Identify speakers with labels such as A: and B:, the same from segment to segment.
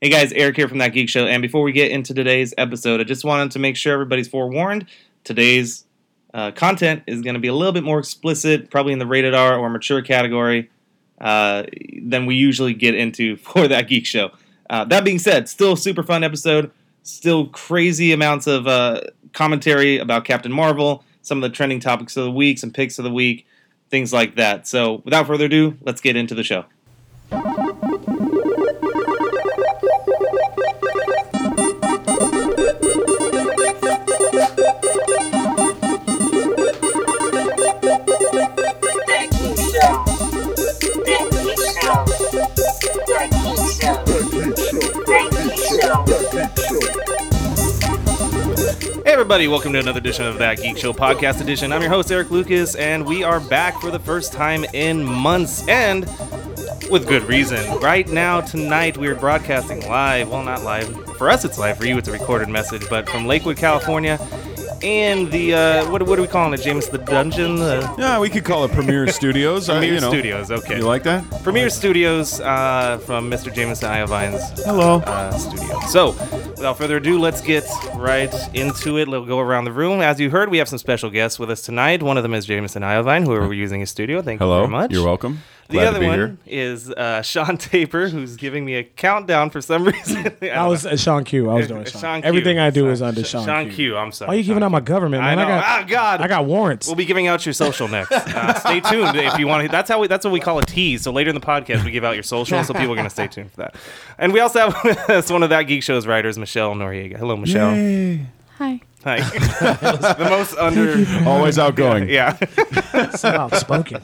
A: Hey guys, Eric here from That Geek Show. And before we get into today's episode, I just wanted to make sure everybody's forewarned. Today's uh, content is going to be a little bit more explicit, probably in the rated R or mature category uh, than we usually get into for That Geek Show. Uh, that being said, still a super fun episode, still crazy amounts of uh, commentary about Captain Marvel, some of the trending topics of the week, some picks of the week, things like that. So without further ado, let's get into the show.
B: That Geek Show. That Geek Show. That Geek Show. That Geek Show.
A: Hey everybody, welcome to another edition of That Geek Show Podcast Edition. I'm your host, Eric Lucas, and we are back for the first time in months and with good reason. Right now, tonight, we are broadcasting live. Well, not live. For us, it's live. For you, it's a recorded message, but from Lakewood, California. And the, uh, what, what are we calling it, James? The dungeon? The
C: Yeah, we could call it Premiere Studios. I-
A: Premier
C: Uh, you know.
A: Studios, okay.
C: You like that?
A: Premier Studios uh, from Mr. Jameson Iovine's
C: Hello.
A: uh, studio. So, without further ado, let's get right into it. Let's go around the room. As you heard, we have some special guests with us tonight. One of them is Jameson Iovine, who we're using his studio. Thank you
C: Hello.
A: very much.
C: You're welcome.
A: The
C: Glad
A: other
C: to be
A: one
C: here.
A: is uh, Sean Taper, who's giving me a countdown for some reason. I
D: I
A: don't
D: was
A: know.
D: uh, Sean Q. I was doing Sean.
A: Sean Q.
D: Everything I do
A: Sean-
D: is under
A: Sh-
D: Sean,
A: Sean
D: Q.
A: Q. I'm sorry.
D: Why are you
A: Sean
D: giving out my government,
A: I know.
D: man? got,
A: oh God.
D: I got warrants.
A: We'll be giving out your social next. Uh, stay tuned if you want to. That's how we. That's what we call a tease. So later in the podcast, we give out your social, so people are going to stay tuned for that. And we also have with us one of that geek show's writers, Michelle Noriega. Hello, Michelle.
C: Yay.
E: Hi.
A: Hi. the most under.
C: Always outgoing.
A: Yeah.
D: so outspoken.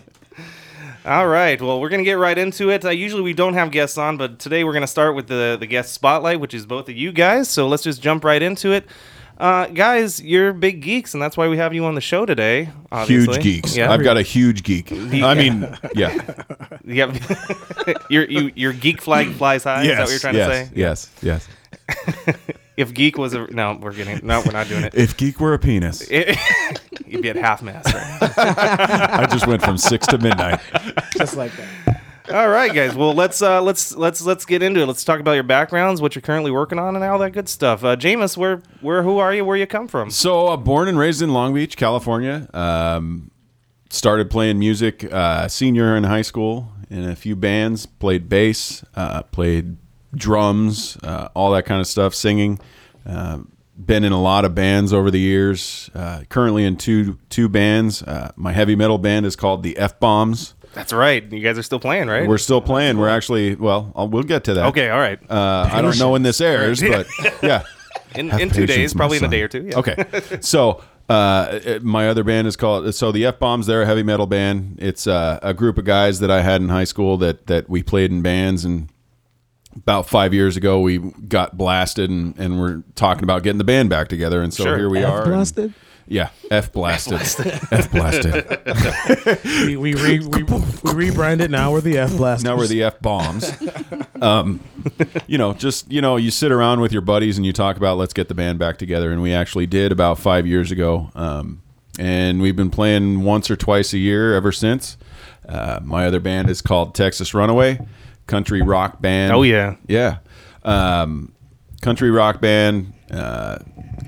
A: All right. Well, we're gonna get right into it. Uh, usually we don't have guests on, but today we're gonna start with the the guest spotlight, which is both of you guys. So let's just jump right into it. Uh, guys, you're big geeks, and that's why we have you on the show today. Obviously.
C: Huge geeks.
A: Yeah.
C: I've got a huge geek. I mean, yeah.
A: Yep. your you, your geek flag flies high. Is that what you're trying
C: yes,
A: to say?
C: Yes. Yes.
A: If geek was a no, we're getting no, we're not doing it.
C: If geek were a penis,
A: You'd be at half mast. right?
C: I just went from six to midnight.
D: Just like that.
A: all right, guys. Well, let's uh, let's let's let's get into it. Let's talk about your backgrounds, what you're currently working on, and all that good stuff. Uh, Jameis, where where who are you? Where you come from?
C: So, uh, born and raised in Long Beach, California. Um, started playing music uh, senior in high school in a few bands. Played bass, uh, played drums, uh, all that kind of stuff. Singing. Uh, been in a lot of bands over the years. Uh, currently in two two bands. Uh, my heavy metal band is called the F Bombs.
A: That's right. You guys are still playing, right?
C: We're still playing. We're actually well. I'll, we'll get to that.
A: okay. All right.
C: Uh, I don't know when this airs, but yeah.
A: in
C: Have
A: in two
C: patience,
A: days,
C: my
A: probably in a
C: son.
A: day or two. Yeah.
C: Okay. So uh, it- my other band is called so the F Bombs. They're a heavy metal band. It's uh, a group of guys that I had in high school that that we played in bands and. About five years ago, we got blasted, and, and we're talking about getting the band back together, and so
A: Sure.
C: here we are. and-
D: Blasted.
C: yeah, F blasted, F blasted.
D: We we, re, we we rebranded. Now we're the F blasters.
C: now we're the f bombs. um, you know, just you know, you sit around with your buddies and you talk about let's get the band back together, and we actually did about five years ago. Um, and we've been playing once or twice a year ever since. Uh, my other band is called Texas Runaway, country rock band.
A: Oh, yeah.
C: yeah. Um, country rock band. Uh,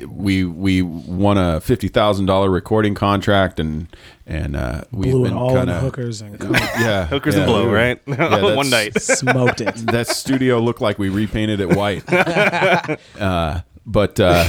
C: we we won a fifty thousand dollar recording contract, and and uh, we've
D: blew it
C: been
D: all
C: kind
D: in
C: of
D: hookers and coke.
C: yeah,
A: Hookers and
C: yeah,
A: blow,
C: we were-
A: right?
C: yeah,
A: One
C: that's-
A: night.
D: smoked it.
C: that studio looked like we repainted it white. uh, but uh,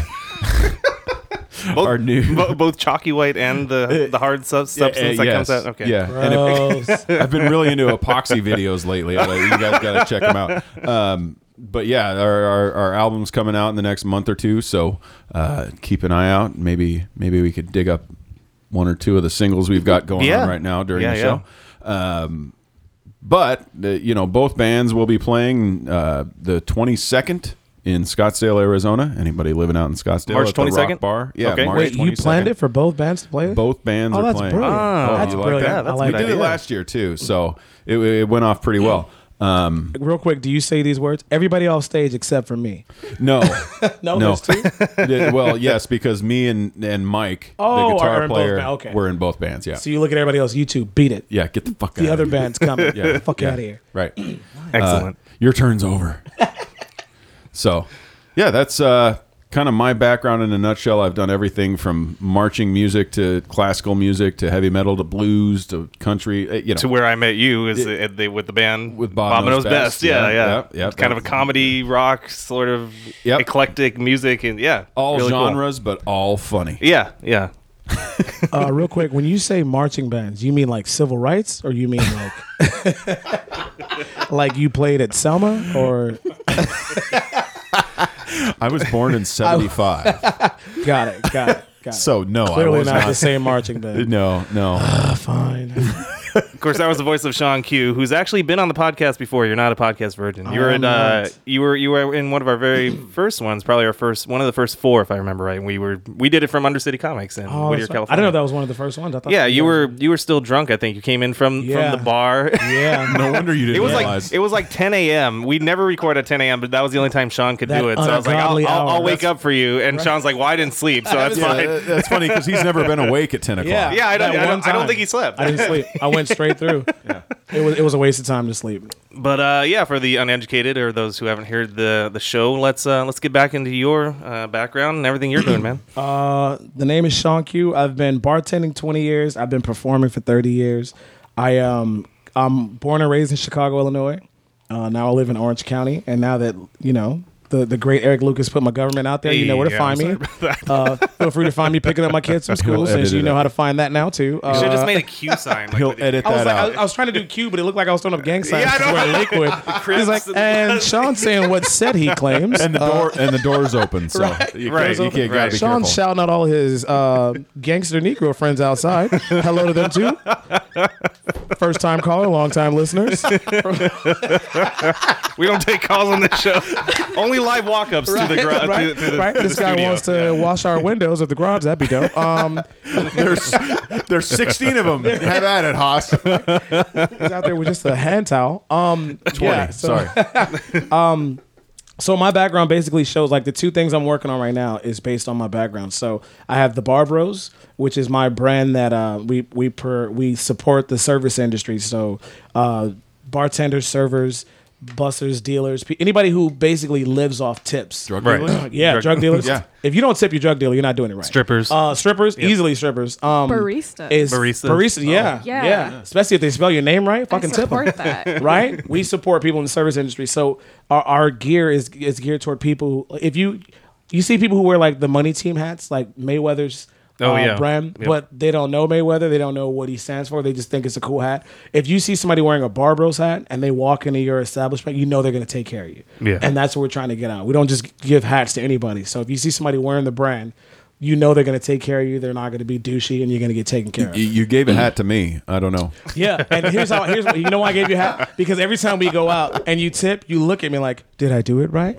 C: our new
A: Bo- both chalky white and the the hard sub- substance that
C: yes,
A: comes out. Okay.
C: yeah. And if-
D: Gross.
C: I've been really into epoxy videos lately. Like, you guys got to check them out. Um, but yeah, our, our our album's coming out in the next month or two, so uh, keep an eye out. Maybe maybe we could dig up one or two of the singles we've got going
A: Yeah.
C: on right now during
A: Yeah,
C: the
A: yeah.
C: show. Um, but the, you know, both bands will be playing uh, the 22nd in Scottsdale, Arizona. Anybody living out in Scottsdale?
A: March
C: at the Rock
A: 22nd?
C: bar. Yeah,
A: Okay.
C: March
D: Wait, you
C: 22nd.
D: planned it for both bands to play? it?
C: Both bands
D: Oh,
C: are
D: that's
C: playing.
D: brilliant.
A: Oh,
D: that's
C: you like
D: brilliant.
C: that?
A: Yeah,
D: I
A: that's
D: like
A: a
C: we
A: good
C: did
D: that.
C: it
A: idea.
C: last year too, so it, it went off pretty well. Um,
D: Real quick, do you say these words? Everybody off stage except for me.
C: no,
D: No,
C: no.
D: there's two?
C: Yeah, well, yes, because me and and Mike,
D: Oh,
C: the
D: are
C: guitar
D: in both
C: player,
D: ba- okay.
C: were in both bands. Yeah,
D: So you look at everybody else. You two beat it.
C: yeah. Get the fuck
D: The
C: out
D: other
C: of here.
D: band's coming.
C: Yeah,
D: Fuck
C: yeah,
A: Uh,
D: out of here.
C: Right.
A: Excellent.
C: Your turn's over. So, yeah, that's uh, kind of my background in a nutshell. I've done everything from marching music to classical music to heavy metal to blues to country. uh, You know,
A: to where I met you is at the, with the band
C: With Bob Knows Best.
A: Yeah,
C: Yeah,
A: yeah.
C: yep, yep.
A: kind of a comedy rock sort of
C: Yep.
A: eclectic music and yeah,
C: all
A: really cool.
C: genres, but all funny.
A: Yeah, yeah.
D: Uh, real quick, when you say marching bands, you mean like civil rights, or you mean like like you played at Selma, or
C: I was born in '75,
D: got it, got it, got it.
C: so no, I
D: Clearly
C: was
D: not,
C: not.
D: the same marching band.
C: no, no.
D: Fine.
A: Of course, that was the voice of Sean Q, who's actually been on the podcast before. You're not a podcast virgin. You were
D: I'm
A: in, uh,
D: not.
A: you were you were in one of our very first ones, probably our first one of the first four, if I remember right. And we were we did it from Undercity Comics in
D: Oh,
A: Whittier,
D: that's right.
A: California.
D: I didn't know that was one of the first ones. I thought
A: Yeah,
D: that
A: you
D: was-
A: were you were still drunk. I think you came in from
D: Yeah.
A: from the bar.
D: Yeah.
C: No wonder you didn't
A: It was
C: realize.
A: like it was like 10 a.m. We never record at 10 a.m., but that was the only time Sean could
D: That
A: do it. So I was like, I'll,
D: ungodly
A: I'll, I'll
D: hour.
A: wake
D: That's-
A: up for you. And Sean's like, well, I didn't sleep, so that's
C: yeah,
A: fine.
C: that- that's funny because he's never been awake at 10 o'clock.
D: Yeah,
A: Yeah, I don't-
D: that
A: I don't-
D: one
A: I don't
D: time.
A: think he slept.
D: I didn't sleep. I went straight through. It was it was a waste of time to sleep.
A: But uh, yeah, for the uneducated or those who haven't heard the the show, let's uh, let's get back into your uh, background and everything you're doing, man.
D: Uh, the name is Sean Q. I've been bartending 20 years. I've been performing for 30 years. I um I'm born and raised in Chicago, Illinois. Uh, now I live in Orange County, and now that you know the the great Eric Lucas put my government out there, you know where to
A: Hey,
D: find
A: I'm
D: me. Uh, feel free to find me picking up my kids from school,
C: We'll
D: since
C: edit
D: you
C: it
D: know
C: out.
D: how to find that now too. Uh,
A: Should have just made a Q sign. Like,
C: He'll
A: with-
C: edit
D: I was
C: that
D: like, I,
C: out.
D: was- I was trying to do Q, but it looked like I was throwing up gang signs.
A: I know.
D: we're in Lakewood. He's like, and Sean's saying what set he claims.
C: and the door and the door's open, so you,
A: right,
C: can't- you can't, gotta be
D: Sean's
C: careful.
D: shouting out all his uh, gangster Negro friends outside. Hello to them too. First time caller, long time listeners.
A: we don't take calls on this show. Only live walk ups to the garage.
D: right,
A: to, to the,
D: right.
A: to the
D: This guy
A: studio.
D: wants to wash our windows of the garage. That'd be dope. Um,
C: there's there's 16 of them. Have at it, Haas.
D: he's out there with just a hand towel. Um, yeah, so-
C: Sorry.
D: So my background basically shows like the two things I'm working on right now is based on my background. So I have the Bar Bros, which is my brand that uh, we we per, we support the service industry. So uh, bartenders, servers, bussers, dealers, pe- anybody who basically lives off tips.
C: Drug
A: Right.
C: dealer?
D: yeah, drug, dealers.
C: Yeah.
D: If you don't tip your drug dealer, you're not doing it right.
A: Strippers.
D: Uh, strippers, easily strippers. Um,
F: Baristas.
D: Is
A: Baristas.
D: Baristas, yeah,
F: Yeah.
D: yeah. Especially if they spell your name right,
F: I
D: fucking tip them
F: support that.
D: right? we support people in the service industry, so our, our gear is is geared toward people. who- If you you see people who wear like the money team hats, like Mayweather's. uh,
A: Oh, yeah.
D: brand,
A: Yep.
D: but they don't know Mayweather. They don't know what he stands for. They just think it's a cool hat. If you see somebody wearing a Barbros hat and they walk into your establishment, you know they're going to take care of you.
A: Yeah.
D: and that's what we're trying to get out. We don't just give hats to anybody. So if you see somebody wearing the brand, you know they're going to take care of you. They're not going to be douchey, and you're going to get taken care of.
C: You, you gave a hat to me. I don't know.
D: Yeah, and here's how. Here's you know why I gave you hat because every time we go out and you tip, you look at me like, "Did I do it right?"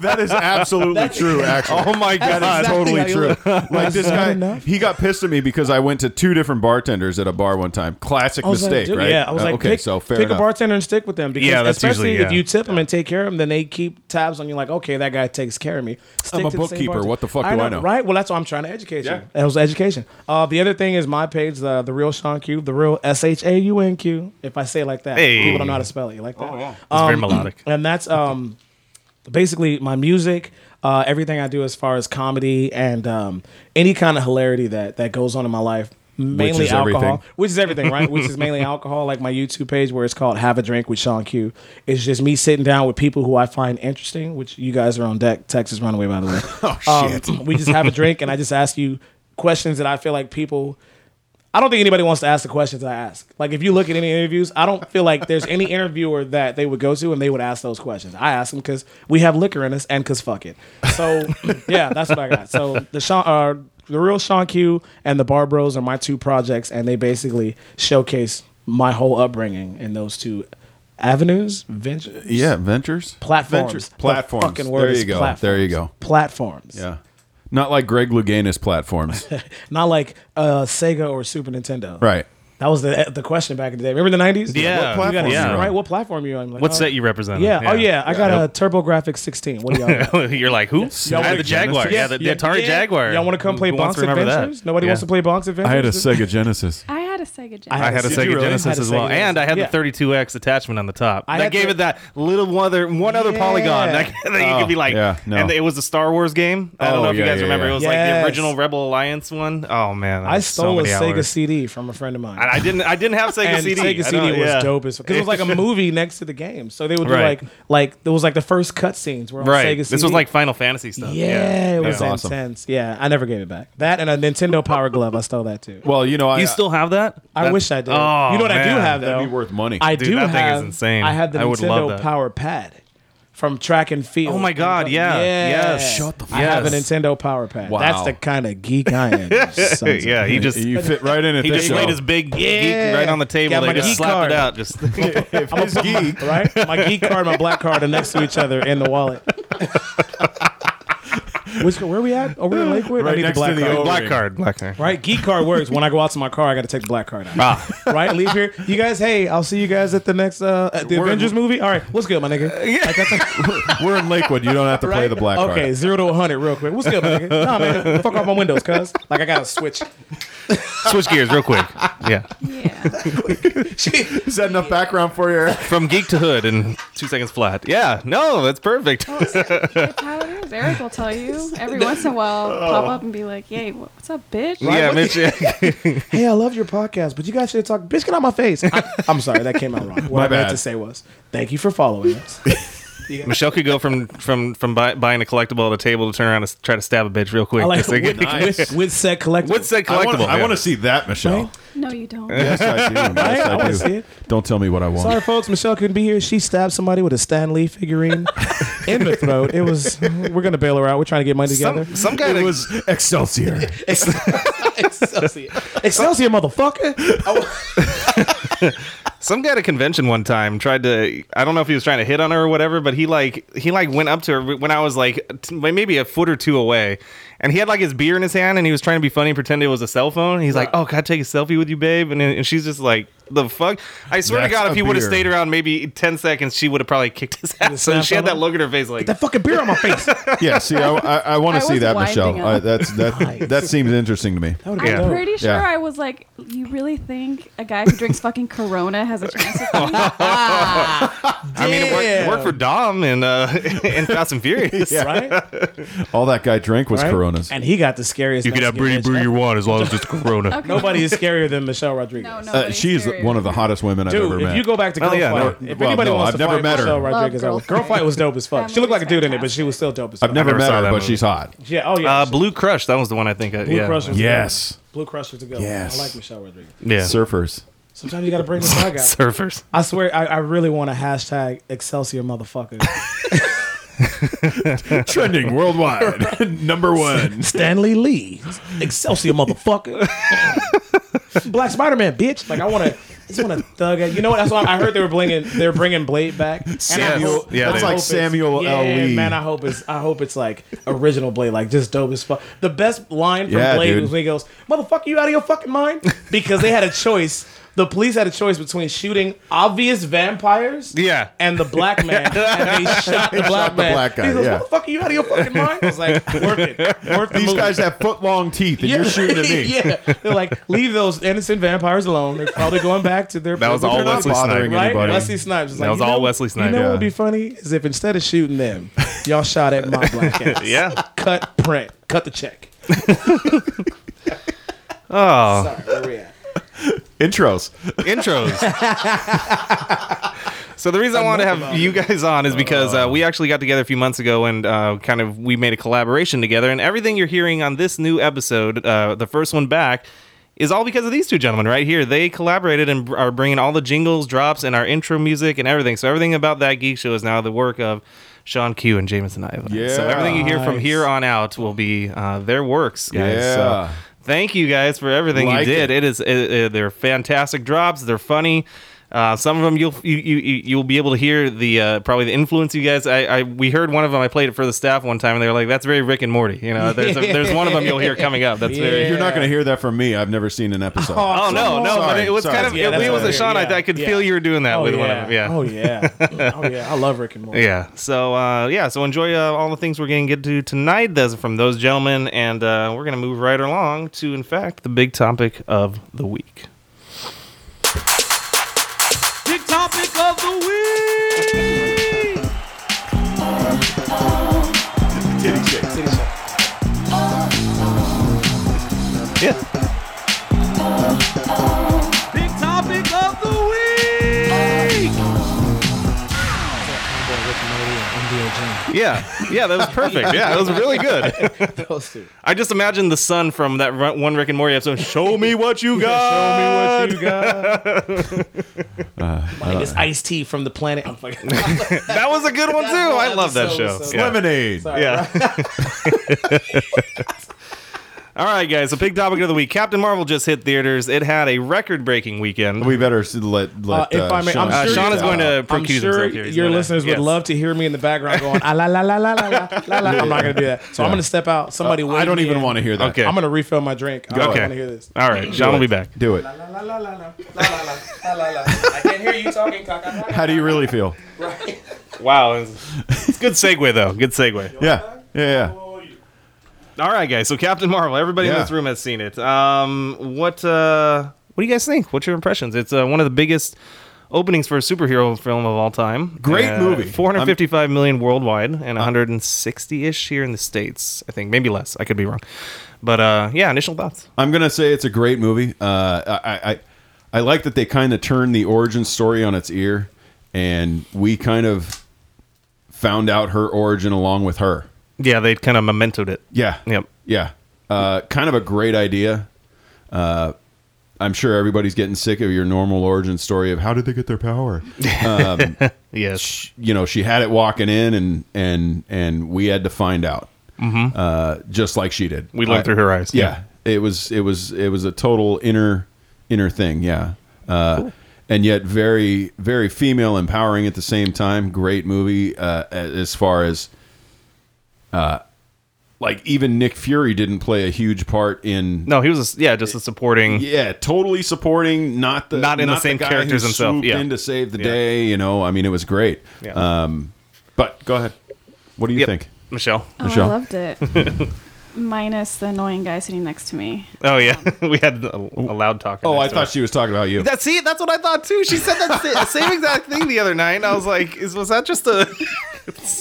C: That is absolutely true. Actually,
A: Oh my god!
C: That's totally
D: how you
C: true.
D: look.
C: Like this
D: Is that
C: guy,
D: enough?
C: he got pissed at me because I went to two different bartenders at a bar one time. Classic
D: I was
C: mistake,
D: like, dude,
C: right?
D: Yeah, I was
C: Uh,
D: like,
C: okay,
D: pick,
C: so fair
D: pick
C: enough.
D: a bartender and stick with them because
A: Yeah, that's
D: especially
A: usually-
D: if
A: yeah.
D: you tip them and take care of them, then they keep tabs on you. Like, okay, that guy takes care of me. Stick
C: a
D: to the same
C: bookkeeper.
D: bartender.
C: What the fuck do I know?
D: Right. Well, that's what I'm trying to educate
C: Yeah.
D: you. That was education. Uh, the other thing is my page, the the real Sean Q, the real S H A U N Q. If I say it like that,
A: Hey.
D: people don't know how to spell it. You like that? Oh yeah.
A: It's very melodic.
D: and that's um basically my music uh, everything i do as far as comedy and um, any kind of hilarity that that goes on in my life mainly
C: is
D: alcohol
C: everything.
D: which is everything right which is mainly alcohol like my youtube page where it's called have a drink with sean q it's just me sitting down with people who i find interesting which you guys are on deck texas runaway by the way oh shit we just have a drink and i just ask you questions that i feel like people I don't think anybody wants to ask the questions I ask. Like if you look at any interviews, I don't feel like there's any interviewer that they would go to and they would ask those questions. I ask them because we have liquor in us and because fuck it. So yeah, that's what I got. So the Sean, uh, the real Sean Q and the Bar Bros are my two projects, and they basically showcase my whole upbringing in those two avenues, ventures,
C: yeah, ventures,
D: platforms,
C: Ventures.
D: The
C: platforms.
D: fucking word
C: there
D: is
C: you go.
D: platforms.
C: There you go.
D: platforms.
C: Yeah, not like Greg Louganis platforms,
D: not like uh, Sega or Super Nintendo.
C: right?
D: That was the the question back in the day. Remember the nineties?
A: Yeah. What
D: you
C: platform
D: gotta-
A: yeah.
D: right. What platform are you on? Like,
A: What
D: oh,
A: set you represent?
D: Yeah. Oh yeah. I got a TurboGrafx 16. What do y'all? got?
A: You're like who? I had the Jaguar. Yeah, the, the Atari Jaguar.
D: Y'all want to come play
A: Who wants
D: Bonk's
A: to remember that?
D: Adventures? Nobody wants
A: Yeah.
D: to play Bonk's Adventures.
C: Sega Genesis.
F: I had a a Sega Genesis.
A: I had a
C: Did you
A: Sega
C: really?
A: Genesis
D: Had a
A: as
D: Sega
A: well, and I had
D: Yeah.
A: the 32x attachment on the top.
D: I
A: that
D: had
A: gave
D: the-
A: it that little one other one other
D: Yeah.
A: polygon that, that you could be like.
C: yeah, no.
A: And it was a Star Wars game. I don't
C: Oh,
A: know if you
C: yeah,
A: guys
C: yeah,
A: remember.
C: yeah.
A: It was like
D: Yes.
A: the original Rebel Alliance one. Oh man, that
D: I
A: was so
D: stole a
A: many
D: Sega
A: hours.
D: CD from a friend of mine.
A: And I didn't. I didn't have Sega
D: and
A: CD. I
D: Sega CD
A: don't-
D: was
A: yeah.
D: dope as because it was like a movie next to the game. So they would do
A: Right.
D: like like it was like the first cutscenes were on
A: right.
D: Sega CD.
A: This was like Final Fantasy stuff.
D: yeah, it was
C: Yeah. Awesome.
D: intense. Yeah, I never gave it back. That and a Nintendo Power Glove, I stole that too.
C: Well, you know, I uh,
A: You still have that?
D: I
A: That-
D: wish I did.
A: Oh,
D: you know what I do
A: man.
D: have
C: that'd
D: though.
C: be worth money.
D: I
A: Dude,
D: do
A: that
D: have.
A: thing is insane.
D: I had the
A: I would love
D: Nintendo
A: that.
D: Power Pad from Track and Field.
A: Oh my God, yeah, yes.
C: Shut the
D: I have a
A: Yes.
D: Nintendo Power Pad.
C: Wow.
D: That's the kind of geek I am.
A: yeah, he just
C: you fit right in at
A: he
C: this
A: just laid
C: show.
A: his big
D: Yeah.
A: geek right on the table.
D: Got my
A: They just
D: geek
A: slapped
D: card.
A: it out. Just
C: if his geek,
D: right? My geek card, my black card are next to each other in the wallet. Which, where are we at? Are we in Lakewood? I
C: Right
D: need
C: next
D: the black
C: to the
D: card.
C: old-
A: black card, black card.
D: Right? Geek card works. When I go out to my car, I got to take the black card out.
A: Ah.
D: Right? Leave here. You guys, hey, I'll see you guys at the next, uh, at the
C: We're-
D: Avengers movie. All right. What's good, my nigga? Yeah.
C: we're in Lakewood. You don't have to play the black
D: okay,
C: card.
D: zero to 100 real quick. What's good, my nigga? Nah, man. Fuck off my windows, cuz. Like, I got to switch.
A: Switch gears real quick. Yeah,
F: yeah.
C: Is that enough background for you? Eric?
A: from geek to hood in two seconds flat. Yeah, no, that's perfect.
F: That's how it is. Eric will tell you every once in a while, pop up and be like, "Yay, what's up, bitch?"
A: yeah, Mitch. yeah.
D: hey, I love your podcast, but you guys should talk. Bitch, get out my face. I, am sorry, that came out wrong. What I
C: bad.
D: meant to say was, thank you for following us.
A: Michelle could go from from from buy, buying a collectible at a table to turn around and s- try to stab a bitch real quick.
D: I like
A: Just like-
D: with, with, with said collectible.
A: What's that
C: I wanna-
A: collectible?
C: I
A: Yeah.
C: want to see that, Michelle.
F: No, you don't.
C: Yes, I do. Yes,
D: I
C: I
D: wanna
C: do.
D: see it.
C: Don't tell me what I want.
D: Sorry, folks. Michelle couldn't be here. She stabbed somebody with a Stan Lee figurine in the throat. It was. We're gonna bail her out. We're trying to get money together.
A: some some guy
C: It
A: that-
C: was Excelsior.
D: Excelsior, Excelsior, motherfucker.
A: Some guy at a convention one time tried to I don't know if he was trying to hit on her or whatever, but he like he like went up to her when I was like t- maybe a foot or two away. And he had like his beer in his hand and he was trying to be funny and pretend it was a cell phone. He's like, "Oh, can I take a selfie with you, babe?" And, then- and she's just like, "The fuck?" I swear
C: That's
A: to god if
C: a
A: he would have
C: beer.
A: stayed around maybe 10 seconds, she would have probably kicked his ass. So
D: snap
A: she had
D: on
A: that
D: him?
A: look in her face like
D: That fucking beer on my face. That
C: yeah, see, I, I, I want
F: I
C: to see
F: was
C: that,
F: winding
C: Michelle.
F: up.
C: I, that's that.
D: Nice.
C: That seems interesting to me.
D: would have
F: I'm
D: been dope.
F: pretty sure
C: Yeah.
F: I was like, "You really think a guy who drinks fucking Corona has a chance?" Of me?"
A: I mean, it worked, worked for Dom and uh in Fast and Furious.
D: Right?
C: All that guy drank was
D: right?
C: Coronas.
D: And he got the scariest. You
A: want as long as it's Corona.
D: Nobody is scarier than Michelle Rodriguez.
F: No, no.
C: Uh, she's one of the hottest women I've
D: Dude,
C: ever
D: if
C: met.
D: you go back to Girl
A: Oh, yeah,
D: Fight,
C: no,
D: if
C: well,
D: anybody
C: no,
D: wants
C: I've
D: to
C: never
D: fight
C: met her.
D: Michelle
C: Love
D: Rodriguez, I
F: Girl
D: would- Girl
F: Fight.
D: Fight was dope as fuck.
F: That
D: She looked like a
F: movie's
D: dude in it, but
F: fantastic.
D: she was still dope as fuck.
C: I've never,
A: never
C: met
A: saw
C: her,
A: that
C: but
A: movie.
C: she's hot.
D: Yeah. Oh yeah.
A: Uh, Blue Crush, that was the one I think. I,
D: Blue
A: yeah.
D: Crush. was
C: Yes.
D: good. Blue Crush was a good.
C: Yes.
D: One. I like Michelle Rodriguez.
A: Yeah.
C: Surfers.
D: Sometimes you gotta bring this dog out.
A: Surfers.
D: I swear, I, I really want to hashtag Excelsior motherfucker.
C: Trending worldwide. Number one.
D: Stanley Lee, Excelsior motherfucker. Black Spider Man, bitch. Like I want to, just want to thug it. You know what? That's why I heard they were bringing, they're bringing Blade back. And I
A: Samuel- yeah,
D: I
A: that's
D: hope
C: like
D: it's-
C: Samuel
D: yeah,
C: L. Lee.
D: Man, I hope it's, I hope it's like original Blade, like just dope as fuck. The best line from
C: Yeah,
D: Blade
C: dude.
D: was when he goes, "Motherfucker, you out of your fucking mind?" Because they had a choice. The police had a choice between shooting obvious vampires
A: Yeah.
D: and the black man. and they shot the black
C: the
D: man.
C: black guy,
D: he goes,
C: yeah.
D: "Motherfucker, you out of your fucking mind?" I was like, "Worth it, worth the
C: These
D: movie."
C: guys have foot long teeth, and you're shooting at me.
D: yeah, they're like, leave those innocent vampires alone. They're probably going back to their.
A: That was
D: they're
A: all
D: not
A: Wesley
C: bothering
A: Snipes.
D: Right,
C: anybody.
D: Wesley Snipes. Is
A: That
D: like,
A: was
D: you know-
A: all Wesley Snipes.
D: You know what would
C: Yeah.
D: be funny is if instead of shooting them, y'all shot at my black ass.
A: Yeah.
D: Cut print. Cut the check.
A: Oh,
D: Sorry, where we at?
C: Intros.
A: intros. so the reason I wanted to have you guys on is because uh, we actually got together a few months ago and uh, kind of we made a collaboration together. And everything you're hearing on this new episode, uh, the first one back, is all because of these two gentlemen right here. They collaborated and br- are bringing all the jingles, drops, and our intro music and everything. So everything about that geek show is now the work of. Sean Q and Jameson Ivan. So
C: Yeah.
A: everything you hear from
D: Nice.
A: here on out will be uh, their works, guys.
C: Yeah.
A: So thank you guys for everything
C: Like
A: you did. It
C: it.
A: is uh, uh, they're fantastic drops. They're funny. Uh, some of them you'll you, you you- you'll be able to hear the uh, probably the influence you guys. I, I we heard one of them. I played it for the staff one time, and they were like, "That's very Rick and Morty." You know, there's a, there's one of them you'll hear coming up. That's very.
C: You're not going to hear that from me. I've never seen an episode.
A: Oh no, no, but
C: Sorry,
A: it was
C: sorry.
A: kind of
D: Yeah,
A: it,
D: that's
A: it was
D: what I
A: a Sean.
D: heard.
A: I, I could
D: Yeah.
A: feel you were doing that
D: Oh,
A: with
D: yeah.
A: one of them. Yeah.
D: Oh yeah. Oh yeah. I love Rick and Morty.
A: Yeah. So uh, yeah. So enjoy uh, all the things we're going to get to tonight. That's from those gentlemen, and uh, we're going to move right along to, in fact, the big topic of the week.
D: NDA
A: Yeah, yeah, that was perfect. Yeah, that was really good.
D: Jam. Those two.
A: I just imagined the son from that run- one Rick and Morty episode. Show me what you got.
D: Show me what you got. My name is Ice T from the planet. I'm fucking.
A: That was a good one too.
D: whole
A: I love that
D: episode
A: show.
D: was so
A: Yeah.
C: Lemonade.
A: Yeah. All right, guys. The big topic of the week: Captain Marvel just hit theaters. It had a record-breaking weekend.
C: We better s- let let.
D: Uh, if I may,
C: Sean,
D: I'm
A: uh,
D: sure
A: Sean is going to
D: I'm
A: procuse
D: sure
A: himself here. He's
D: your
A: gonna-
D: listeners
A: yes.
D: would love to hear me in the background going, ah, la, la, la, la, la, la, la, la. I'm not going to do that. So I'm going to step out. Somebody wave
C: Uh, I don't
D: me
C: even
D: in.
C: want to hear that.
A: Okay.
D: I'm going to refill my drink. I don't
A: Okay.
D: want to hear this.
A: All right, Sean will be back.
C: Do it.
D: La, la, la, la, la, la, la, la, la, la. I can't hear you talking, Kaka.
C: How do you really feel?
A: Wow, it's good segue though. Good segue.
C: Yeah. Yeah. Yeah.
A: All right, guys. So Captain Marvel. Everybody in
C: Yeah.
A: this room has seen it. Um, what uh, what do you guys think? What's your impressions? It's uh, one of the biggest openings for a superhero film of all time. Uh,
C: Great movie. Uh.
A: 455 million worldwide and 160 ish here in the states. I think maybe less. I could be wrong. But uh, yeah, initial thoughts.
C: I'm gonna say it's a great movie. Uh, I, I I like that they kind of turned the origin story on its ear, and we kind of found out her origin along with her.
A: Yeah, they kind of mementoed it.
C: Yeah.
A: Yep.
C: Yeah. Uh, kind of a great idea. Uh, I'm sure everybody's getting sick of your normal origin story of how did they get their power.
A: Yes.
C: you know, she had it walking in, and and and we had to find out, mm-hmm. uh, just like she did.
A: We looked
C: I-
A: through her eyes.
C: Yeah, it was it was it was a total inner inner thing. Yeah, uh, and yet very very female empowering at the same time. Great movie uh, a- as far as uh, like even Nick Fury didn't play a huge part in.
A: No, he was a s yeah, just a supporting.
C: Yeah, totally supporting. Not the
A: Not in the same
C: guy
A: characters
C: who
A: himself,
C: swooped
A: yeah.
C: in to save the
A: Yeah.
C: day. You know, I mean, it was great.
A: Yeah.
C: Um, but go ahead. What do you
A: Yep.
C: think?
A: Michelle.
F: Oh,
C: Michelle.
F: I loved it. Minus the annoying guy sitting next to me.
A: Oh yeah, we had a, a loud talk.
C: Oh, I
A: next to
C: thought she was talking about you.
A: That see, that's what I thought too. She said that sa- same exact thing the other night, and I was like, "Is was that just a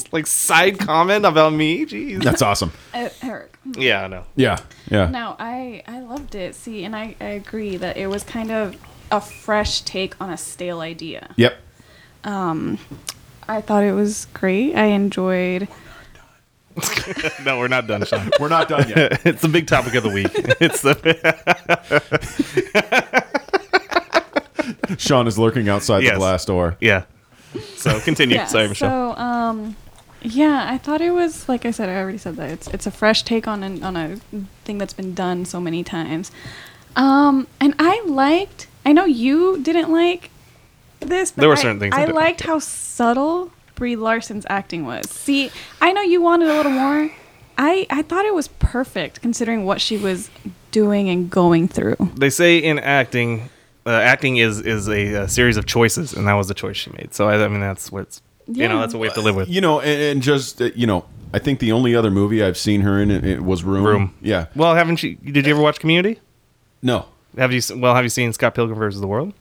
A: like side comment about me?" Jeez.
C: That's awesome.
F: Uh, Eric.
A: Yeah, I know.
C: Yeah, yeah.
F: No, I I loved it. See, and I, I agree that it was kind of a fresh take on a stale idea.
C: Yep.
F: I thought it was great. I enjoyed.
A: No, we're not done, Sean.
C: We're not done yet.
A: It's the big topic of the week. It's the
C: Sean is lurking outside
A: Yes.
C: the glass door.
A: yeah. So continue.
F: Yeah,
A: Sorry, Michelle.
F: So, um, yeah, I thought it was like I said. I already said that it's it's a fresh take on an, on a thing that's been done so many times. Um, and I liked. I know you didn't like this. But
A: There were
F: I-
A: certain things I
F: I
A: didn't
F: liked how subtle Brie Larson's acting was. See, I know you wanted a little more. I I thought it was perfect considering what she was doing and going through.
A: they say in acting, uh, acting is is a, uh series of choices, and that was the choice she made. So I, I mean, that's what's you know
F: Yeah.
A: that's what we have to live with.
C: You know, and, and just uh, you know, I think the only other movie I've seen her in it, it was Room.
A: Room.
C: Yeah.
A: Well, haven't you? Did you ever watch Community?
C: No.
A: Have you? s- Well, have you seen Scott Pilgrim versus the World?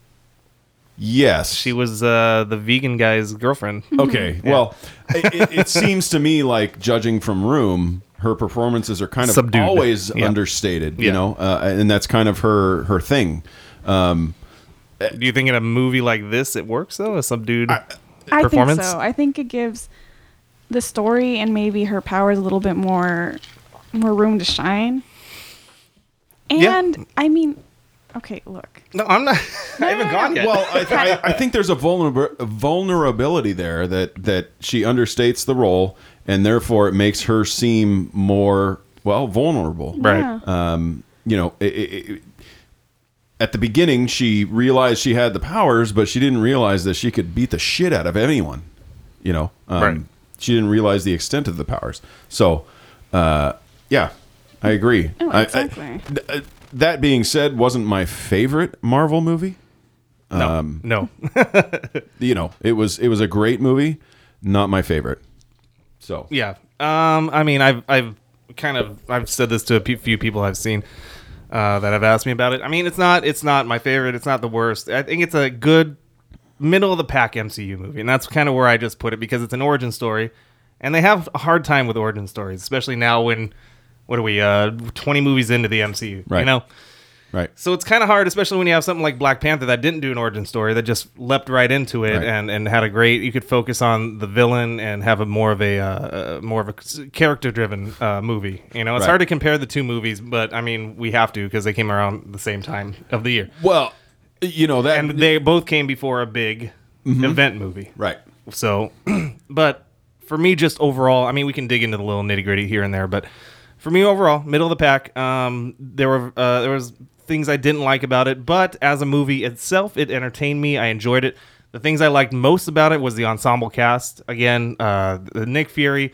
C: Yes.
A: She was uh, the vegan guy's girlfriend.
F: Hmm.
C: Okay. Well, it, it, it seems to me like judging from Room, her performances are kind of
A: Subdued.
C: always
A: Yeah.
C: understated.
A: Yeah.
C: You know, uh, and that's kind of her her thing.
A: Do you think in a movie like this it works though? A subdued.
F: I
A: performance?
F: think so. I think it gives the story and maybe her powers a little bit more more room to shine.
A: Yeah.
F: And I mean, okay, look.
A: no, I'm not. I haven't gone yet.
C: Well, I, I, I think there's a vulnerab- vulnerability there that that she understates the role, and therefore it makes her seem more well vulnerable.
A: Right.
F: Yeah.
C: um, you know, it, it, it, at the beginning she realized she had the powers, but she didn't realize that she could beat the shit out of anyone. You know, um,
A: Right.
C: She didn't realize the extent of the powers. So, uh, yeah, I agree.
F: Oh,
C: I- I-
F: exactly.
C: th- uh, that being said, wasn't my favorite Marvel movie.
A: no, no.
C: You know, it was it was a great movie, not my favorite. So
A: yeah. Um. I mean, I've I've kind of I've said this to a pe- few people I've seen uh, that have asked me about it. I mean, it's not it's not my favorite. It's not the worst. I think it's a good middle of the pack MCU movie, and that's kind of where I just put it because it's an origin story, and they have a hard time with origin stories, especially now when what are we uh 20 movies into the MCU, you
C: Right.
A: know.
C: Right.
A: So it's kind of hard, especially when you have something like Black Panther that didn't do an origin story that just leapt right into it
C: Right.
A: and and had a great. You could focus on the villain and have a more of a uh, uh, more of a character driven uh, movie. You know, it's
C: Right.
A: hard to compare the two movies, but I mean we have to because they came around the same time of the year,
C: Well, you know that.
A: and they both came before a big event movie.
C: Mm-hmm. right.
A: So, but for me, just overall, I mean, we can dig into the little nitty gritty here and there, but for me overall, middle of the pack. Um, there were uh, there was things I didn't like about it, but as a movie itself, it entertained me. I enjoyed it. The things I liked most about it was the ensemble cast. Again, uh, the Nick Fury.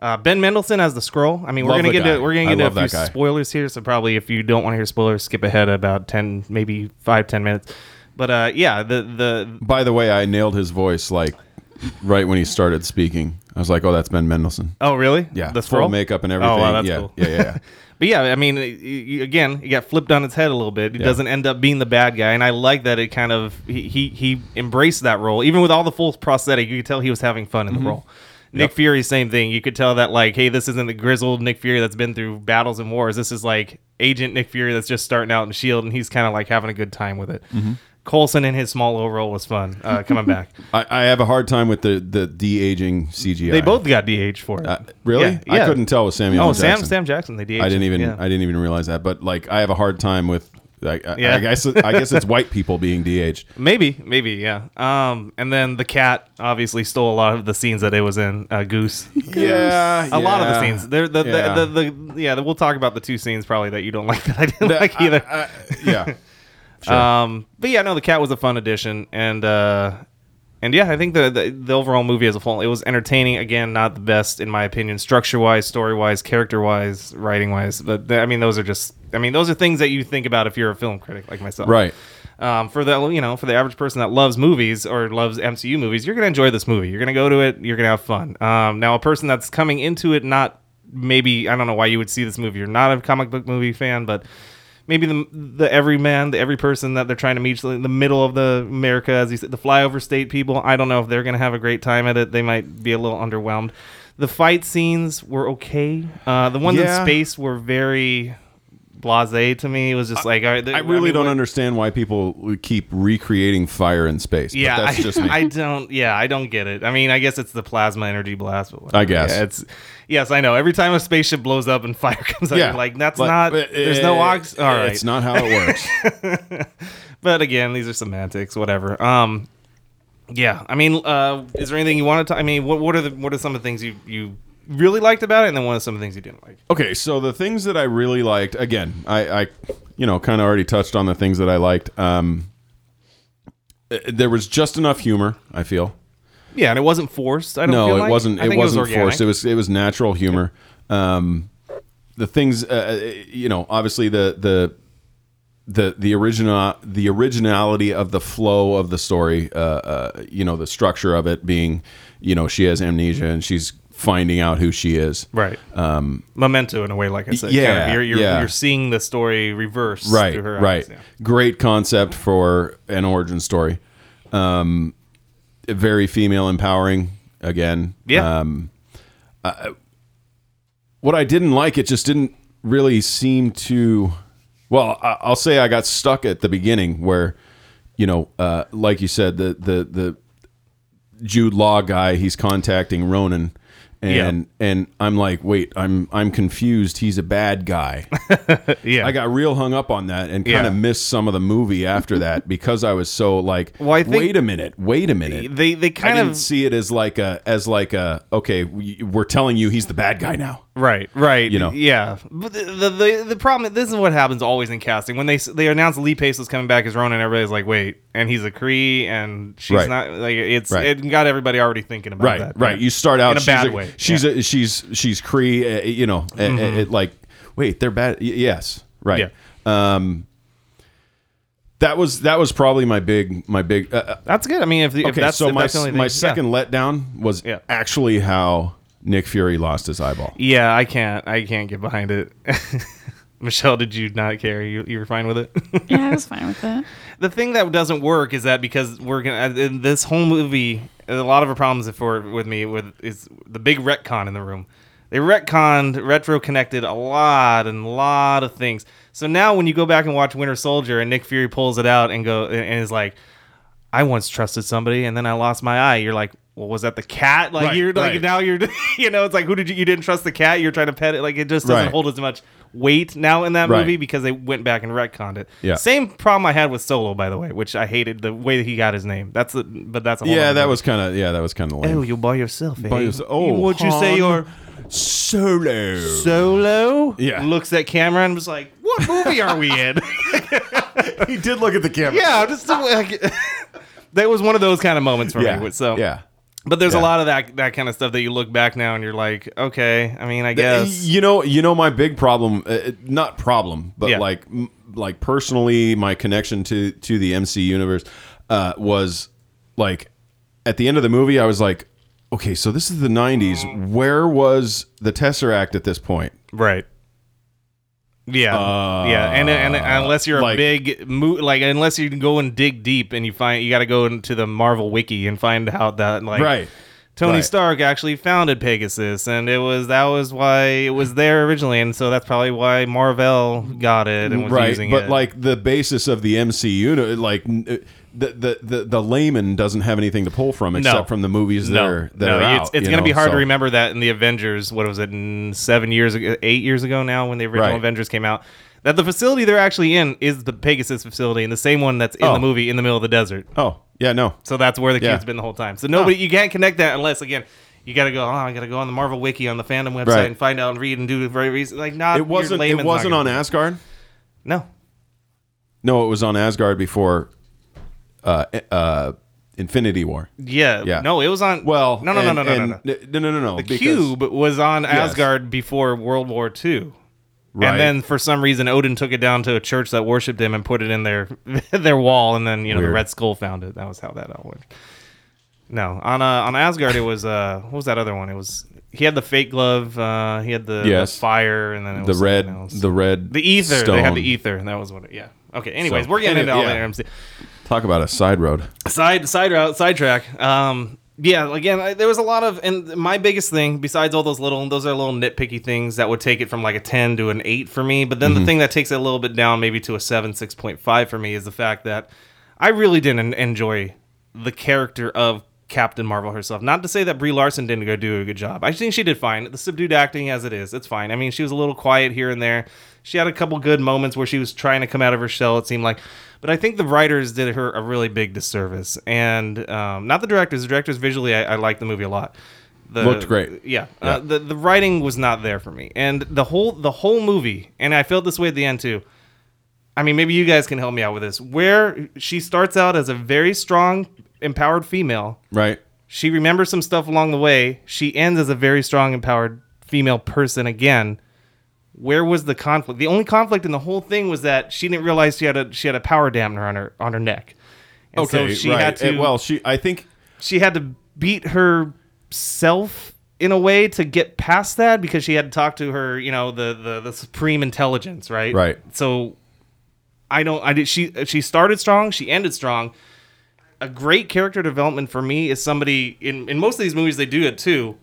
A: Uh, ben Mendelsohn as the scroll. I mean, we're
C: Love
A: gonna
C: the
A: get
C: guy.
A: to, we're
C: I
A: gonna get
C: love
A: to a
C: that
A: few
C: guy.
A: spoilers here, so probably if you don't want to hear spoilers, skip ahead about ten, maybe five, ten minutes. But uh, yeah, the the
C: By the way, I nailed his voice like right when he started speaking. I was like, "Oh, that's Ben Mendelsohn."
A: oh really
C: Yeah,
A: the
C: full
A: scroll
C: makeup and everything.
A: Oh wow, that's
C: yeah,
A: cool.
C: yeah, yeah, yeah.
A: But yeah, I mean, y- y- again, he got flipped on its head a little bit. He doesn't end up being the bad guy, and I like that it kind of he he, he embraced that role, even with all the full prosthetic. You could tell he was having fun in
C: Mm-hmm.
A: the role. Nick Fury, same thing. You could tell that like, hey, this isn't the grizzled Nick Fury that's been through battles and wars. This is like Agent Nick Fury that's just starting out in Shield, E and he's kind of like having a good time with it.
C: Mm-hmm.
A: Colson in his small overall was fun uh, coming back.
C: I, I have a hard time with the the de aging CGI.
A: They both got DH for it.
C: Uh, really?
A: Yeah, yeah.
C: I couldn't tell with Samuel.
A: Oh,
C: L.
A: Sam
C: Jackson.
A: Sam Jackson. They DH.
C: I didn't even
A: yeah.
C: I didn't even realize that. But like, I have a hard time with. Like, I,
A: Yeah.
C: I guess I guess it's white people being DH.
A: Maybe, maybe, yeah. Um, and then the cat obviously stole a lot of the scenes that it was in. Uh, Goose,
C: Yeah,
A: a lot of the scenes. There, the,
C: Yeah.
A: the, the, the, yeah. We'll talk about the two scenes probably that you don't like that I didn't like either.
C: yeah,
A: um, but yeah, no, the cat was a fun addition, and uh, and yeah, I think the, the the overall movie as a whole, it was entertaining. Again, not the best in my opinion, structure wise, story wise, character wise, writing wise. But th- I mean, those are just, I mean, those are things that you think about if you're a film critic like myself,
C: right.
A: um, for the you know for the average person that loves movies or loves MCU movies, you're gonna enjoy this movie. You're gonna go to it. You're gonna have fun. Um, now, a person that's coming into it not maybe I don't know why you would see this movie. You're not a comic book movie fan, but maybe the the everyman, the every person that they're trying to meet, the middle of the America, as you said, the flyover state people. I don't know if they're gonna have a great time at it. They might be a little underwhelmed. The fight scenes were okay. Uh, the ones
C: Yeah.
A: in space were very blasé to me. It was just like all right,
C: I really
A: mean,
C: don't
A: what-
C: understand why people would keep recreating fire in space. but
A: yeah,
C: that's
A: I,
C: just me.
A: I don't. Yeah, I don't get it. I mean, I guess it's the plasma energy blast. But whatever.
C: I guess.
A: Yeah, it's yes, I know. Every time a spaceship blows up and fire comes out,
C: yeah,
A: you're like that's
C: But-
A: not.
C: but
A: there's no
C: it-
A: ox. All right,
C: it's not how it works.
A: but again, these are semantics. Whatever. Um, yeah. I mean, uh, is there anything you want to? I mean, what what are the what are some of the things you you really liked about it, and then what are some of the things you didn't like?
C: Okay, so the things that I really liked, again, I, I you know, kind of already touched on the things that I liked. Um, uh, there was just enough humor. I feel
A: Yeah, and it wasn't forced. I don't.
C: no,
A: feel
C: it
A: like.
C: wasn't.
A: I
C: It
A: think
C: wasn't
A: organic.
C: forced. It was it was natural humor. Um, the things, uh, you know, obviously the the the the original the originality of the flow of the story. Uh, uh, you know, the structure of it being, you know, she has amnesia and she's finding out who she is.
A: Right. Um, Memento, in a way, like I said.
C: yeah,
A: Kind of, you're, you're,
C: yeah.
A: you're seeing the story reverse.
C: right
A: through her eyes,
C: right
A: yeah.
C: great concept for an origin story um very female empowering again
A: Yeah.
C: um I- what i didn't like it just didn't really seem to well I- i'll say i got stuck at the beginning where you know uh like you said the the the jude law guy he's contacting ronan and and i'm like wait i'm i'm confused he's a bad guy
A: Yeah.
C: I got real hung up on that and kind
A: Yeah.
C: of missed some of the movie after that because I was so like,
A: Well, I think-
C: wait a minute, wait a minute.
A: they they
C: I
A: kind
C: didn't
A: of
C: see it as like a as like a okay, we- we're telling you he's the bad guy now.
A: right right
C: You know.
A: yeah but the, the the the problem this is what happens always in casting when they s- they announce Lee Pace was coming back as Ronan everybody's like wait and he's a Cree and she's
C: Right.
A: not like it's
C: Right.
A: it got everybody already thinking about
C: Right,
A: that
C: right.
A: Yeah.
C: You start out
A: In a
C: she's
A: bad way, Mm-hmm.
C: She's a, she's she's Cree. Uh, you know, uh, uh, like wait, they're bad. y- yes, right.
A: Yeah.
C: Um, that was that was probably my big my big. Uh,
A: that's good I mean if, the, if
C: okay,
A: that's
C: so
A: if
C: my
A: that's the only thing-
C: my
A: yeah.
C: second letdown was
A: Yeah.
C: actually how Nick Fury lost his eyeball.
A: yeah I can't I can't get behind it Michelle did you not care you you were fine with it
F: yeah, I was fine with that.
A: the thing that doesn't work is that because we're gonna uh, in this whole movie a lot of the problems for with me with is the big retcon in the room They retconned, retro connected a lot and a lot of things. So now when you go back and watch Winter Soldier and Nick Fury pulls it out and go and is like, I once trusted somebody and then I lost my eye. You're like, well, was that the cat? Like
C: Right,
A: you're
C: right.
A: like now you're you know it's like who did you you didn't trust the cat? You're trying to pet it. Like it just doesn't
C: Right.
A: hold as much weight now in that
C: Right.
A: movie because they went back and retconned it.
C: Yeah.
A: Same problem I had with Solo, by the way, which I hated the way that he got his name. That's a, but that's a whole
C: Yeah,
A: other
C: that
A: movie.
C: was kind of yeah, that was kind of lame.
A: Oh, you're by yourself. Eh?
C: By yourse- oh,
A: would you say
C: hon.
A: you're
C: Solo.
A: solo?
C: Yeah.
A: Looks at camera and was like, "What movie are we in?"
C: he did look at the camera.
A: yeah, just like, that was one of those kind of moments for
C: Yeah.
A: me. So
C: yeah.
A: but there's
C: Yeah.
A: a lot of that that kind of stuff that you look back now and you're like, okay, I mean, I guess.
C: You know, you know my big problem, uh, uh, not problem, but
A: Yeah.
C: like m- like personally my connection to to the MC universe uh was like at the end of the movie I was like, okay, so this is the 90s. Where was the Tesseract at this point?
A: Right. Yeah, yeah, and, and unless you're
C: Uh, like-
A: a big mo- like, unless you go and dig deep and you find you got to go into the Marvel Wiki and find out that like
C: right.
A: Tony
C: Right.
A: Stark actually founded Pegasus, and it was that was why it was there originally, and so that's probably why Marvel got it and was
C: Right,
A: using
C: but
A: it.
C: like the basis of the MCU, to- like n- uh, the, the the the layman doesn't have anything to pull from except from the movies that are that are
A: it's, it's
C: out. you
A: going to
C: know,
A: be hard
C: so-
A: to remember that in the Avengers. What was it? n- Seven years ago, eight years ago now, when the original
C: Right.
A: Avengers came out, that the facility they're actually in is the Pegasus facility, and the same one that's in
C: Oh.
A: the movie in the middle of the desert.
C: Oh yeah, no,
A: So that's where the
C: Yeah.
A: cube's been the whole time. So nobody, you can't connect that unless again. You gotta go. Oh, I gotta go on the Marvel Wiki on the fandom website
C: Right.
A: and find out and read and do the very reason. Like, not
C: it wasn't.
A: Your
C: It
A: layman's not
C: wasn't
A: gonna-
C: on Asgard.
A: No,
C: No, it was on Asgard before uh, uh, Infinity War.
A: Yeah.
C: Yeah.
A: No, it was on.
C: Well,
A: no, no,
C: and-
A: no, no, no,
C: and-
A: no, no.
C: no, no, no, no,
A: The
C: because-
A: cube was on
C: Yes.
A: Asgard before World War II.
C: Right.
A: And then for some reason, Odin took it down to a church that worshipped him and put it in their their wall, and then you know
C: Weird.
A: the Red Skull found it. That was how that all worked. No, on uh, on Asgard it was uh what was that other one? It was he had the fake glove, uh he had the, the
C: Yes.
A: fire, and then it
C: the
A: was something
C: red,
A: else.
C: the red,
A: the ether. They
C: stone.
A: had the ether, and that was what. It, yeah. Okay. Anyways,
C: So-
A: we're getting into all
C: Yeah.
A: that. I'm saying.
C: Talk about a side road.
A: side side route sidetrack um yeah again I, there was a lot of and my biggest thing besides all those little those are little nitpicky things that would take it from like a 10 to an 8 for me but then the thing that takes it a little bit down maybe to a 7 6.5 for me is the fact that i really didn't enjoy the character of captain marvel herself not to say that brie larson didn't go do a good job i think she did fine the subdued acting as it is it's fine i mean she was a little quiet here and there she had a couple good moments where she was trying to come out of her shell. It seemed like, but I think the writers did her a really big disservice, and um, not the directors. The directors visually, I, I liked the movie a lot. The,
C: Looked great.
A: Yeah, Uh, the the writing was not there for me, and the whole the whole movie, and I felt this way at the end too. I mean, maybe you guys can help me out with this. Where she starts out as a very strong, empowered female,
C: Right.
A: she remembers some stuff along the way. She ends as a very strong, empowered female person again. Where was the conflict? The only conflict in the whole thing was that she didn't realize she had a she had a power dampener on her on her neck. And so she
C: right.
A: had to
C: Uh, well, she. I think.
A: she had to beat herself in a way to get past that because she had to talk to her, you know, the the, the supreme intelligence, right?
C: Right.
A: So I don't I did she she started strong, she ended strong. A great character development for me is somebody in in most of these movies they do it too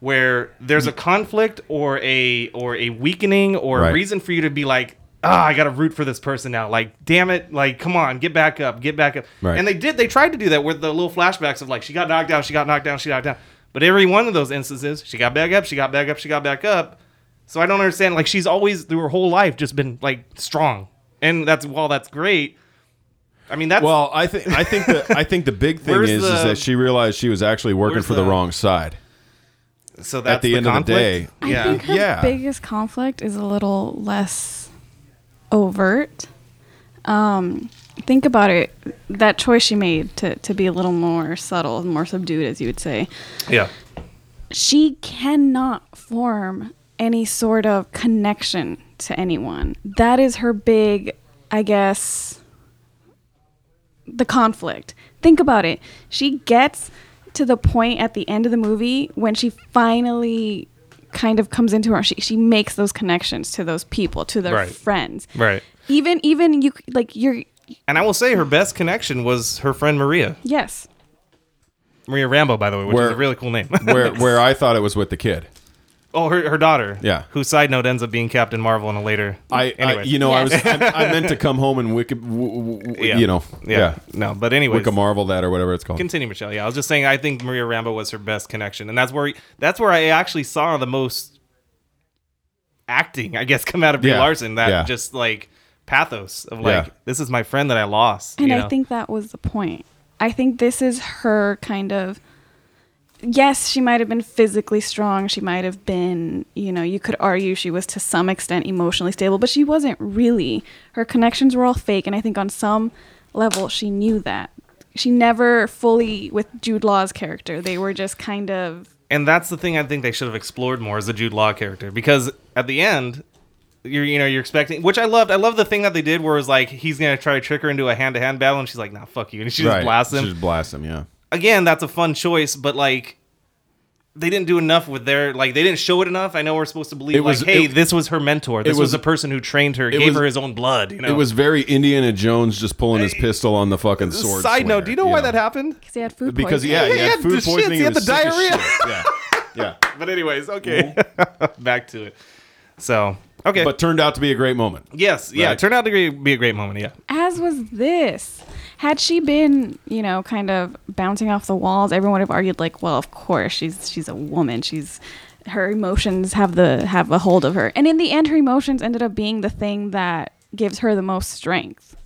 A: where there's a conflict or a or a weakening or
C: Mm. Right.
A: a reason for you to be like ah i gotta root for this person now like damn it like come on get back up get back up
C: Right.
A: and they did they tried to do that with the little flashbacks of like she got knocked down she got knocked down she got knocked down but every one of those instances she got back up she got back up she got back up so i don't understand like she's always through her whole life just been like strong and that's while that's great i mean that's
C: Well, I think. I think the. I think the big thing
A: Where's
C: is, is
A: the-
C: that she realized she was actually working
A: Where's
C: for the,
A: the-
C: wrong side.
A: so that's
C: at the end of the
A: conflict.
F: I
A: yeah
F: think her
C: Yeah.
F: biggest conflict is a little less overt. Um, think about it. That choice she made to, to be a little more subtle, more subdued, as you would say.
A: yeah
F: she cannot form any sort of connection to anyone. That is her big, I guess, the conflict. Think about it. She gets to the point at the end of the movie when she finally kind of comes into her she, she makes those connections to those people to their
A: Right.
F: friends
A: Right.
F: even even you c- like you're
A: and i will say her best connection was her friend maria
F: yes
A: Maria Rambo, by the way, which
C: Where-
A: is a really cool name.
C: Where where I thought it was with the kid.
A: Oh, her, her daughter.
C: Yeah.
A: Who side note ends up being Captain Marvel in a later.
C: I, I
A: Anyways.
C: you know I was
F: Yes.
C: I, I meant to come home and wiki, w- w- w-
A: Yeah.
C: you know
A: Yeah.
C: yeah,
A: No, but anyways.
C: wicca marvel that or whatever it's called.
A: Continue, Michelle. Yeah, I was just saying. I think Maria Rambo was her best connection, and that's where that's where I actually saw the most acting, I guess, come out of Brie
C: Yeah.
A: Larson. That
C: Yeah.
A: just like pathos of like,
C: Yeah.
A: this is my friend that I lost.
F: And
A: you
F: I
A: know?
F: think that was the point. I think this is her kind of. Yes, she might have been physically strong. She might have been, you know, you could argue she was to some extent emotionally stable, but she wasn't really. Her connections were all fake. And I think on some level, she knew that. She never fully, with Jude Law's character, they were just kind of.
A: and that's the thing I think they should have explored more is the Jude Law character because at the end, you're you know you're expecting which I loved. I love the thing that they did where it was like he's gonna try to trick her into a hand to hand battle and she's like nah fuck you and she just blasts him.
C: Just blast him. Yeah.
A: Again, that's a fun choice, but like they didn't do enough with their like they didn't show it enough. I know we're supposed to believe
C: It was-
A: like hey
C: it-
A: this was her mentor. This was,
C: was-
A: the person who trained her, gave
C: was-
A: her his own blood. You know.
C: It was very Indiana Jones just pulling his pistol on the fucking sword.
A: Side
C: swinger,
A: note, do you know why that happened?
F: Because they had food
C: Because
F: poisoning.
C: yeah, he
A: He
C: had
A: had the
C: food
A: shits,
C: poisoning.
A: he had
C: and was
A: the
C: sick as
A: diarrhea.
C: shit. Yeah. Yeah.
A: But anyways, okay, back to it. So okay,
C: But turned out to be a great moment.
A: yes, yeah,
C: Right.
A: it turned out to be- be a great moment. Yeah.
F: as was this. Had she been, you know, kind of bouncing off the walls, everyone would have argued like, well, of course she's she's a woman. She's her emotions have the have a hold of her. And in the end her emotions ended up being the thing that gives her the most strength.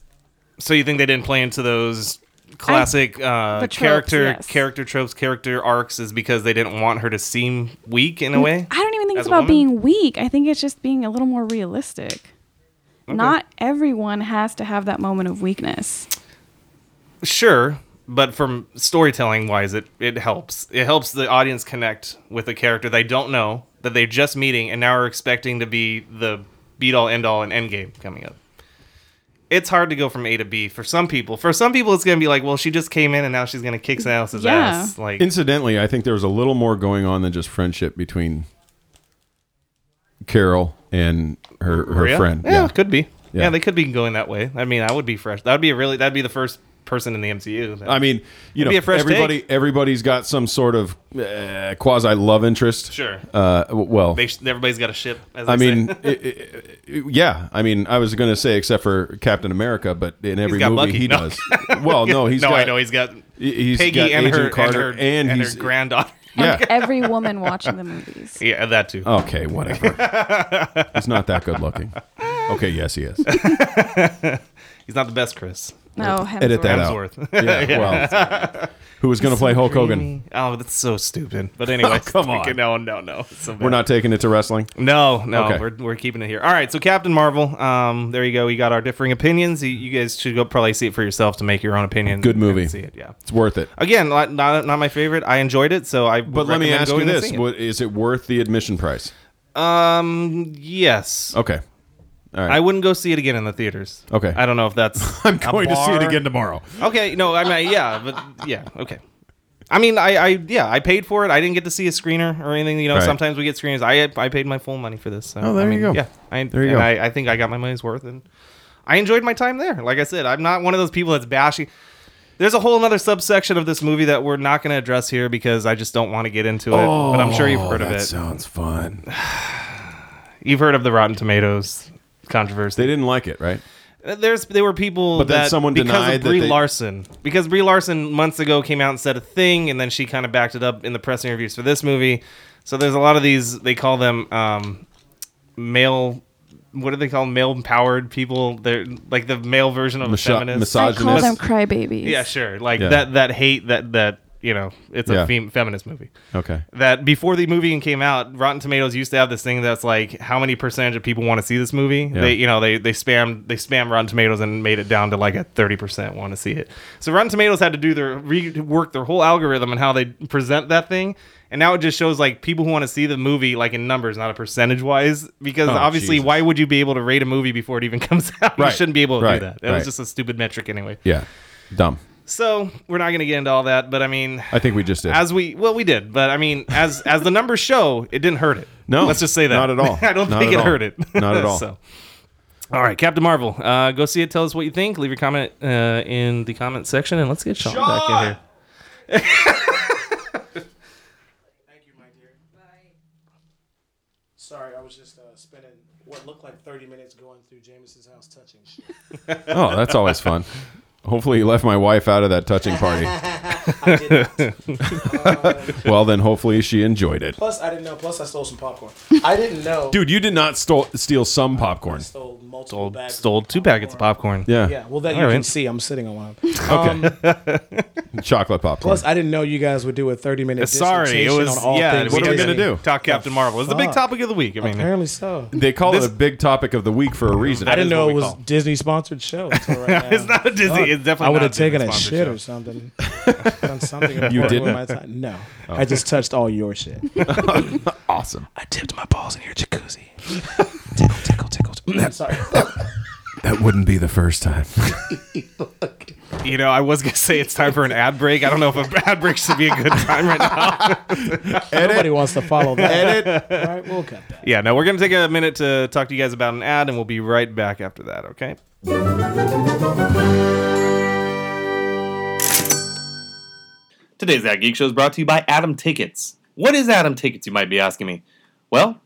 A: So you think they didn't play into those classic uh,
F: the tropes,
A: character
F: yes.
A: character tropes, character arcs, is because they didn't want her to seem weak in a way?
F: Mm, I don't even think
A: As
F: it's
A: a
F: about
A: woman?
F: being weak. I think it's just being a little more realistic. Not everyone has to have that moment of weakness.
A: Sure, but from storytelling wise, it it helps. It helps the audience connect with a character they don't know that they're just meeting and now are expecting to be the beat all end all and end game coming up. It's hard to go from A to B for some people. For some people, it's gonna be like, well, she just came in and now she's gonna kick someone else's
F: Mm, Yeah.
A: ass. Like,
C: Incidentally, I think there was a little more going on than just friendship between Carol and her her
A: Maria?
C: friend.
A: Oh, Yeah, could be. Yeah.
C: Yeah.
A: they could be going that way. I mean, I would be fresh. That would be a really. That'd be the first person in the MCU. That,
C: I mean, you
A: That'd be a
C: know,
A: fresh
C: everybody everybody's got some sort of uh, quasi love interest.
A: Sure.
C: Uh, w- well,
A: they, sh- everybody's got a ship. As
C: I
A: they say.
C: mean, i i- i- yeah. I mean, I was going to say except for Captain America, but in every
A: got
C: movie
A: lucky.
C: he
A: No.
C: does. Well, no, he's
A: no,
C: got,
A: I know he's got
C: he's
A: Peggy
C: got
A: and,
C: Agent
A: her,
C: Carter
A: and her
C: and
A: and
C: he's-
A: her granddaughter.
C: yeah.
F: Every woman watching the movies.
A: yeah, that too.
C: Okay, whatever. he's not that good looking. Okay, yes, he is.
A: He's not the best, Chris
F: No,
C: Edit that
F: Hemsworth.
C: out.
A: Hemsworth.
C: Yeah, well, who was going to play Hulk Hogan? Oh,
A: oh, that's so stupid. But anyway,
C: come on.
A: no, no, no. It's so
C: We're
A: bad.
C: not taking it to wrestling.
A: No, no,
C: Okay.
A: we're, we're keeping it here. All right, so Captain Marvel. Um, there you go. We got our differing opinions. You, you guys should go probably see it for yourself to make your own opinion.
C: Good movie.
A: And see it, yeah.
C: It's worth it.
A: Again, not, not not my favorite. I enjoyed it, so I. would
C: But let me
A: recommend
C: ask you
A: going and
C: this:
A: seeing
C: what, is it worth the admission price?
A: it. Um. Yes.
C: Okay, all right.
A: I wouldn't go see it again in the theaters.
C: Okay.
A: I don't know if that's.
C: I'm
A: a
C: going to see it
A: bar.
C: again tomorrow.
A: Okay. No. I mean. Yeah. But yeah. Okay. I mean, I, I yeah, I paid for it. I didn't get to see a screener or anything. You know,
C: Right.
A: sometimes we get screeners. I I paid my full money for this. So,
C: Oh, there
A: I mean,
C: you go.
A: Yeah, I,
C: There you
A: and
C: go.
A: I, I think I got my money's worth, and I enjoyed my time there. Like I said, I'm not one of those people that's bashing. There's a whole other subsection of this movie that we're not going to address here because I just don't want to get into it. but I'm sure you've heard of it.
C: Oh, Sounds fun.
A: You've heard of the Rotten Tomatoes
C: They
A: controversy.
C: didn't like it, right?
A: Uh, There's there were people
C: But then
A: that
C: someone
A: because
C: denied
A: of
C: that
A: Brie
C: they-
A: Larson because Brie Larson months ago came out and said a thing and then she kind of backed it up in the press interviews for this movie. So there's a lot of these they call them um, male what do they call male empowered people? They're like the male version of a
C: Misho-
A: feminist.
F: I
C: misogynist.
F: call them crybabies.
A: Yeah, sure. Like
C: Yeah.
A: that that hate that that you know it's
C: Yeah.
A: a fem- feminist movie
C: Okay.
A: that before the movie even came out, Rotten Tomatoes used to have this thing that's like how many percentage of people want to see this movie. They you know they they spammed they spam Rotten Tomatoes and made it down to like a thirty percent want to see it. So Rotten Tomatoes had to do their rework their whole algorithm and how they present that thing. And now it just shows like people who want to see the movie like in numbers, not a percentage wise. Because
C: Oh,
A: obviously,
C: Jesus.
A: why would you be able to rate a movie before it even comes out?
C: Right.
A: You shouldn't be able to
C: Right.
A: do that. It
C: Right.
A: was just a stupid metric anyway.
C: Yeah. Dumb.
A: So we're not gonna get into all that, but I mean,
C: I think we just did.
A: as we well we did but i mean as as the numbers show it didn't hurt it
C: No,
A: let's just say that
C: not at all.
A: i don't
C: Not
A: think
C: at
A: it
C: all.
A: hurt it
C: Not at all.
A: so all right captain marvel uh go see it tell us what you think leave your comment uh in the comment section and let's get sean, back in here
D: Sorry, I was just uh, spending what looked like 30 minutes going through Jameson's house touching shit.
C: Oh, that's always fun. Hopefully, you left my wife out of that touching party.
D: I did not.
C: Well, then, hopefully, she enjoyed it.
D: Plus, I didn't know. Plus, I stole some popcorn. I didn't know.
C: Dude, you did not stole, steal some popcorn.
D: Stole multiple
A: Stole,
D: bags. of
A: stole two packets of popcorn.
C: Yeah.
D: Yeah, well, that you
A: All
D: can
A: right.
D: see. I'm sitting on one. of 'em.
C: Chocolate popcorn.
D: Plus, I didn't know you guys would do a 30 minute.
A: Sorry, it
D: dissertation
A: was
D: On all
A: yeah.
D: things
C: What are we
A: had
D: Disney.
C: gonna do?
A: Talk Captain Marvel. It's the big
D: Fuck.
A: topic of the week. I mean,
D: Apparently so.
C: they call
A: this-
C: it a big topic of the week for a reason.
D: I didn't
A: is what
D: know
A: we
D: it was
A: call it.
D: Disney sponsored show. Until right now.
A: it's not a Disney. It's definitely.
D: I
A: not
D: would have taken a
A: Disney-sponsored
D: shit
A: show.
D: or something. Done something important with
C: didn't?
D: My time. No,
A: Oh.
D: I just touched all your shit.
C: Awesome.
D: I dipped my balls in your jacuzzi. tickle, tickle, tickle. tickle. I'm sorry.
C: That wouldn't be the first time.
A: You know, I was gonna say it's time for an ad break. I don't know if an ad break should be a good time right now.
D: Nobody wants to follow that. Edit. All right, we'll cut that.
A: Yeah, no, we're gonna take a minute to talk to you guys about an ad, and we'll be right back after that. Okay.
G: Today's That Geek Show is brought to you by Adam Tickets. What is Adam Tickets, you might be asking me? Well,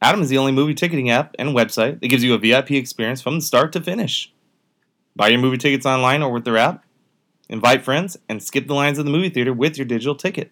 G: Adam is the only movie ticketing app and website that gives you a VIP experience from start to finish. Buy your movie tickets online or with their app, invite friends, and skip the lines of the movie theater with your digital ticket.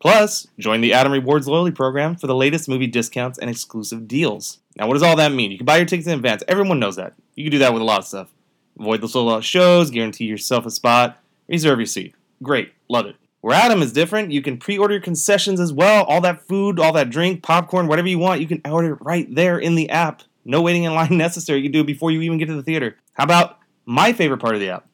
G: Plus, join the Adam Rewards Loyalty Program for the latest movie discounts and exclusive deals. Now, what does all that mean? You can buy your tickets in advance. Everyone knows that. You can do that with a lot of stuff. Avoid the sold out shows, guarantee yourself a spot, reserve your seat. Great, love it. Where Adam is different, you can pre order your concessions as well. All that food, all that drink, popcorn, whatever you want, you can order it right there in the app. No waiting in line necessary. You can do it before you even get to the theater. How about my favorite part of the app?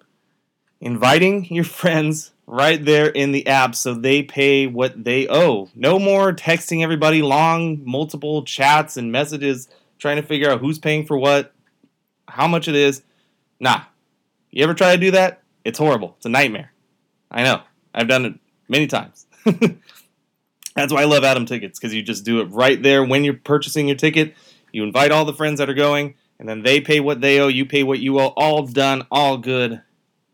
G: inviting your friends right there in the app so they pay what they owe. No more texting everybody long, multiple chats and messages trying to figure out who's paying for what, how much it is. Nah. You ever try to do that? It's horrible. It's a nightmare. I know. I've done it many times. That's why I love Adam tickets because you just do it right there when you're purchasing your ticket. You invite all the friends that are going, and then they pay what they owe, you pay what you owe, all done, all good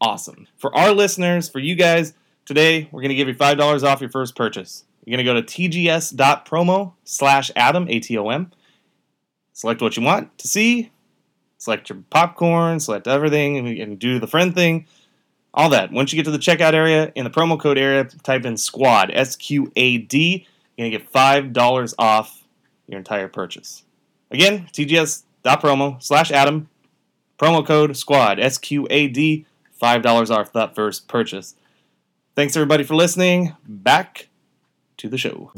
G: awesome. For our listeners, for you guys, today we're going to give you $5 off your first purchase. You're going to go to tgs.promo slash Adam, A-T-O-M. Select what you want to see. Select your popcorn, select everything, and, and do the friend thing. All that. Once you get to the checkout area, in the promo code area, type in SQUAD, S-Q-A-D. You're going to get $5 off your entire purchase. Again, tgs.promo slash Adam, Promo code SQUAD, S Q A D, $5 off that first purchase. Thanks everybody for listening. Back to the show.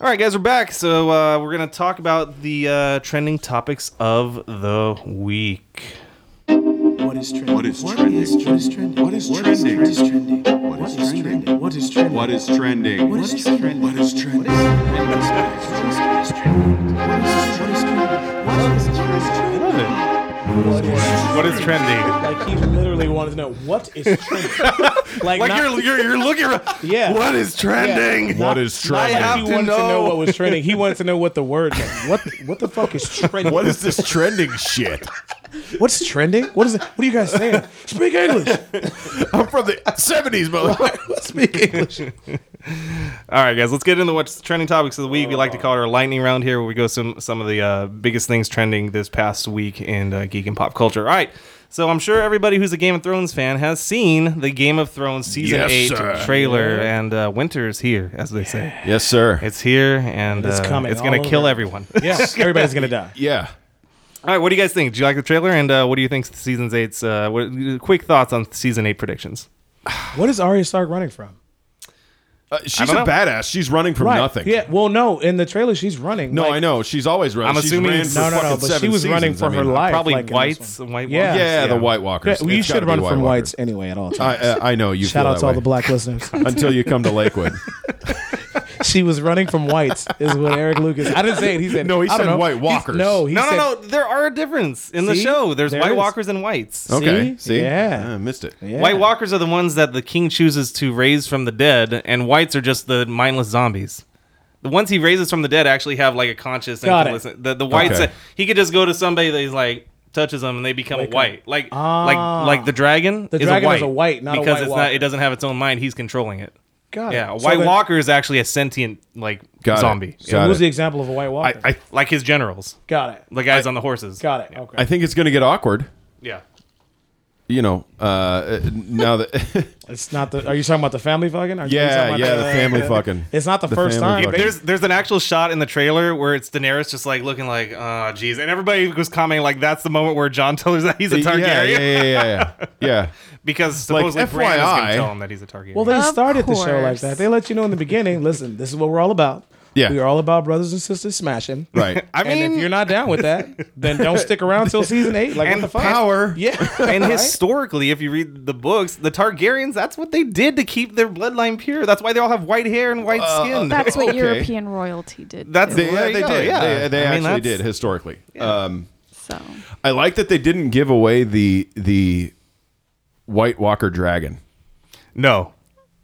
A: All right, guys, we're back. So uh, we're gonna talk about the uh, trending topics of the week.
H: What is trending? What is trending? What is trending? What is trending? What is trending? What is trending? What is trending? What is trending? What is trending? What is trending? What is trending? What is trending? What is trending?
A: What is trending?
D: Like he literally wanted to know what is trending. Like,
A: Like
D: not,
A: you're, you're you're looking. around-
D: yeah.
A: What is trending?
C: What is
D: Not
C: trending?
D: like
A: have
D: he
A: to
D: wanted to
A: know.
D: know what was trending. He wanted to know what the word meant. What what the fuck is trending?
C: What is this trending shit?
D: What's trending? What is it? What are you guys saying? Speak English.
C: I'm from the 70s, motherfucker.
D: Speak English.
A: All right, guys, let's get into what's trending topics of the week. We
D: Oh.
A: like to call it our lightning round here, where we go some some of the uh, biggest things trending this past week in uh, geek and pop culture. All right, so I'm sure everybody who's a Game of Thrones fan has seen the Game of Thrones season
C: Yes,
A: eight
C: sir.
A: trailer, and uh, winter is here, as they say.
C: Yes, sir.
A: It's here, and
D: It's
A: uh,
D: coming
A: It's gonna
D: all
A: kill
D: over.
A: everyone.
D: Yeah, everybody's gonna die.
C: Yeah.
A: All right, what do you guys think? Do you like the trailer? And uh, what do you think season eight's? Uh, what, quick thoughts on season eight predictions.
D: What is Arya Stark running from?
C: Uh, she's a
A: don't know.
C: badass. She's running from nothing.
D: Yeah. Well, no. In the trailer, she's running.
C: No,
D: Like-
C: I know. She's always running.
A: I'm
C: She's
A: assuming-
C: ran for
A: No,
D: no, no,
C: fucking
D: but she
C: seven
D: was running
C: seasons,
D: for her life.
A: Probably
D: like in this
A: whites,
D: one.
A: white.
D: Yeah.
A: walkers.
C: Yeah, the White
D: Yeah,
C: Walkers.
D: well, you
C: It's gotta
D: should
C: be
D: run
C: White
D: from
C: Walkers.
D: whites anyway at all
C: I, uh,
D: times.
C: I, I know you.
D: Shout
C: feel
D: out
C: that
D: to all
C: way.
D: the black listeners.
C: Until you come to Lakewood.
D: she was running from whites, is what Eric Lucas. I didn't say it. He said
C: No, he
D: I don't
C: said
D: know.
C: white
D: He's-
C: walkers.
D: no, he
A: No,
D: said,
A: no, no. There are a difference in the
D: See?
A: show. There's
D: There
A: White
D: is. Oh,
A: Walkers and whites.
C: Okay. See?
D: Yeah.
C: I missed it.
D: Yeah.
A: White Walkers are the ones that the king chooses to raise from the dead, and whites are just the mindless zombies. The ones he raises from the dead actually have like a conscience. And
D: Got
A: can
D: it.
A: listen- The, the whites,
C: Okay.
A: uh, he could just go to somebody that he's like touches them, and they become
D: Wake up.
A: white. Like
D: Ah.
A: like like the dragon.
D: The
A: is
D: dragon
A: a white
D: is a white, not a
A: because
D: White
A: it's
D: Walker.
A: not. It doesn't have its own mind. He's controlling it.
D: Got it.
A: Yeah, a
D: So
A: White
D: then-
A: Walker is actually a sentient like
C: Got it.
A: zombie.
C: So
A: Yeah.
C: Got
D: What was
C: it.
D: the example of a white
A: I,
D: walker?
A: I like his generals,
D: got it.
A: the guys on the horses.
D: Got it. Okay.
C: I think it's going to get awkward.
A: Yeah.
C: You know, uh, now that
D: it's not the. Are you talking about the family fucking? Are you
C: yeah,
D: talking
C: yeah,
D: about
C: the family fucking.
D: It's not the,
C: The
D: first
C: family
D: time.
C: fucking.
A: There's there's an actual shot in the trailer where it's Daenerys just like looking like, oh geez, and everybody was commenting like that's the moment where John tells her that he's a
C: yeah,
A: Targaryen
C: yeah, yeah, yeah, yeah. yeah.
A: because
C: Like,
A: supposedly Bran is gonna
C: FYI.
A: tell him that he's a Targaryen.
D: Well, they
F: Of
D: started the show like
F: course.
D: that. They let you know in the beginning. Listen, this is what we're all about.
C: Yeah.
D: we are all about brothers and sisters smashing.
C: Right.
A: I
D: and if
A: mean,
D: you're not down with that, then don't stick around till season eight. Like
A: And
D: what the fuck?
C: Power.
D: Yeah.
A: and
D: Right?
A: historically, if you read the books, the Targaryens that's what they did to keep their bloodline pure. That's why they all have white hair and white skin.
F: That's what
C: Okay.
F: European royalty did.
A: That's
F: too,
C: They, yeah,
A: There you
C: they
A: go,
C: did.
A: yeah.
C: They, they
A: I mean,
C: actually
A: that's-
C: did historically. Um,
F: so.
C: I like that they didn't give away the the White Walker dragon.
A: no,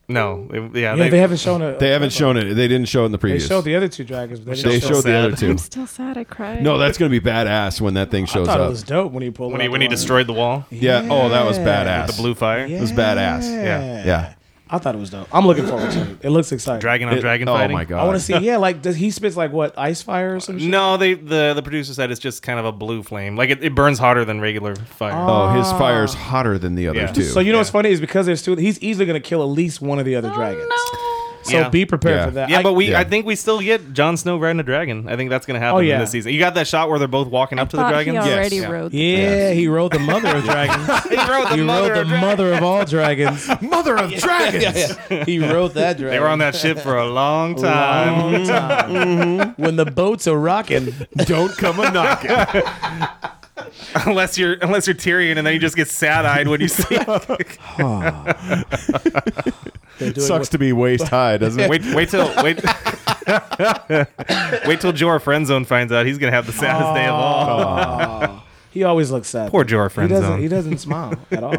A: no, They- yeah,
D: Yeah,
A: they-
D: they haven't shown a.
C: They haven't shown it. They didn't show it in the
D: They
C: previous.
D: showed the other two dragons. But they
C: They
D: didn't show
C: showed the
A: sad.
C: other two.
F: I'm still sad. I cried.
C: No, that's going to be badass when that thing
D: I
C: shows
D: thought
C: up.
D: it was dope when he pulled.
A: when
D: it
A: he
D: out
A: when he
D: the water.
A: destroyed the wall,
C: yeah. Oh, that was badass.
A: the blue fire,
C: It was badass.
A: Yeah.
C: Yeah.
D: I thought it was dope. I'm looking forward to it. It looks exciting.
A: dragon on
C: It-
A: dragon
C: oh
A: fighting.
C: my god.
D: I want to see. Yeah, like does he spits like what ice fire or some shit?
A: No, they the the producer said it's just kind of a blue flame. Like it, it burns hotter than regular fire.
C: Oh, his fire's hotter than the other
A: Yeah.
C: two.
D: Ah. So you know what's funny is because there's two. He's easily gonna kill at least one of the other dragons.
F: Oh,
D: So
A: Yeah.
D: be prepared
C: Yeah.
D: for that.
A: yeah,
D: I-
A: but we
C: yeah.
A: I think we still get Jon Snow riding a dragon. I think that's gonna happen
D: Oh, yeah.
A: in this season. You got that shot where they're both walking up to the
F: thought
A: dragon.
F: he already
C: Yes.
F: rode.
D: yeah, he rode the mother of dragons.
A: He rode the
D: he
A: mother
D: rode the
A: of dragons.
D: mother of all dragons.
C: mother of dragons.
D: He rode that dragon.
A: They were on that ship for a long time.
C: Mm-hmm.
D: Long time. When the boats are rocking,
C: Don't come a knocking.
A: unless you're unless you're Tyrion, and then you just get sad eyed when you see. it.
D: they're doing
C: Sucks to be waist high, doesn't it?
A: wait, wait till wait. wait till Jorah Friendzone finds out. He's gonna have the saddest day of all.
D: He always looks sad.
A: Poor Jorah
D: He doesn't. He
A: Friendzone.
D: doesn't smile at all.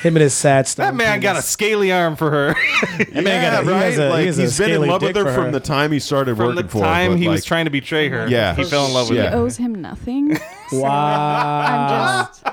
D: Him and his sad stuff.
A: That man got a scaly arm for her.
C: That
D: man got a- he has a-
C: like,
D: he has a
C: has been in
D: scaly
C: love with
D: dick
C: her
D: for
C: from
D: her.
C: the time he started
A: From the
C: working for her.
A: time
C: but,
A: he was
C: like,
A: trying to betray her,
C: Yeah.
A: he fell in love with
C: Yeah.
A: her.
F: She owes him nothing. So
D: Wow.
F: I'm just.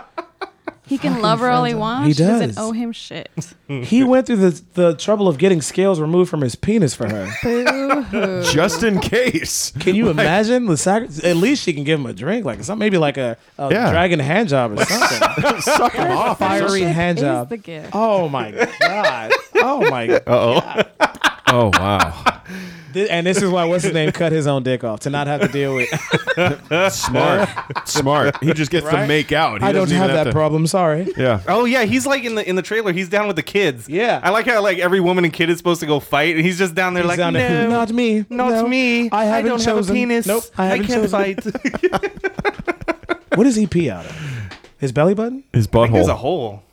F: He can love her all he wants.
D: He
F: She
D: does.
F: doesn't owe him shit.
D: He went through the the trouble of getting scales removed from his penis for her.
F: Boo-hoo.
C: just in case.
D: Can you imagine the sacrifice? At least she can give him a drink, like some maybe like a, a
C: Yeah.
D: dragon hand job or something.
C: Suck him off.
D: Fiery
F: Friendship
D: hand
F: is
D: job.
F: the gift.
D: Oh my god! Oh my!
C: Oh wow.
D: Th- And this is why what's his name cut his own dick off to not have to deal with.
C: Smart. Smart. He just gets to
D: Right?
C: make out. He
D: I don't
C: doesn't
D: have
C: even
D: that
C: to-
D: problem. Sorry.
C: Yeah.
A: Oh yeah, he's like in the in the trailer. He's down with the kids.
D: Yeah.
A: I like how like every woman and kid is supposed to go fight, and he's just down there like
D: down
A: no,
D: there, "Not me.
A: not
D: No,
A: me.
D: I haven't
A: don't
D: chosen.
A: have a penis.
D: Nope, I haven't
A: can't
D: chosen."
A: fight.
D: What does he pee out of? His belly button?
A: There's
C: His
A: a
C: butthole.
A: hole.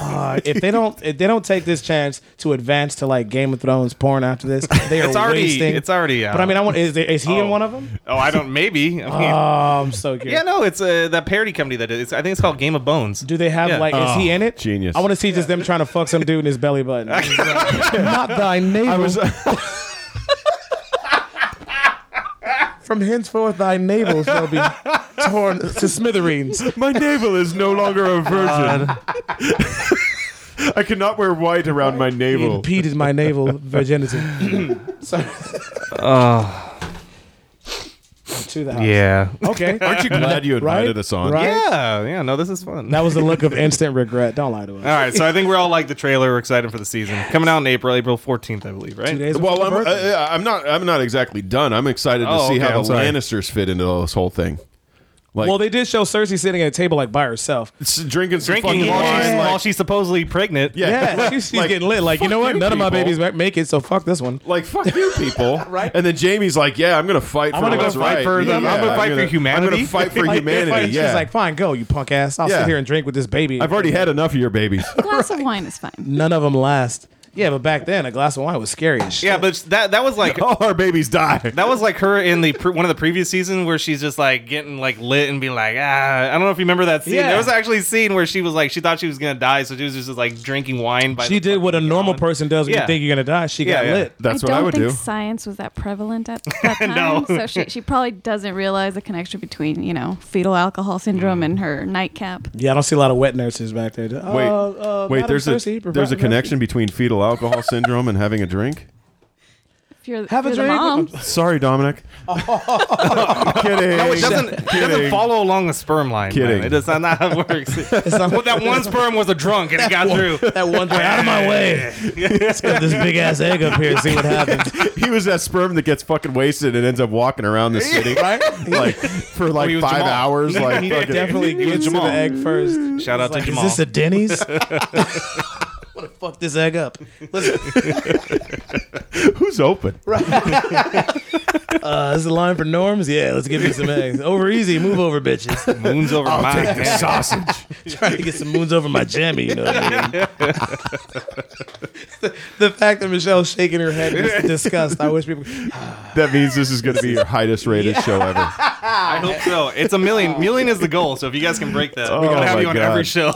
D: Uh, if they don't, if they don't take this chance to advance to like Game of Thrones porn after this, they are
A: It's already
D: wasting.
A: it's already. Out.
D: But I mean, I want is, there, is he
A: Oh.
D: in one of them?
A: oh, I don't. Maybe. I mean,
D: Oh, I'm so curious.
A: Yeah, no, it's uh, that parody company that it's, I think it's called Game of Bones.
D: Do they have
A: Yeah.
D: like? Is he in it?
C: genius.
D: I want to see just them trying to fuck some dude in his belly button. uh, Not thy navel.
C: I was.
D: From henceforth, thy navel shall be torn to smithereens.
C: My navel is no longer a virgin. I cannot wear white around my
D: He
C: navel.
D: impeded my navel virginity. Ah. so, to the house.
A: yeah.
D: Okay.
C: Aren't you glad you
D: Right?
C: invited us on?
D: Right?
A: Yeah, yeah, no, this is fun.
D: That was the look of instant regret. Don't lie to us.
A: All right, so I think we're all like the trailer. We're excited for the season. Coming out in April, April 14th, I believe, right?
D: Two days
C: Well,
D: before
C: I'm,
D: my
C: uh,
D: birthday.
C: uh, I'm not. I'm not exactly done. I'm excited to
A: Oh,
C: see
A: okay,
C: how
A: I'm
C: the
A: sorry.
C: Lannisters fit into this whole thing. Like
D: well, they did show Cersei sitting at a table like by herself.
C: s- drinking, some
A: Drinking
C: fucking
A: while,
C: wine.
A: she's,
C: like-
A: while she's supposedly pregnant.
C: yeah,
D: Yeah, she's, she's
C: like,
D: getting lit. Like, you know
C: fuck
D: what?
C: you
D: None of my
C: people.
D: babies ma- make it, so fuck this one.
C: Like fuck you people, right? And then Jamie's like, "Yeah, I'm gonna fight for
D: I'm gonna go
C: what's
A: fight
C: right.
A: for the- I'm gonna fight for
C: I'm
A: humanity."
C: gonna fight for
D: Like,
C: humanity.
D: if I-
C: yeah,
D: She's like, fine, go, you punk ass. I'll
C: Yeah.
D: sit here and drink with this baby.
C: I've already had enough of your babies.
F: A glass of wine is fine.
D: None of them last. Yeah, but back then, a glass of wine was scary as shit.
A: Yeah, but that that was like
C: All our babies die.
A: that was like her in the pre- one of the previous season where she's just like getting like lit and be like, ah, I don't know if you remember that scene.
D: Yeah.
A: There was actually a scene where she was like she thought she was gonna die, so she was just like drinking wine. By the
D: she did what a
A: fucking
D: normal
A: gallon.
D: person does when
A: Yeah.
D: you think you're going to die. She
A: Yeah,
D: got
A: yeah.
D: lit.
C: That's what
F: I Oh, don't
C: I would
F: think
C: do.
F: science was that prevalent at that time,
A: No.
F: so she, she probably doesn't realize the connection between you know fetal alcohol syndrome and her nightcap.
D: Yeah, I don't see a lot of wet nurses back there. Uh,
C: Wait,
D: uh,
C: wait.
D: Madam
C: There's a
D: Cersei,
C: there's a
D: provide-
C: connection between fetal alcohol syndrome and having a drink?
F: If you're,
D: Have a
F: if you're
D: drink.
F: The mom,
C: Sorry, Dominic. kidding.
A: No, it doesn't. It doesn't
C: Kidding.
A: follow along a sperm line. man.
C: Kidding.
A: It does not, not how it works. well, that one sperm was a drunk and it got through.
I: That one drink out of my way. Let's get this big ass egg up here and see what happens.
C: He was that sperm that gets fucking wasted and ends up walking around the city
D: Right?
C: like for
A: Oh,
C: like
A: he was
C: five
A: Jamal.
C: hours. Like
D: He
C: fucking-
D: definitely gets to the
A: Jamal.
D: egg first.
A: Shout out to
I: Is
A: Jamal.
I: this a Denny's? I'm gonna fuck this egg up. Listen,
C: who's open?
I: uh, this is a line for norms. Yeah, let's give me some eggs. Over easy, move over, bitches.
A: Moon's over my
C: Take the
A: head.
C: sausage.
I: Trying to get some moons over my jammy. You know what I mean? the, fact that Michelle's shaking her head is disgust. I wish people.
C: That means this is going to be your highest rated show ever.
A: I hope so. It's a million. Million is the goal. So if you guys can break that, we
C: Oh
A: gotta have
C: my
A: you on
C: God.
A: every show.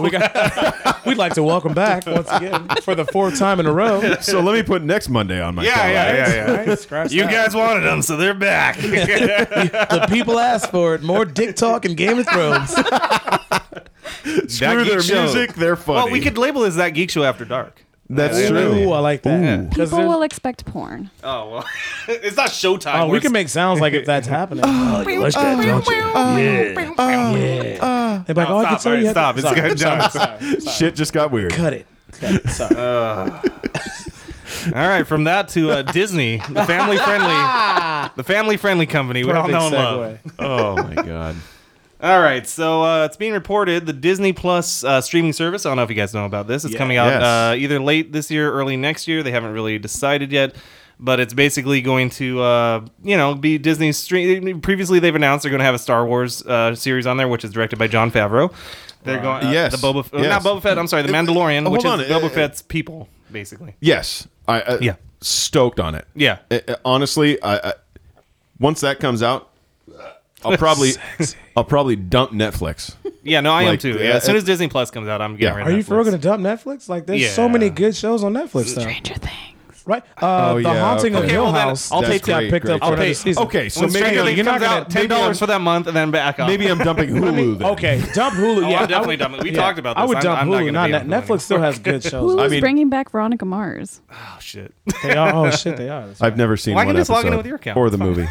D: We'd like to welcome back once again for the fourth time in a row.
C: So let me put next Monday on my
A: yeah,
C: calendar.
A: yeah, yeah, yeah.
D: Scratch
A: You
D: that.
A: guys wanted them, so they're back. that
I: The people asked for it. More dick talk and Game of Thrones.
C: Screw their
A: geek show.
C: music. They're funny.
A: Well, we could label this that geek show after dark.
C: That's
D: Ooh, I
C: true.
D: like that. 'Cause
F: people
D: there's-
F: will expect porn.
A: Oh well, it's not showtime.
D: Oh, we
A: We're
D: can make sounds like if that's happening.
I: Oh, you like that, don't you? Yeah. yeah.
D: They're like, oh, I can
A: stop.
D: tell
A: all
D: you
A: right,
D: had-
A: stop. It's
D: Sorry,
A: good.
D: sorry,
A: Done.
D: sorry.
C: Shit just got weird.
I: Cut it. Cut it. Sorry.
A: All right, from that to uh, Disney, the family friendly, the family friendly company we all
D: Perfect
A: know and love.
D: segue.
C: Oh my god.
A: All right, so uh, it's being reported the Disney Plus uh, streaming service. I don't know if you guys know about this. It's coming out
C: Yes.
A: uh, either late this year, early next year. They haven't really decided yet, but it's basically going to, uh, you know, be Disney's stream. Previously, they've announced they're going to have a Star Wars uh, series on there, which is directed by John Favreau. They're going, uh,
C: Yes.
A: the Boba, F- uh, not
C: Yes.
A: Boba Fett. I'm sorry, the Mandalorian,
C: Oh,
A: which is
C: hold on.
A: Boba
C: Uh,
A: Fett's people, basically.
C: Yes. I, I
A: Yeah.
C: stoked on it.
A: Yeah.
C: I- I- honestly, I, I once that comes out, I'll probably I'll probably dump Netflix.
A: Yeah, no, I am
C: Like,
A: too.
C: uh,
A: Yeah, as soon as Disney Plus comes out, I'm getting
C: Yeah.
A: rid
D: Are
A: of
D: you for real
A: Netflix.
D: gonna dump Netflix? Like, there's so
A: Yeah.
D: many good shows on Netflix now,
F: Stranger Things.
D: right? Uh,
C: Oh,
D: the
C: yeah,
D: Haunting of
C: okay.
D: Hill
A: Okay, well, then
D: House.
A: I'll
D: that
A: take
C: That's
A: that
C: great,
D: picked
C: great,
D: up
C: great.
D: for
A: I'll
D: another
A: pay-
D: season.
C: Okay, so
A: When
C: maybe
A: Stranger
C: I'm,
A: Things
D: you're not
A: comes
D: gonna-
A: out, ten
D: maybe I'm-
A: dollars for that month, and then back off.
C: maybe I'm dumping Hulu. Then.
D: Okay, dump Hulu.
A: Oh,
D: yeah,
A: I'm
D: I
A: definitely
D: would-
A: dumping- we
D: yeah,
A: talked about
D: I
A: this.
D: would
A: I'm-
D: dump
A: I'm not
D: Hulu.
A: gonna
D: Not
A: be
D: Net-
A: on Hulu
D: Netflix still has good shows.
F: Who's
C: mean-
F: bringing back Veronica Mars?
A: oh shit.
D: They are- oh shit, they are. That's right.
C: I've never seen
A: Why
C: one
A: can't you just log in
C: episode
A: with your account?
C: or
A: It's
C: the movie.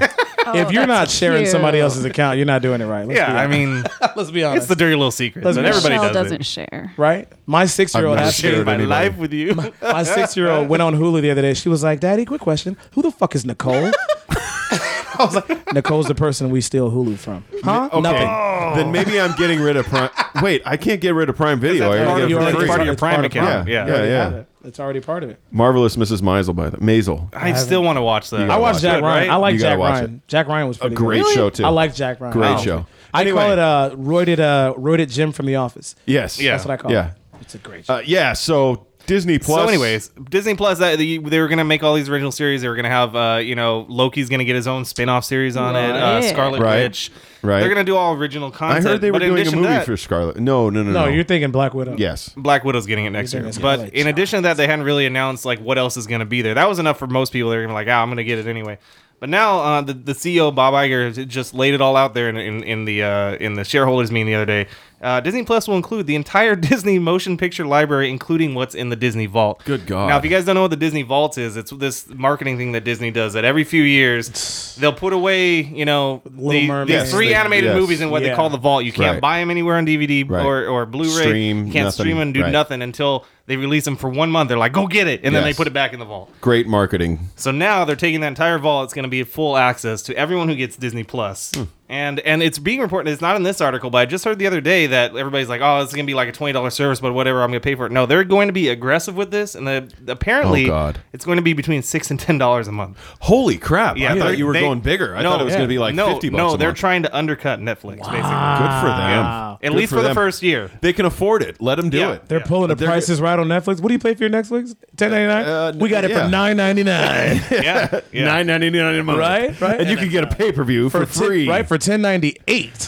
D: if you're not sharing
F: cute.
D: somebody else's account, you're not doing it right. Let's
A: Yeah,
D: be
A: I
D: honest.
A: mean,
I: Let's be
A: it's
I: honest.
A: the dirty little secret.
D: Let's
A: But
D: be
A: everybody
F: Michelle
A: does
F: doesn't
A: it.
F: share.
D: right? My six year old
C: never
D: asked.
C: shared
A: Sharing my
C: Anybody.
A: life with you. All
D: My six year old went on Hulu the other day. She was like, Daddy, quick question. Who the fuck is Nicole? I was like, Nicole's the person we steal Hulu from. Huh?
C: Okay,
D: Nothing.
A: Oh.
C: then maybe I'm getting rid of Prime. Wait, I can't get rid of Prime Video. I
A: part
C: gotta
A: of
C: get
A: your-
C: it for
A: it's part
C: free.
A: of your
D: It's part
A: Prime
D: of
A: account.
C: Yeah,
A: Yeah,
C: yeah, yeah.
D: It's already part of it.
C: Marvelous Mrs. Maisel by the Maisel.
A: I still want to watch that.
C: gotta
D: I
C: watch
D: watched
C: it,
D: Jack Ryan.
A: right?
D: I like
C: You gotta
D: Jack
C: watch
D: Ryan. Jack Ryan was
C: A
D: pretty good.
C: great show too.
D: I like Jack Ryan.
C: Great
A: Oh.
C: show.
D: I call
C: Anyway.
D: it uh, roided uh, roided Jim from the office.
C: Yes.
A: Yeah.
D: That's what I call
C: Yeah.
D: it. It's a great show.
C: Uh, yeah. So Disney Plus.
A: So, anyways, Disney Plus, that, the, they were going to make all these original series. They were going to have, uh, you know, Loki's going to get his own spin off series on it, uh,
F: Right.
A: Scarlet
C: Right.
A: Witch.
C: Right.
A: They're going to do all original
C: I
A: content.
C: heard they were
A: but in
C: doing a
A: addition to
C: movie
A: that-
C: for Scarlet. No, no, no, no.
D: no, you're thinking Black Widow.
C: yes.
A: Black Widow's getting it next
D: You're
A: year.
D: gonna
A: But
D: get, like,
A: in addition to that, they hadn't really announced like what else is going to be there. That was enough for most people. They're gonna be like, ah, I'm going to get it anyway. But now uh, the, the CEO Bob Iger just laid it all out there in, in, in the uh, in the shareholders meeting the other day. Uh, Disney Plus will include the entire Disney motion picture library, including what's in the Disney Vault.
C: Good God.
A: Now, if you guys don't know what the Disney Vault is, it's this marketing thing that Disney does that every few years they'll put away, you know, the,
D: Mermaid.
A: the
D: Yes,
A: three
C: they-
A: animated
C: yes.
A: movies in what
D: Yeah.
A: they call the Vault. You can't
C: Right.
A: buy them anywhere on DVD
C: Right.
A: or, or Blu-ray.
C: Stream,
A: you can't
C: nothing.
A: stream them, do
C: Right.
A: nothing nothing until they release them for one month. They're like, go get it. And then they
C: Yes.
A: put it back in the vault.
C: Great marketing.
A: So now they're taking that entire vault. It's going to be full access to everyone who gets Disney Plus.
C: Hmm.
A: And and it's being reported. It's not in this article, but I just heard the other day that everybody's like, oh, it's going to be like a twenty dollars service, but whatever, I'm going to pay for it. No, they're going to be aggressive with this, and the, apparently,
C: Oh, God.
A: it's going to be between six and ten dollars a month.
C: Holy crap! I thought
A: they're-
C: you were
A: they-
C: going bigger. I
A: no,
C: thought it was going to be like
A: no,
C: fifty bucks.
A: No,
C: a
A: they're
C: month. Ah.
A: trying to undercut Netflix,
C: Good
A: basically.
C: for them.
A: At
C: Good
A: least for, the
C: them.
A: first year.
C: They can afford it. Let them do
A: Yeah.
C: it.
D: They're pulling the
C: They're-
D: prices right on Netflix. What do you pay for your Netflix? Ten ninety nine.
C: Uh,
I: we got it
C: yeah.
I: for nine ninety nine.
A: Yeah, yeah.
C: Nine ninety nine a month.
D: Right, right.
C: And you can get a pay per view for, free.
D: right for ten ninety eight.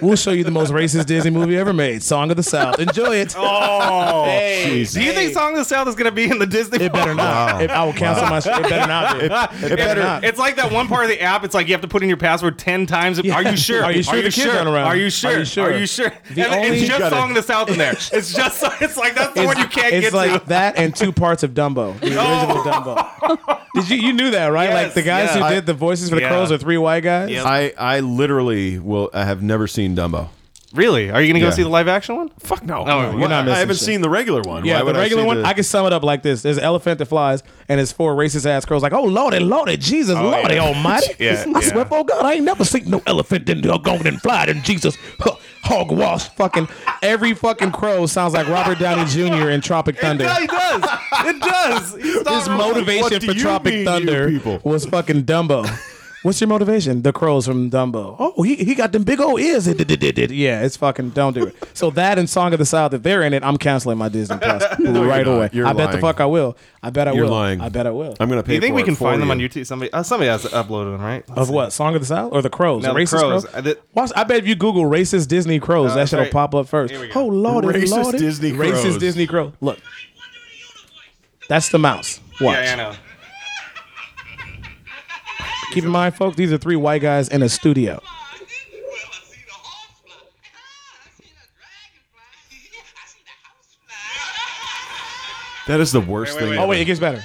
D: We'll show you the most racist Disney movie ever made, Song of the South. Enjoy it.
A: Oh,
C: Jeez.
A: do you think Song of the South is going to be in the Disney?
D: It better not. It- I will cancel my. Sh- it better not. Be. It, better not.
A: It's like that one part of the app. It's like you have to put in your password ten times. Are you sure?
D: Are you sure the kids aren't around?
A: Are you sure?
D: Are you sure?
A: Are you sure?
D: The
A: And
D: only-
A: it's just
D: You gotta-
A: Song of the South in there. It's just. It's like that's the one you can't
D: it's
A: get
D: like
A: to.
D: that and two parts of Dumbo, the original Dumbo. Did you you knew that right? like the
A: Yes,
D: guys
A: yeah.
D: who did the voices for the
A: Yeah.
D: crows are three white guys.
A: Yep.
C: I I literally will. I have never seen Dumbo.
A: Really? Are you going to go
C: Yeah.
A: see the live action one?
C: Fuck no.
A: No, you're
C: Why-
D: not
C: I
D: missing
C: haven't
D: shit.
C: seen the regular one.
D: Yeah,
C: Why
D: the
C: would
D: regular
C: I see
D: one.
C: the-
D: I can sum it up like this: There's an elephant that flies, and it's four racist ass girls. Like, oh lordy, lordy, Jesus, lordy,
A: Oh, yeah.
D: Almighty!
A: Yeah,
D: I swear,
A: yeah.
D: oh God, I ain't never seen no elephant didn't go gone and fly than Jesus. Huh, Hogwash, fucking every fucking crow sounds like Robert Downey Jr. in Tropic Thunder.
A: Yeah, it does. It does. He's not
D: His
A: wrong.
D: motivation
C: What do
D: for
C: you
D: Tropic
C: mean, you
D: Thunder
C: people?
D: was fucking Dumbo. What's your motivation? The crows from Dumbo. Oh, he, he got them big old ears. It did- did- did- did. Yeah, it's fucking don't do it. So that and Song of the South, if they're in it, I'm canceling my Disney Plus right
C: not.
D: away.
C: You're
D: I bet the
C: lying.
D: fuck I will. I bet I
C: You're
D: will.
C: lying.
D: I bet I will.
C: I'm gonna pay.
A: You think we
C: for it
A: can
C: for
A: find them
C: you.
A: on YouTube? Somebody, uh, somebody has uploaded them, right?
D: of what? Song of the South or the crows?
A: No,
D: The
A: the
D: racist
A: crows.
D: crows.
A: I did-
D: Watch, I bet if you Google racist Disney crows, that
A: that's
D: shit will
A: right.
D: pop up first.
A: we go.
D: Oh lordy,
C: Racist
D: lordy.
C: Disney crows.
D: Racist Disney crow. Look, that's the mouse. Watch.
A: Yeah, I know.
D: Keep in mind, folks, these are three white guys in a studio.
C: That is the worst
A: Wait, wait,
C: thing.
A: wait.
D: Oh wait, it gets better.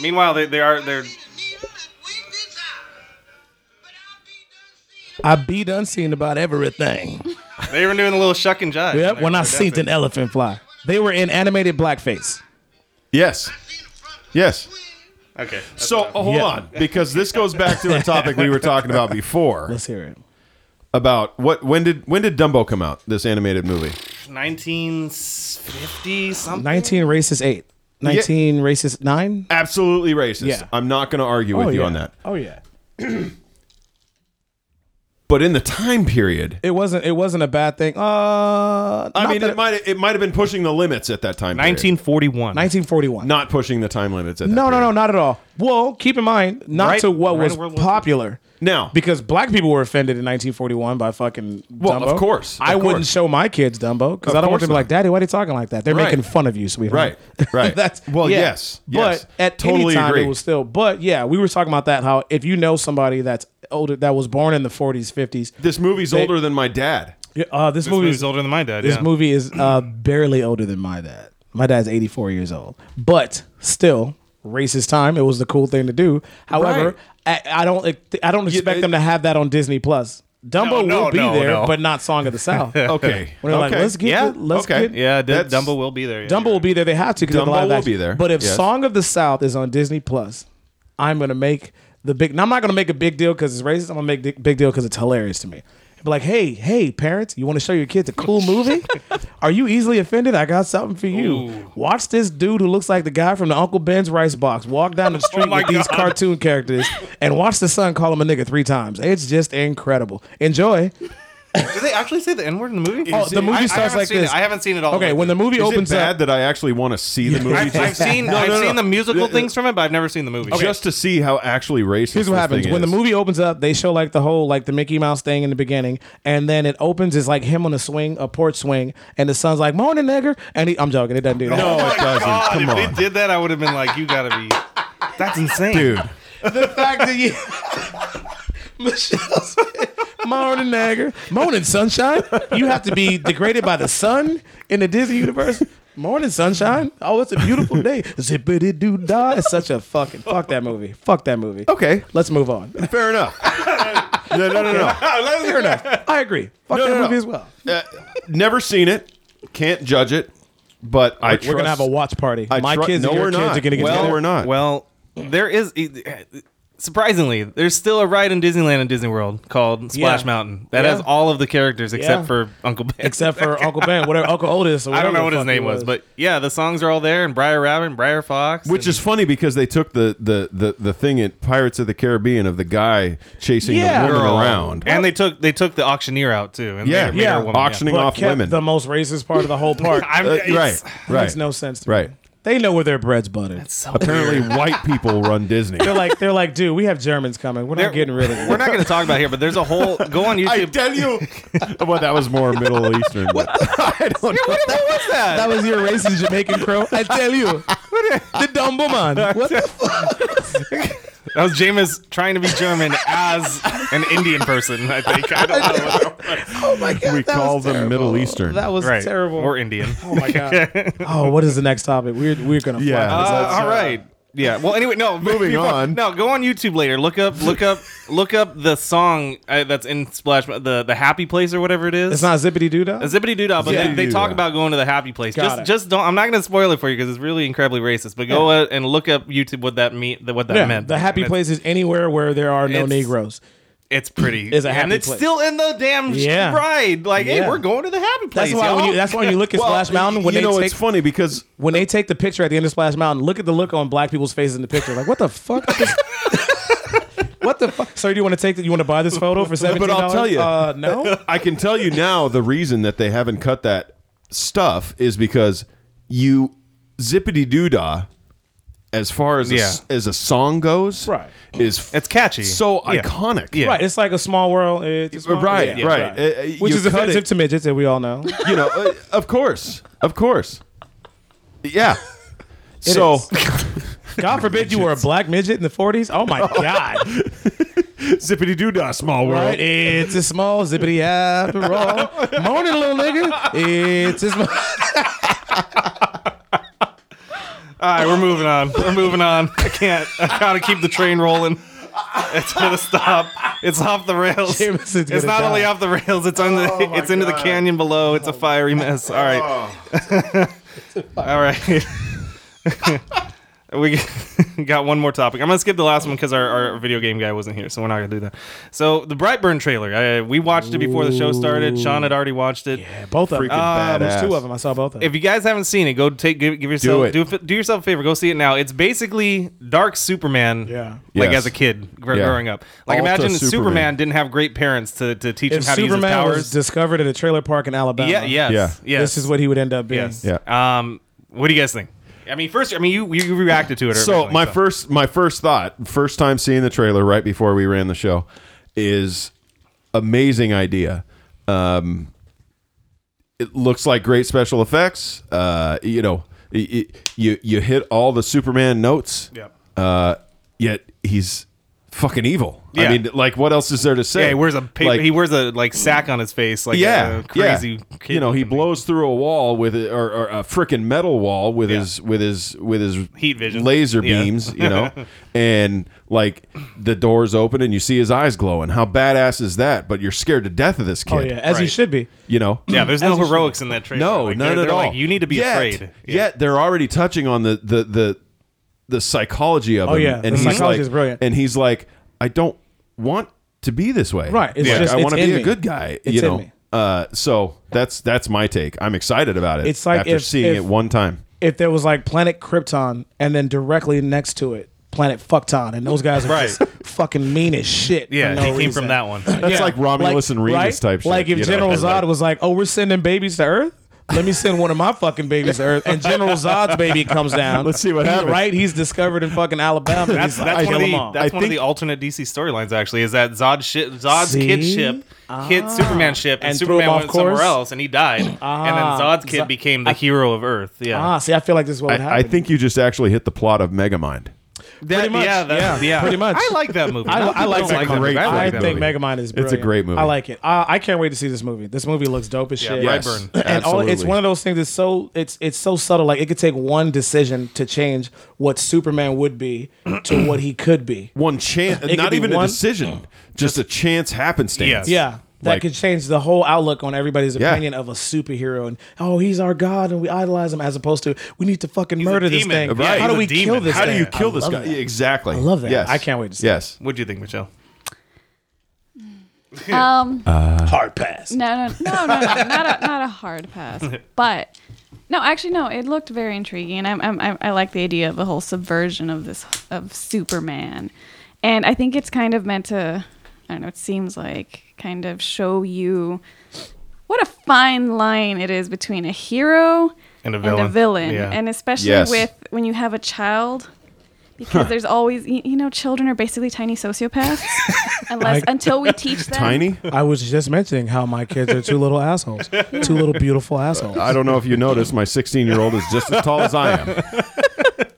A: Meanwhile, they, they are they're
D: I be done seen about everything.
A: they were doing a little shuck and jive.
D: Yep, when I
A: see
D: seen an elephant fly. They were in animated blackface.
C: Yes. Yes.
A: Okay. that's
C: So
A: enough.
C: hold
D: Yeah.
C: on, because this goes back to a topic we were talking about before
D: Let's hear it.
C: about what when did when did Dumbo come out? This animated movie.
A: 1950 something.
D: 19 racist 8. 19 racist 9?
C: Absolutely racist.
D: Yeah.
C: I'm not going to argue with you on that.
D: Oh yeah.
C: But in the time period,
D: It wasn't it wasn't a bad thing. Uh
C: I mean, it might it might have been pushing the limits at that time. period.
A: 1941.
D: 1941.
C: not pushing the time limits at that.
D: no, no, no,
C: period.
D: not at all. Well, keep in mind, not
A: Right-
D: to what
A: right
D: was
A: in World War II.
D: popular.
C: Now,
D: Because black people were offended in 1941 by fucking
C: Well,
D: Dumbo.
C: of course,
D: I
C: of
D: wouldn't
C: course.
D: show my kids Dumbo because
C: Of
D: I don't want them to
C: course
D: be like,
C: not.
D: Daddy, why are you talking like that? They're
C: Right.
D: making fun of you, sweetheart.
C: Right, right.
D: That's
C: Well,
D: yeah.
C: yes, yes.
D: But at
C: Totally
D: any time,
C: agree.
D: it was still. But yeah, we were talking about that. How if you know somebody that's older, that was born in the 40s, 50s,
C: this movie's
D: They-
C: older than my dad.
D: uh, this,
A: This
D: movie
A: movie's
D: is
A: older than my dad.
D: this
A: yeah.
D: movie is uh, barely older than my dad. My dad's 84 years old, but still racist time. It was the cool thing to do. However, I, I don't ex- I don't expect
C: it-
D: them to have that on Disney Plus.
A: No,
D: Dumbo
A: no,
D: will be
A: no,
D: there,
A: no.
D: but not Song of the South. When
C: Okay.
D: they're like,
C: Okay.
D: let's get
A: Yeah,
D: the- let's
C: okay.
D: get
A: Yeah, D-
C: That's-
A: Dumbo will be there. Yeah,
D: Dumbo will be there. They have to. 'cause of the
C: Dumbo
D: live
C: will
D: action.
C: be there,
D: But if
C: yes.
D: Song of the South is on Disney Plus, I'm gonna make the big. Now I'm not gonna make a big deal because it's racist. I'm gonna make a big deal because it's hilarious to me. Be like, hey, hey, parents, you want to show your kids a cool movie? Are you easily offended? I got something for you. Watch this dude who looks like the guy from the Uncle Ben's Rice Box walk down the street
A: Oh my
D: with these
A: God.
D: cartoon characters and watch the son call him a nigga three times. It's just incredible. Enjoy.
A: Did they actually say the N word in the movie?
D: Oh, the movie
A: I, I
D: starts
A: haven't
D: like
A: seen it.
D: this.
A: I haven't seen it all.
D: Okay, when the movie
C: Is
D: opens
C: it bad
D: up,
C: that I actually want to see the movie?
A: I've, I've
C: just,
A: seen I've
C: no,
A: seen the
C: no.
A: musical
C: The-
A: things from it, but I've never seen the movie.
C: just to see how actually racist.
D: Here's what
C: this
D: happens
C: thing
D: when the
C: is.
D: movie opens up. They show like the whole like the Mickey Mouse thing in the beginning, and then it opens is like him on a swing, a porch swing, and the son's like "Morning, nigger," and he, I'm joking, it doesn't do that.
C: No, it doesn't.
A: Oh God,
C: Come
A: if
C: on,
A: they did that, I would have been like, "You gotta be." That's insane,
C: dude.
D: the fact that you. Michelle's morning, nigger. Morning, sunshine. You have to be degraded by the sun in the Disney universe. Morning, sunshine. Oh, it's a beautiful day. Zippity doo dah. It's such a fucking fuck that movie. Fuck that movie.
C: Okay,
D: Let's move on.
C: fair enough. no, no, no, no.
D: Fair enough. I agree. Fuck
C: No,
D: that
C: no, no.
D: movie as well.
C: Uh, never seen it. Can't judge it. But I
D: We're gonna have a watch party.
C: I
D: My
C: tru-
D: kids
C: no,
D: and your
C: we're
D: kids
C: not.
D: are gonna get
C: Well,
D: together.
C: we're not.
A: Well, there is e, surprisingly there's still a ride in Disneyland and Disney World called Splash
D: Yeah.
A: Mountain that
D: Yeah.
A: has all of the characters except
D: Yeah.
A: for Uncle Ben.
D: Except for Uncle Ben, whatever Uncle Otis. Or
A: I
D: whatever
A: don't know
D: the
A: what his
D: fuck he
A: name was. but yeah, the songs are all there, and Briar Rabbit, and Briar Fox,
C: Which
A: and-
C: is funny because they took the, the, the, the thing at Pirates of the Caribbean of the guy chasing
D: Yeah.
C: the woman
A: Girl.
C: around.
A: and they took they took the auctioneer out too. And
C: yeah,
A: made her- made her a woman,
C: auctioning
D: But
C: off
D: kept
C: women.
D: the most racist part of the whole park.
A: I'm,
C: Uh,
A: it's-
C: right, right,
D: Makes no sense. To
C: right.
D: Me. They know where their bread's buttered.
C: Apparently, white people run Disney.
D: they're like they're like, dude, we have Germans coming. We're
A: They're-
D: not getting rid of it.
A: We're not going to talk about it here, but there's a whole go on YouTube.
C: tell you. well, that was more Middle Eastern. But
D: oh
C: I don't know.
A: What's that?
D: That was your racist Jamaican crow. I tell you, the dumb woman. What the fuck?
A: That was Jameis trying to be German as an Indian person. I think I don't know.
C: we call them Middle Eastern.
D: That was
A: Right.
D: terrible.
A: Or Indian.
D: oh my god. Oh, what is the next topic? We're we're gonna
C: Yeah.
D: fuck this
A: Uh,
D: up.
A: all right. Yeah. Well, anyway, no.
C: Moving
A: before-
C: on.
A: No, go on YouTube later. Look up, look up, look up the song uh, that's in Splash, the the Happy Place or whatever it is.
D: It's not zippity doo
A: a zippity doo dah, but
C: Yeah.
A: they, they talk
C: Zippity-doo-dah.
A: about going to the Happy Place.
D: Got
A: just,
D: it.
A: just don't. I'm not going to spoil it for you because it's really incredibly racist. But go uh, and look up YouTube what that mean, what that meant.
D: the happy
A: And it's-
D: place is anywhere where there are no
A: It's-
D: Negroes.
A: It's pretty.
D: It's a
A: and
D: happy
A: it's
D: place.
A: still in the damn sh-
D: Yeah.
A: ride. Like, hey,
D: Yeah.
A: we're going to the happy place.
D: That's why when
A: y'all.
D: you that's why when you look at Splash Mountain when
C: you
D: they
C: know
D: take
C: it's funny because
D: when they take the picture at the end of Splash Mountain, look at the look on black people's faces in the picture. Like, what the fuck? what the fuck? Sir, do you want to take? The, you want to buy this photo for seventeen?
C: But I'll tell you.
D: uh, no.
C: I can tell you now the reason that they haven't cut that stuff is because you zippity doo dah as far as a, s- as a song goes
D: Right.
C: is
A: It's catchy.
C: so
A: Yeah.
C: iconic
A: Yeah.
D: Right, it's like a small world. It's a small
C: right
D: yeah,
C: right, Uh, uh,
D: Which
C: you
D: is
C: cut
D: offensive
C: it,
D: to midgets, and we all know.
C: you know uh, of course of course yeah so
D: is. God forbid you were a black midget in the '40s. Oh my God!
C: zippity doo dah small world
D: Right? It's a small zippity after all. Morning, little nigga. It's a small.
A: All right, we're moving on. We're moving on. I can't. I gotta keep the train rolling. It's gonna stop. It's off the rails. it's
D: Jameson's gonna
A: not
D: die.
A: only off the rails. It's on the. it's into the canyon below. It's a fiery mess. All right. All right. we got one more topic. I'm gonna skip the last one because our, our video game guy wasn't here, so we're not gonna do that. So the Brightburn trailer. I, we watched it before the show started. Sean had already watched it.
D: Both of them.
C: Freaking
D: Uh, there's
C: badass.
D: two of them. I saw both of them.
A: If you guys haven't seen it, go take give, give yourself
C: it.
A: do, do yourself a favor. Go see it now. It's basically Dark Superman.
D: Yeah.
A: Like
C: Yes.
A: as a kid gr-
C: Yeah.
A: growing up. Like
C: Alta
A: imagine Superman.
C: Superman.
A: didn't have great parents to, to teach him
D: If
A: how to use his
D: Superman was
A: powers.
D: discovered at a trailer park in Alabama,
A: yeah. Yes.
C: Yeah.
A: Yes.
D: this is what he would end up being.
A: Yes.
C: Yeah.
A: Um. What do you guys think? I mean, first, I mean, you you reacted to it.
C: So
A: originally,
C: my first my first thought, first time seeing the trailer right before we ran the show, is amazing idea. Um, it looks like great special effects. Uh, you know, y- y- you you hit all the Superman notes.
A: Yep.
C: Uh, yet he's fucking evil.
A: Yeah.
C: I mean, like, what else is there to say?
A: yeah, he wears a paper,
C: Like-
A: he wears a like sack on his face, like
C: yeah,
A: a crazy.
C: yeah.
A: Kid
C: you know, he
A: looking-
C: blows through a wall with it, or, or a freaking metal wall with
A: Yeah.
C: his with his with his
A: Heat vision.
C: laser
A: Yeah.
C: beams. You know, and like the doors open and you see his eyes glowing. How badass is that? But you're scared to death of this kid.
D: Oh yeah, as he
A: Right.
D: should be.
C: You know.
A: Yeah, there's no heroics in that trailer.
C: No,
A: Like,
C: none
A: they're-
C: at
A: they're
C: all.
A: Like, you need to be
C: Yet-
A: afraid.
C: Yet they're already touching on the the the, the psychology of
D: Oh,
C: him.
D: yeah. The
C: and he's
D: psychology
C: like,
D: is brilliant.
C: And he's like, I don't want to be this way.
D: Right, it's
C: Like,
D: just-
C: I
D: it's
C: want to
D: in
C: be a
D: me.
C: good guy.
D: It's
C: you
D: in
C: know.
D: me.
C: Uh, so that's that's my take. I'm excited about it.
D: It's like
C: after
D: if-
C: seeing
D: if-
C: it one time.
D: If there was like Planet Krypton, and then directly next to it, Planet Fuckton, and those guys are just fucking mean as shit. for
A: Yeah,
D: no
A: he came
D: reason.
A: from that one.
C: That's like Romulus and Remus
D: right?
C: type shit.
D: Like if
C: you know?
D: General Zod was like, "Oh, we're sending babies to Earth." Let me send one of my fucking babies to Earth, and General Zod's baby comes down.
C: Let's see what
D: He's
C: happens.
D: Right, he's discovered in fucking Alabama.
A: That's, that's one of
D: them
A: the
D: all.
A: that's
C: I
A: one of the
C: think-
A: alternate DC storylines. Actually, is that Zod ship, Zod's kid
D: See?
A: ship hit Superman ship, and,
D: And threw him
A: Superman
D: off
A: went somewhere
D: course?
A: else, and he died, and then
D: Ah.
A: Zod's kid
D: Zod-
A: became the hero of Earth. Yeah,
D: Ah, see, I feel like this is what would happen.
C: I, I think you just actually hit the plot of Megamind.
A: That-
D: pretty much,
A: Yeah, that-
D: yeah, pretty much.
A: I like that movie.
D: I, I like
A: People don't
D: that
A: that
C: movie.
A: movie. I
D: I
A: like that
D: think
A: movie.
D: Megamind is brilliant.
C: great movie.
D: I like it. I, I can't wait to see this movie. This movie looks dope as
A: Yeah,
D: shit.
A: Brightburn.
C: Yes.
D: And all, it's
C: Absolutely.
D: one of those things that's so it's it's so subtle. Like it could take one decision to change what Superman would be to what he could be.
C: One chance,
D: could
C: not
D: be
C: even a
D: one-
C: decision, just a chance happenstance.
A: Yes.
D: Yeah. That
C: Like-
D: could change the whole outlook on everybody's
C: Yeah.
D: opinion of a superhero and oh he's our god and we idolize him as opposed to we need to fucking murder this
A: demon.
D: thing.
A: Yeah,
D: How
A: he's
D: do
A: a
D: we
A: demon.
D: kill this?
C: How do
D: thing?
C: you kill
D: I
C: this
D: love
C: guy?
D: that.
C: Exactly. I
D: love that.
C: Yes.
D: I can't wait to see
C: Yes.
A: What do you think, Michelle?
F: Um,
D: Hard pass.
F: No, no, no, no, no, not a, not a hard pass, but no, actually, no. It looked very intriguing. I'm, I'm, I'm, I like the idea of the whole subversion of this of Superman, and I think it's kind of meant to. I don't know. It seems like kind of show you what a fine line it is between a hero
A: and a
F: and
A: villain.
F: a villain,
A: Yeah.
F: and especially
C: Yes.
F: with when you have a child, because there's always y- you know children are basically tiny sociopaths, unless until we teach them.
J: Tiny?
D: I was just mentioning how my kids are two little assholes, two little beautiful assholes,
C: I don't know if you noticed, my 16 year old is just as tall as I am.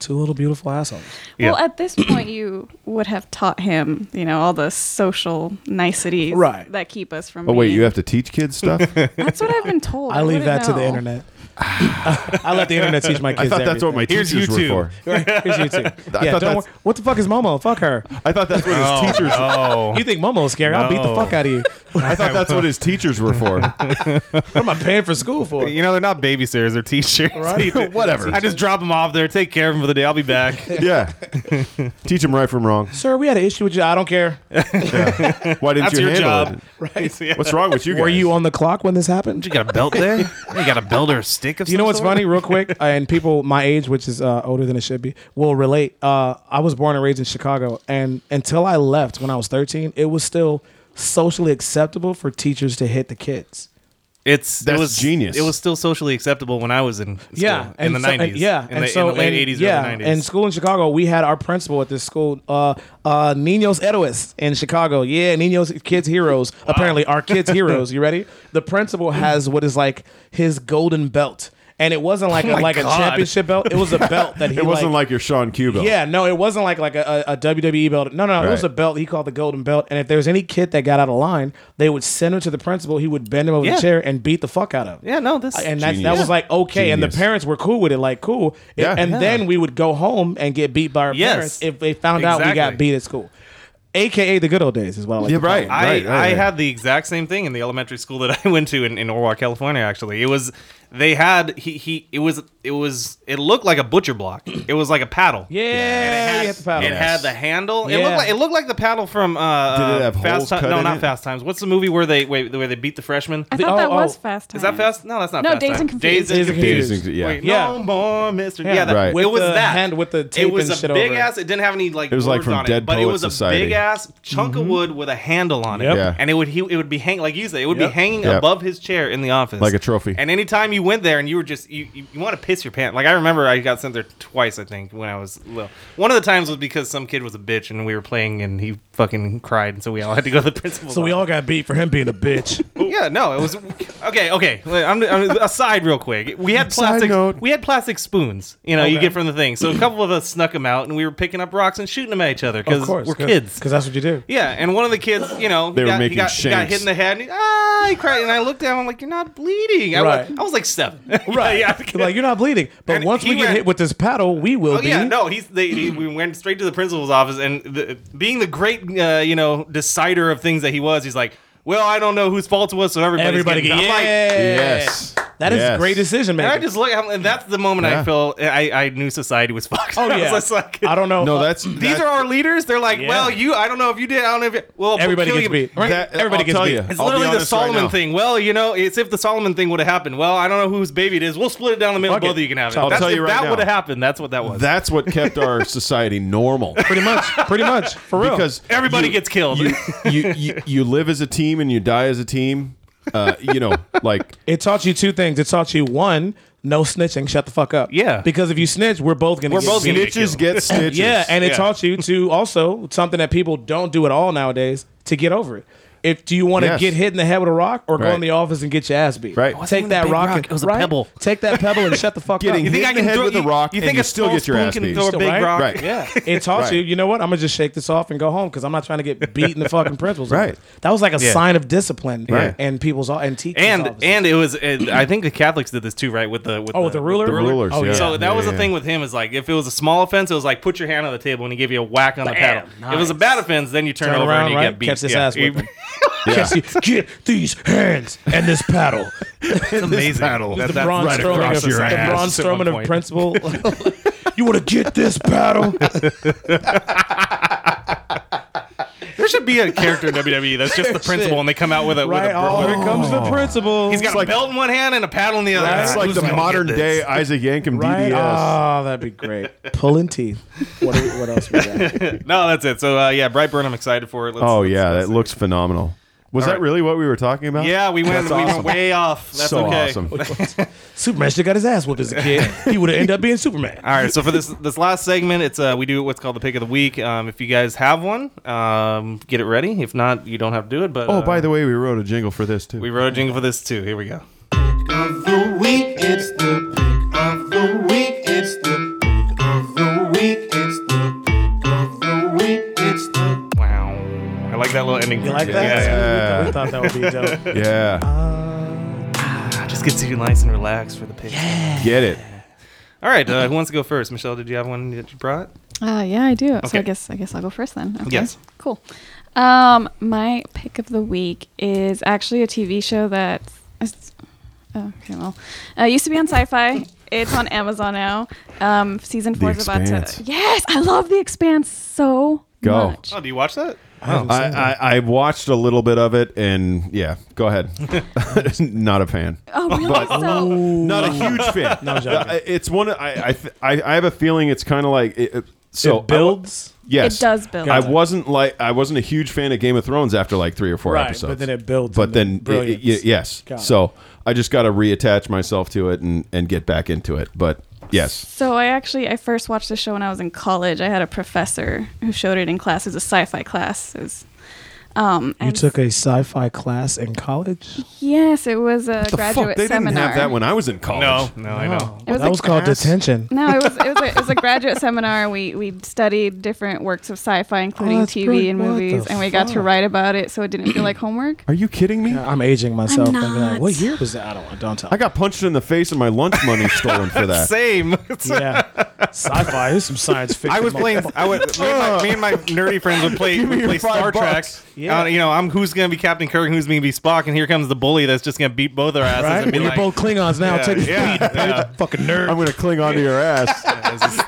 D: two little beautiful assholes.
F: Well,
A: Yeah.
F: at this point, you would have taught him, you know, all the social niceties
D: Right.
F: that keep us from.
C: Oh, wait,
F: being-
C: you have to teach kids stuff?
F: That's what I've been told.
D: I leave
F: wouldn't
D: that to the
F: know.
D: internet. I let the internet teach my kids.
C: I thought that's what my
A: Here's
C: teachers
A: YouTube.
C: were for.
D: my. Here's
C: I
D: YouTube. Yeah,
C: thought
D: don't
C: that's-
D: worry. What the fuck is Momo? Fuck her.
C: I thought that's what his teachers.
A: oh.
D: You think Momo's scary? I'll beat the
A: No.
D: fuck out of you. What
C: I thought that's what his teachers were for.
D: am I paying for school for?
A: You know, they're not babysitters, they're teachers.
C: Whatever.
A: I just drop them off there, take care of them for the day. I'll be back.
C: Yeah, teach him right from wrong.
D: Sir, we had an issue with you. I don't care.
C: Why didn't
A: That's
C: you
A: your
C: handle
A: job.
C: it?
A: Right.
C: What's wrong with you guys?
D: Were you on the clock when this happened?
A: You got a belt there? You got a belt or a stick of
D: You know
A: some
D: what's
A: sort?
D: funny, real quick, and people my age, which is uh, older than it should be, will relate. Uh, I was born and raised in Chicago, and until I left when I was 13, it was still socially acceptable for teachers to hit the kids.
A: It's
C: That's
A: it was
C: genius.
A: It was still socially acceptable when I was in school, in the
D: so-
A: nineties.
D: yeah,
A: in the, in the late
D: and-
A: eighties,
D: yeah,
A: early nineties.
D: in school in Chicago, we had our principal at this school, uh, uh, Ninos Edois in Chicago. Yeah, Ninos Kids Heroes. Apparently, our kids heroes. You ready? The principal has what is like his golden belt. And it wasn't like a, like a
A: Oh God.
D: championship belt. It was a belt that he
C: It wasn't
D: like,
C: like your Sean Q belt.
D: Yeah, no, it wasn't like like a, a, a WWE belt. No, no, no, it was
C: Right.
D: a belt he called the Golden Belt. And if there was any kid that got out of line, they would send him to the principal. He would bend him over
A: Yeah.
D: the chair and beat the fuck out of him.
A: yeah, no, this
D: And that, that
C: Genius.
D: was like okay, and the
C: Genius.
D: parents were cool with it, like cool. It-
C: Yeah.
D: And
C: Yeah.
D: then we would go home and get beat by our
A: Yes.
D: parents if they found out we
A: Exactly.
D: got beat at school, aka the good old days is what I like.
C: Yeah,
D: to call
C: right.
D: them.
A: I,
C: right, right,
A: I
C: right.
A: had the exact same thing in the elementary school that I went to in, in Orwell, California. Actually, it was they had he, he it was it was it looked like a butcher block. It was like a paddle. It
D: Yeah, you
A: had,
D: have to paddle.
A: it had the handle. It
D: Yeah.
A: looked like it looked like the paddle from uh,
C: Did it
A: uh,
C: have holes
A: Fast Times.
C: cut
A: No,
C: in
A: not
C: it?
A: Fast Times. What's the movie where they wait where they beat the freshmen?
F: I
D: The-
F: thought that
D: oh,
F: was
D: oh.
F: fast.
A: Is that
F: Times.
A: fast? No, that's not.
F: No,
A: fast
F: Dazed
A: Time.
F: and Confused.
A: Dazed and
D: Dazed and
A: confused.
C: Confused, yeah.
A: Wait,
D: Yeah.
A: No more, Mister. Yeah, that,
C: Right.
A: it
D: With
A: was
D: the
A: that
D: hand with the
A: It
D: tape
A: was
D: and
A: a
D: shit
A: big
D: over it.
A: ass. It didn't have any like.
C: It was like
A: words
C: from
A: on
C: Dead
A: it, but it
C: Poets
A: was a
C: Society.
A: big ass chunk of wood with a handle on it.
D: Mm-hmm. Yep.
C: Yeah.
A: And it would he it would be hang like you say it would
D: Yep.
A: be hanging
C: Yep.
A: above his chair in the office
C: Like a trophy.
A: And anytime you went there and you were just you you, you want to piss your pants. Like I remember I got sent there twice I think when I was little. One of the times was because some kid was a bitch and we were playing and he fucking cried and so we all had to go to the principal's.
D: So we
A: office.
D: all got beat for him being a bitch.
A: Yeah, no, it was okay. Okay, I'm, I'm aside real quick. We had plastic.
C: note.
A: We had plastic spoons. You know, you get from the thing. So a couple of us snuck them out, and we were picking up rocks and shooting them at each other because
D: Of
A: we're
D: course,
A: kids.
D: because that's what you do.
A: Yeah, and one of the kids, you know,
C: They
A: he
C: were
A: got, he
C: making
A: got, he got
C: shanks.
A: hit in the head. And he, ah, he cried, and I looked at him. I'm like, "You're not bleeding." I,
D: Right.
A: was, I was like seven.
D: Right.
A: yeah, yeah.
D: like you're not bleeding, but
A: And
D: once
A: he
D: we get
A: went-
D: hit with this paddle, we will
A: Oh
D: be.
A: yeah, no, he's they, he, we went straight to the principal's office, and the, being the great, uh, you know, decider of things that he was, he's like, "Well, I don't know whose fault it was, so everybody's
D: Everybody,
A: getting-"
D: get,
A: I'm like,
C: Yes.
D: that is
C: Yes.
D: great decision
A: And
D: making.
A: I just look, I'm- and that's the moment
C: Yeah.
A: I feel I, I knew society was fucked.
D: oh
A: I was
D: yeah,
A: just like,
D: I don't know.
C: No, that's
A: These
C: that-
A: are our leaders. They're like, well, you. I don't know if you did. I don't know if you, well, we'll
D: everybody
A: kill
D: gets
A: you.
D: beat. Right?
C: that-
D: everybody
C: I'll
D: gets
C: tell
D: beat.
C: you.
A: It's
C: I'll be
A: literally the
C: honest right
A: Solomon
C: now.
A: thing. Well, you know, it's if the Solomon thing would have happened. Well, I don't know whose baby it is. We'll split it down the middle.
C: Fuck
A: Both
C: it.
A: of you can have it.
C: I'll
A: That's-
C: tell you
A: if
C: right
A: that
C: now.
A: would have happened. That's what that was.
C: That's what kept our society normal.
D: Pretty much. Pretty much. For real.
C: Because
A: Everybody
C: you-
A: gets killed.
C: You, you, you, you live as a team and you die as a team. Uh, you know, like
D: It taught you two things. It taught you one, no snitching, shut the fuck up.
A: Yeah.
D: Because if you snitch, we're both gonna
A: We're
D: get
A: both
D: beat.
A: gonna get killed.
C: snitches get stitches.
D: Yeah, and it
A: Yeah.
D: taught you to also something that people don't do at all nowadays to get over it. If do you want to
C: Yes.
D: get hit in the head with a rock or go
C: Right.
D: in the office and get your ass beat?
C: Right. It wasn't
D: Take
A: even a
D: that
A: big
D: rock.
A: rock,
D: and-
A: it was a
D: right?
A: pebble.
D: Take that pebble and shut the fuck
C: Getting
D: up.
A: you think
C: hit
A: I
C: in the
A: can
C: head
A: throw,
C: with a
A: you-
C: rock
A: You
C: and
A: think
C: you
A: a
C: still
A: small
C: get your
A: spoon
C: ass
A: can
C: beat.
A: throw a
D: Still
A: big
D: right?
A: rock?
C: Right.
D: Yeah, it taught
C: Right.
D: you. You know what? I'm gonna just shake this off and go home because I'm not trying to get beat in the fucking principal's
C: Right.
D: office. That was like a
A: Yeah.
D: sign of discipline
C: Right.
D: and people's o- and teachers
A: And
D: offices.
A: and it was. It, I think the Catholics did this too, right? With the with
D: Oh, with the ruler?
C: The rulers,
D: Oh,
C: yeah.
A: So that was
C: Yeah,
A: the
C: yeah.
A: thing with him is like if it was a small offense, it was like put your hand on the table and he gave you a whack on the paddle. If it was a bad offense, then you turn,
D: Turn
A: over
D: around,
A: and you
D: right?
A: get beat.
D: Catch this
A: Yeah.
D: ass whipping.
C: Yeah.
D: get these hands and this paddle.
A: It's amazing.
C: paddle.
A: That-
C: The
A: that's
D: Braun
A: right
D: Strowman
A: across
D: of,
A: your
D: the
A: ass
D: Braun
A: at one
D: Strowman of
A: point.
D: principal. you want to get this paddle?
A: There should be a character in WWE that's just the principal, and they come out with a with
D: right?
A: a bro-
D: Oh, here comes the principal.
A: He's got a belt in one hand and a paddle in the other.
C: That's like the modern day Isaac Yankem
D: right.
C: DDS.
D: Oh, that'd be great. Pulling teeth. What, what else we got?
A: No, that's it. So uh, yeah, Brightburn, I'm excited for it. Let's,
C: Oh
A: let's-
C: yeah,
A: let's-
C: that looks phenomenal. Was
A: All
C: that
A: right.
C: really what we were talking about?
A: Yeah, we went.
C: That's
A: we
C: awesome.
A: went way off. That's
C: so
A: okay.
C: awesome.
D: Superman should have got his ass whooped as a kid. he would have ended up being Superman.
A: All right, so for this this last segment, it's uh we do what's called the pick of the week. Um, if you guys have one, um, get it ready. If not, you don't have to do it. But
C: Oh,
A: uh,
C: by the way, we wrote a jingle for this too.
A: we wrote a jingle for this too. Here we go.
H: of the week. It's the pick of the week. It's the pick of the week. It's the pick of the week. It's the
A: Wow, I like that little ending.
D: You like that?
A: Yeah,
C: yeah.
D: We thought that would be dope.
C: yeah,
A: yeah. Just gets you nice and relaxed for the pick.
C: get it.
A: All right, uh, who wants to go first? Michelle, did you have one that you brought?
F: Uh, yeah, I do. So
A: Okay.
F: I guess I guess I'll go first then. Okay.
A: Yes.
F: Cool. Um, my pick of the week is actually a TV show that is, oh, okay, well, uh, used to be on Sci-Fi. It's on Amazon now. Um, season four is about
C: Expanse.
F: to. Yes, I love The Expanse so
C: Go.
F: much.
A: Oh, do you watch that?
C: I, I, I watched a little bit of it, and yeah, go ahead. Not a fan.
F: Oh, really? so,
C: Not a huge fan.
D: Oh. No, I'm joking.
C: Uh, It's one. I I, th- I I have a feeling it's kind of like it, it- so.
D: it builds.
C: I, yes,
F: It does build.
C: I wasn't like I wasn't a huge fan of Game of Thrones after like three or four
D: Right,
C: episodes.
D: but then it builds
C: But
D: into
C: then it-
D: brilliance.
C: y- yes.
D: Got it.
C: So I just got to reattach myself to it and and get back into it. But yes,
F: So I actually I first watched the show when I was in college. I had a professor who showed it in class. It was a sci-fi class. It was, um,
D: You
F: and-
D: took a sci-fi class in college.
F: Yes, it was a
C: the
F: graduate
C: fuck they
F: seminar.
C: didn't have that when I was in college.
A: no, I know.
F: Oh. It was
D: that
F: a
D: was called
C: class.
D: detention.
F: No, it was it was a, it was a graduate seminar. We we studied different works of sci-fi, including
D: Oh, that's
F: TV
D: pretty-
F: and
D: what the
F: movies, and we got to
D: fuck?
F: write about it, so it didn't feel like homework.
C: Are you kidding me?
D: I'm aging myself. and be
F: not.
D: like, what year was that? I don't. Don't tell.
C: I got punched in the face and my lunch money stolen for that.
A: Same.
D: yeah, sci-fi. There's some science fiction.
A: I was playing. I would. Me and my, me and my nerdy friends would play. Would play Star Trek.
D: Yeah.
A: Uh, you know, I'm who's gonna be Captain Kirk and who's gonna be Spock, and here comes the bully that's just gonna beat both our asses
D: Right?
A: and be
D: You're
A: like,
D: both Klingons now.
A: yeah,
D: take, this,
A: yeah, yeah.
I: Fucking nerd.
C: I'm gonna cling onto your ass.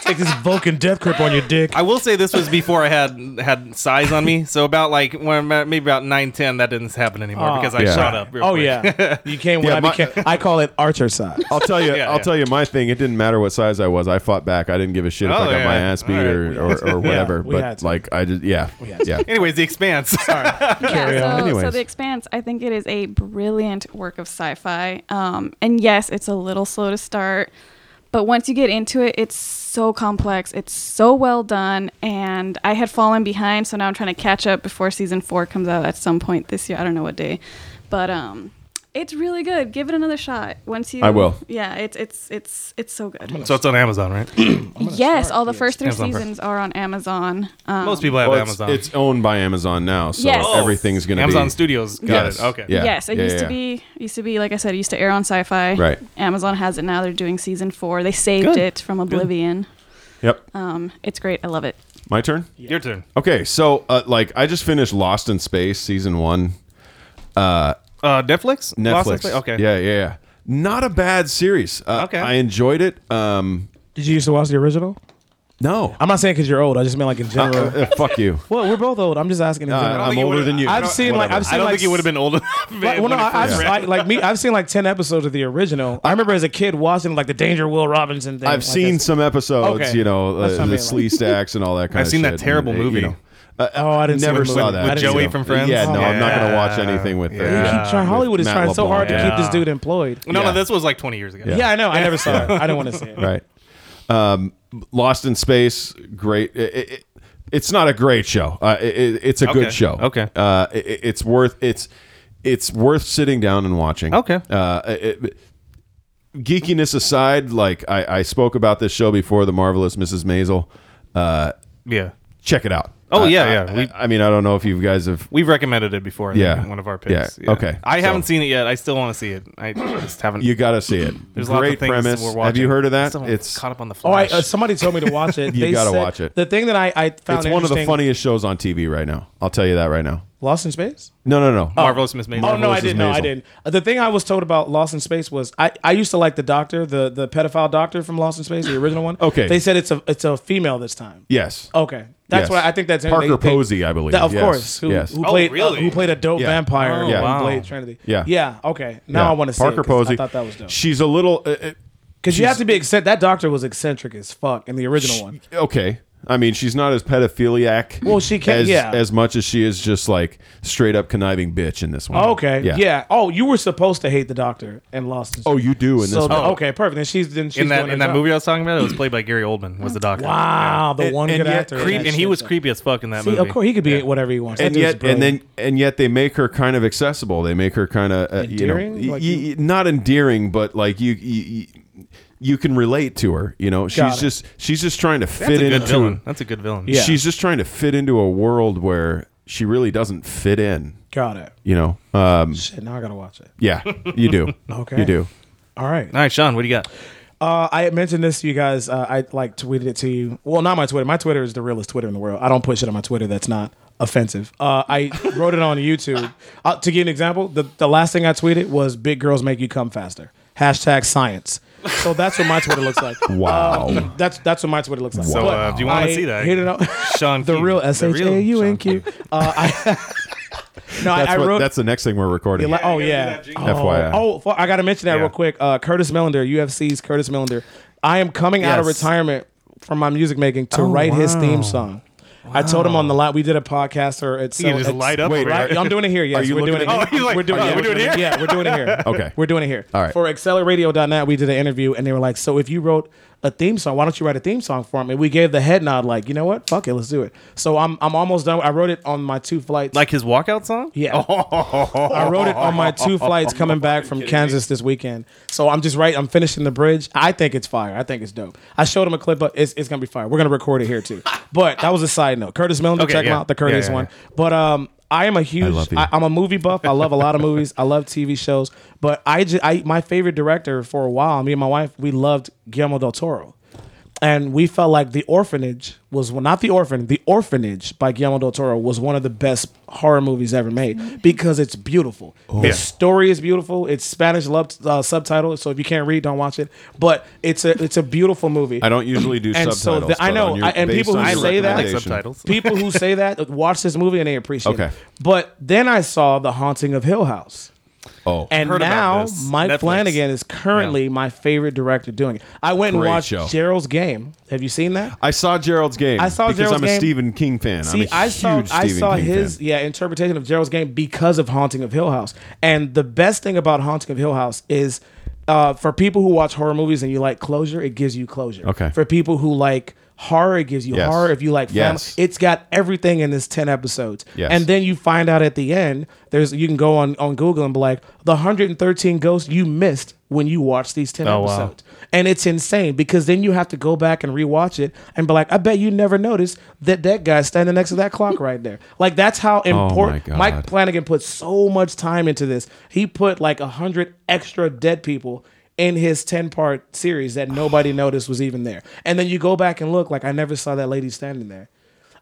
D: take this Vulcan death grip on your dick.
A: I will say this was before I had had size on me, so about like when maybe about nine ten that didn't happen anymore
D: Oh.
A: because I
C: Yeah.
A: shot up. Real
D: oh
A: quick.
D: yeah, you came when
C: Yeah,
D: I
C: my-
D: became. I call it archer side.
C: I'll tell you.
A: Yeah,
C: I'll
A: yeah.
C: tell you my thing. It didn't matter what size I was. I fought back. I didn't give a shit if
A: Oh,
C: I got
A: yeah.
C: my ass beat
A: All
C: or, or, or whatever.
D: we had
C: but
D: to.
C: like I just yeah
D: had to.
C: yeah.
A: Anyways, the Expanse.
F: yeah, so, so
C: Anyways.
F: the Expanse, I think it is a brilliant work of sci-fi. Um, and yes, it's a little slow to start, but once you get into it, it's so complex. It's so well done, and I had fallen behind, so now I'm trying to catch up before season four comes out at some point this year. I don't know what day, but um. It's really good. Give it another shot. Once you,
C: I will.
F: Yeah, it's it's it's it's so good.
A: So it's on Amazon, right?
F: Yes, all the first three
A: Amazon Prime.
F: seasons are on Amazon. Um,
A: Most people have
C: Well, it's,
A: Amazon.
C: it's owned by Amazon now, so
F: Yes. Oh.
C: everything's gonna
A: Amazon
C: be
A: Studios. Got
C: Yes.
A: it. Okay.
C: Yeah.
F: Yes, it
C: Yeah,
F: used
C: yeah.
F: to be used to be like I said, it used to air on Sci-Fi.
C: Right.
F: Amazon has it now. They're doing season four. They saved
A: Good.
F: it from Oblivion.
C: Yep.
A: Oh.
F: Um, it's great. I love it.
C: my turn.
A: Your turn.
C: Okay, so uh, like I just finished Lost in Space season one.
A: Uh, Netflix. Lost in
C: Netflix.
A: Space? Okay.
C: Yeah, yeah, yeah. Not a bad series. Uh,
A: Okay.
C: I enjoyed it. Um,
D: Did you used to watch the original?
C: no.
D: I'm not saying because you're old. I just meant like in
C: Uh,
D: general.
C: uh, fuck you.
D: well, we're both old. I'm just asking in
C: Uh,
D: general.
C: I'm
A: think it
C: older
A: would-
C: than you.
D: I've seen, like, I've
A: I don't
D: like,
A: think you would have been old enough.
D: Like, well,
A: when
D: no,
A: it
D: I, I've,
A: first ran.
D: like, like me, I've seen like ten episodes of the original. I remember as a kid watching like the Danger Will Robinson thing.
C: I've
D: like,
C: seen
D: it's-
C: some episodes,
D: Okay.
C: you know, uh,
D: That's
C: the
D: what I mean, like-
C: Slee Stacks and all that kind
A: I've
C: of
A: seen that
C: shit,
A: terrible
C: and, uh, you
A: movie.
C: know. Uh,
D: Oh, I didn't see
C: never
D: the
C: saw
D: movie. I
C: that.
D: didn't
A: With
D: see
A: Joey
D: the
A: from Friends?
C: Yeah, no, I'm not
A: Yeah.
C: going to watch anything with that.
A: Yeah.
D: movie. Try- Hollywood is
C: Matt
D: trying so hard to
C: LeBlanc.
D: keep this dude employed.
A: No,
C: Yeah.
A: no, this was like 20 years ago.
D: Yeah, I know. I never saw it. I don't want to see it.
C: right. Um, Lost in Space, great. It- it- it- it's not a great show. Uh, it- it- it's a
A: Okay.
C: good show.
A: Okay.
C: Uh, it- it- it's worth it's it's worth sitting down and watching.
A: Okay.
C: Uh, it- it- geekiness aside, like I, I spoke about this show before, the marvelous Mrs. Maisel. Uh,
A: Yeah.
C: check it out.
A: Oh,
C: I-
A: yeah,
C: I-
A: yeah.
C: I,
A: We-
C: I mean, I don't know if you guys have.
A: We've recommended it before. I think,
C: Yeah.
A: in one of our
C: Yeah.
A: picks.
C: Okay.
A: I
C: So-
A: haven't seen it yet. I still want to see it. I just haven't.
C: You got to see it.
A: There's a lot
C: great
A: of things
C: premise.
A: we're watching.
C: Have you heard of that?
A: Someone
C: It's
A: caught up on the
D: Oh, I,
A: flash.
D: uh, somebody told me to watch it.
C: You
D: They
C: gotta
D: said-
C: watch it.
D: The thing that I, I found
C: it's one of the
D: interesting-
C: funniest shows on TV right now. I'll tell you that right now.
D: Lost in Space.
C: No, no, no.
A: Marvelous Miss Maisel.
D: Oh no, I
C: versus
D: didn't. No, I
C: Maisel.
D: didn't. Uh, The thing I was told about Lost in Space was I, I used to like the doctor, the the pedophile doctor from Lost in Space, the original one.
C: Okay.
D: They said it's a it's a female this time.
C: Yes.
D: Okay, that's
C: Yes.
D: what I think. That's
C: Parker
D: they- they-
C: Posey, I believe.
D: That- of
C: Yes.
D: course. Who,
C: Yes.
D: who
A: Oh,
D: played
A: really?
D: uh, who played a dope
A: Yeah.
D: vampire
A: Oh,
D: in
A: wow.
D: Blade Trinity?
C: Yeah.
D: Yeah. Okay. Now
C: Yeah.
D: I want to see
C: Parker
D: it 'cause
C: Posey.
D: I thought that was dope.
C: She's a little uh, uh,
D: Because you have to be eccentric. That doctor was eccentric as fuck in the original one.
C: okay. I mean, she's not as pedophiliac.
D: Well, she can-
C: as,
D: yeah.
C: as much as she is just like straight up conniving bitch in this one.
D: Okay. Yeah. Oh, you were supposed to hate the doctor and lost. His
C: Oh, you do in this.
D: so
C: one.
D: okay, perfect. And she's then she's
A: in that
D: doing her
A: in that
D: job.
A: movie I was talking about, it was played by Gary Oldman. Was the doctor?
D: Wow, the one
C: and
D: good
C: yet
D: actor. in
A: Creep,
D: that
A: and he
D: shit,
A: was
D: though.
A: creepy as fuck in that
D: See,
A: movie.
D: of course, he could be whatever he wants. That
C: and
D: dude's
C: yet and then
D: brilliant.
C: and yet they make her kind of accessible they make her kind of uh, you know
D: Endearing?
C: y-
D: Like
C: y-
D: you-
C: not endearing but like you, you you- you can relate to her you know
D: Got
C: she's
D: it.
C: just she's just trying to
A: That's
C: fit
A: a good
C: into
A: villain. That's a good villain.
D: Yeah.
C: she's just trying to fit into a world where she really doesn't fit in
D: got it.
C: you know um
D: Shit, now I gotta watch it.
C: yeah you do
D: Okay.
C: you do
D: All right.
A: All right, Sean, what do you got?
D: Uh, I had mentioned this to you guys. Uh, I like tweeted it to you. Well, not my Twitter. My Twitter is the realest Twitter in the world. I don't put shit on my Twitter that's not offensive. Uh, I wrote it on YouTube. Uh, to give you an example, the, the last thing I tweeted was "Big girls make you come faster." Hashtag science. So that's what my Twitter looks like. Uh,
C: wow
D: That's that's what my Twitter looks like.
A: So,
D: But
A: uh, if you wanna
D: I
A: see that,
D: hit it up.
A: Sean,
D: the
A: Keaton.
D: real S
A: The real
D: H A U N
A: Sean
D: Q. Uh, I- No, I,
C: that's
D: I
C: what
D: wrote.
C: that's the next thing we're recording
D: Like, oh yeah. Oh,
C: FYI.
D: Oh, fu- I gotta mention that
A: Yeah.
D: real quick. Uh, Curtis Millender, UFC's Curtis Millender. I am coming out of
A: Yes.
D: retirement from my music making
C: Oh,
D: to write his theme song. I told him on the line. We did a podcast or it's
A: You can just light up.
C: wait,
A: over
C: right?
A: here.
D: I'm doing it here. Yes,
C: you
D: we're doing
C: looking
D: it.
A: at- Oh, he's like,
D: we're doing
A: oh,
D: it.
A: we're doing it here?
D: Yeah, we're doing it here.
C: Okay.
D: we're doing it here.
C: All right.
D: For accelereradio.net, we did an interview, and they were like, "So if you wrote a theme song, why don't you write a theme song for him?" And we gave the head nod, like, "You know what? Fuck it, let's do it." So I'm I'm almost done. I wrote it on my two flights.
A: Like his walkout song?
D: Yeah. I wrote it on my two flights coming back from Kansas this weekend. So I'm just right. I'm finishing the bridge. I think it's fire. I think it's dope. I showed him a clip, but it's, it's going to be fire. We're going to record it here too. But that was a side note. Curtis Miller,
A: Okay,
D: check him
A: yeah.
D: out, the Curtis
A: Yeah, yeah,
D: one. But um, I am a huge. I
C: love you.
D: I'm a movie buff. I love a lot of movies. I love TV shows. But I, ju- I my favorite director for a while. Me and my wife, we loved Guillermo del Toro. And we felt like The Orphanage was well, not The Orphan, The Orphanage by Guillermo del Toro was one of the best horror movies ever made because it's beautiful. The
A: Oh. Yeah.
D: story is beautiful. It's Spanish love uh, subtitle, so if you can't read, don't watch it. But it's a it's a beautiful movie.
C: I don't usually do
D: And so
C: subtitles.
D: the- I
C: but
D: know,
C: on your-
D: I- and
C: based
D: people
C: on
D: who
C: your
D: say that-
A: Like
C: recommendation-
A: subtitles.
D: People who say that watch this movie and they appreciate
C: Okay.
D: it. But then I saw The Haunting of Hill House.
C: Oh,
D: And
A: Heard about
D: now
A: this.
D: Mike
A: Netflix.
D: Flanagan is currently
A: Yeah.
D: my favorite director doing it. I went
C: Great
D: and watched
C: show.
D: Gerald's Game. Have you seen that?
C: I saw Gerald's game.
D: I saw
C: because
D: Gerald's
C: I'm a
D: Game.
C: Stephen King fan. I'm
D: See,
C: a
D: I saw
C: huge
D: I
C: Stephen
D: saw
C: King
D: his
C: fan.
D: yeah interpretation of Gerald's game because of Haunting of Hill House. And the best thing about Haunting of Hill House is, uh, for people who watch horror movies and you like closure, it gives you closure.
C: Okay.
D: For people who like horror, it gives you
C: Yes.
D: horror. If you like family,
C: Yes.
D: it's got everything in this ten episodes.
C: Yes.
D: And then you find out at the end, there's you can go on on Google and be like the 113 ghosts you missed when you watched these ten
A: Oh, wow.
D: episodes. And it's insane because then you have to go back and rewatch it and be like, I bet you never noticed that that guy's standing next to that clock right there. Like that's how important
C: God.
D: Mike Flanagan put so much time into this. He put like a hundred extra dead people in his 10 part series that nobody noticed was even there. And then you go back and look like I never saw that lady standing there.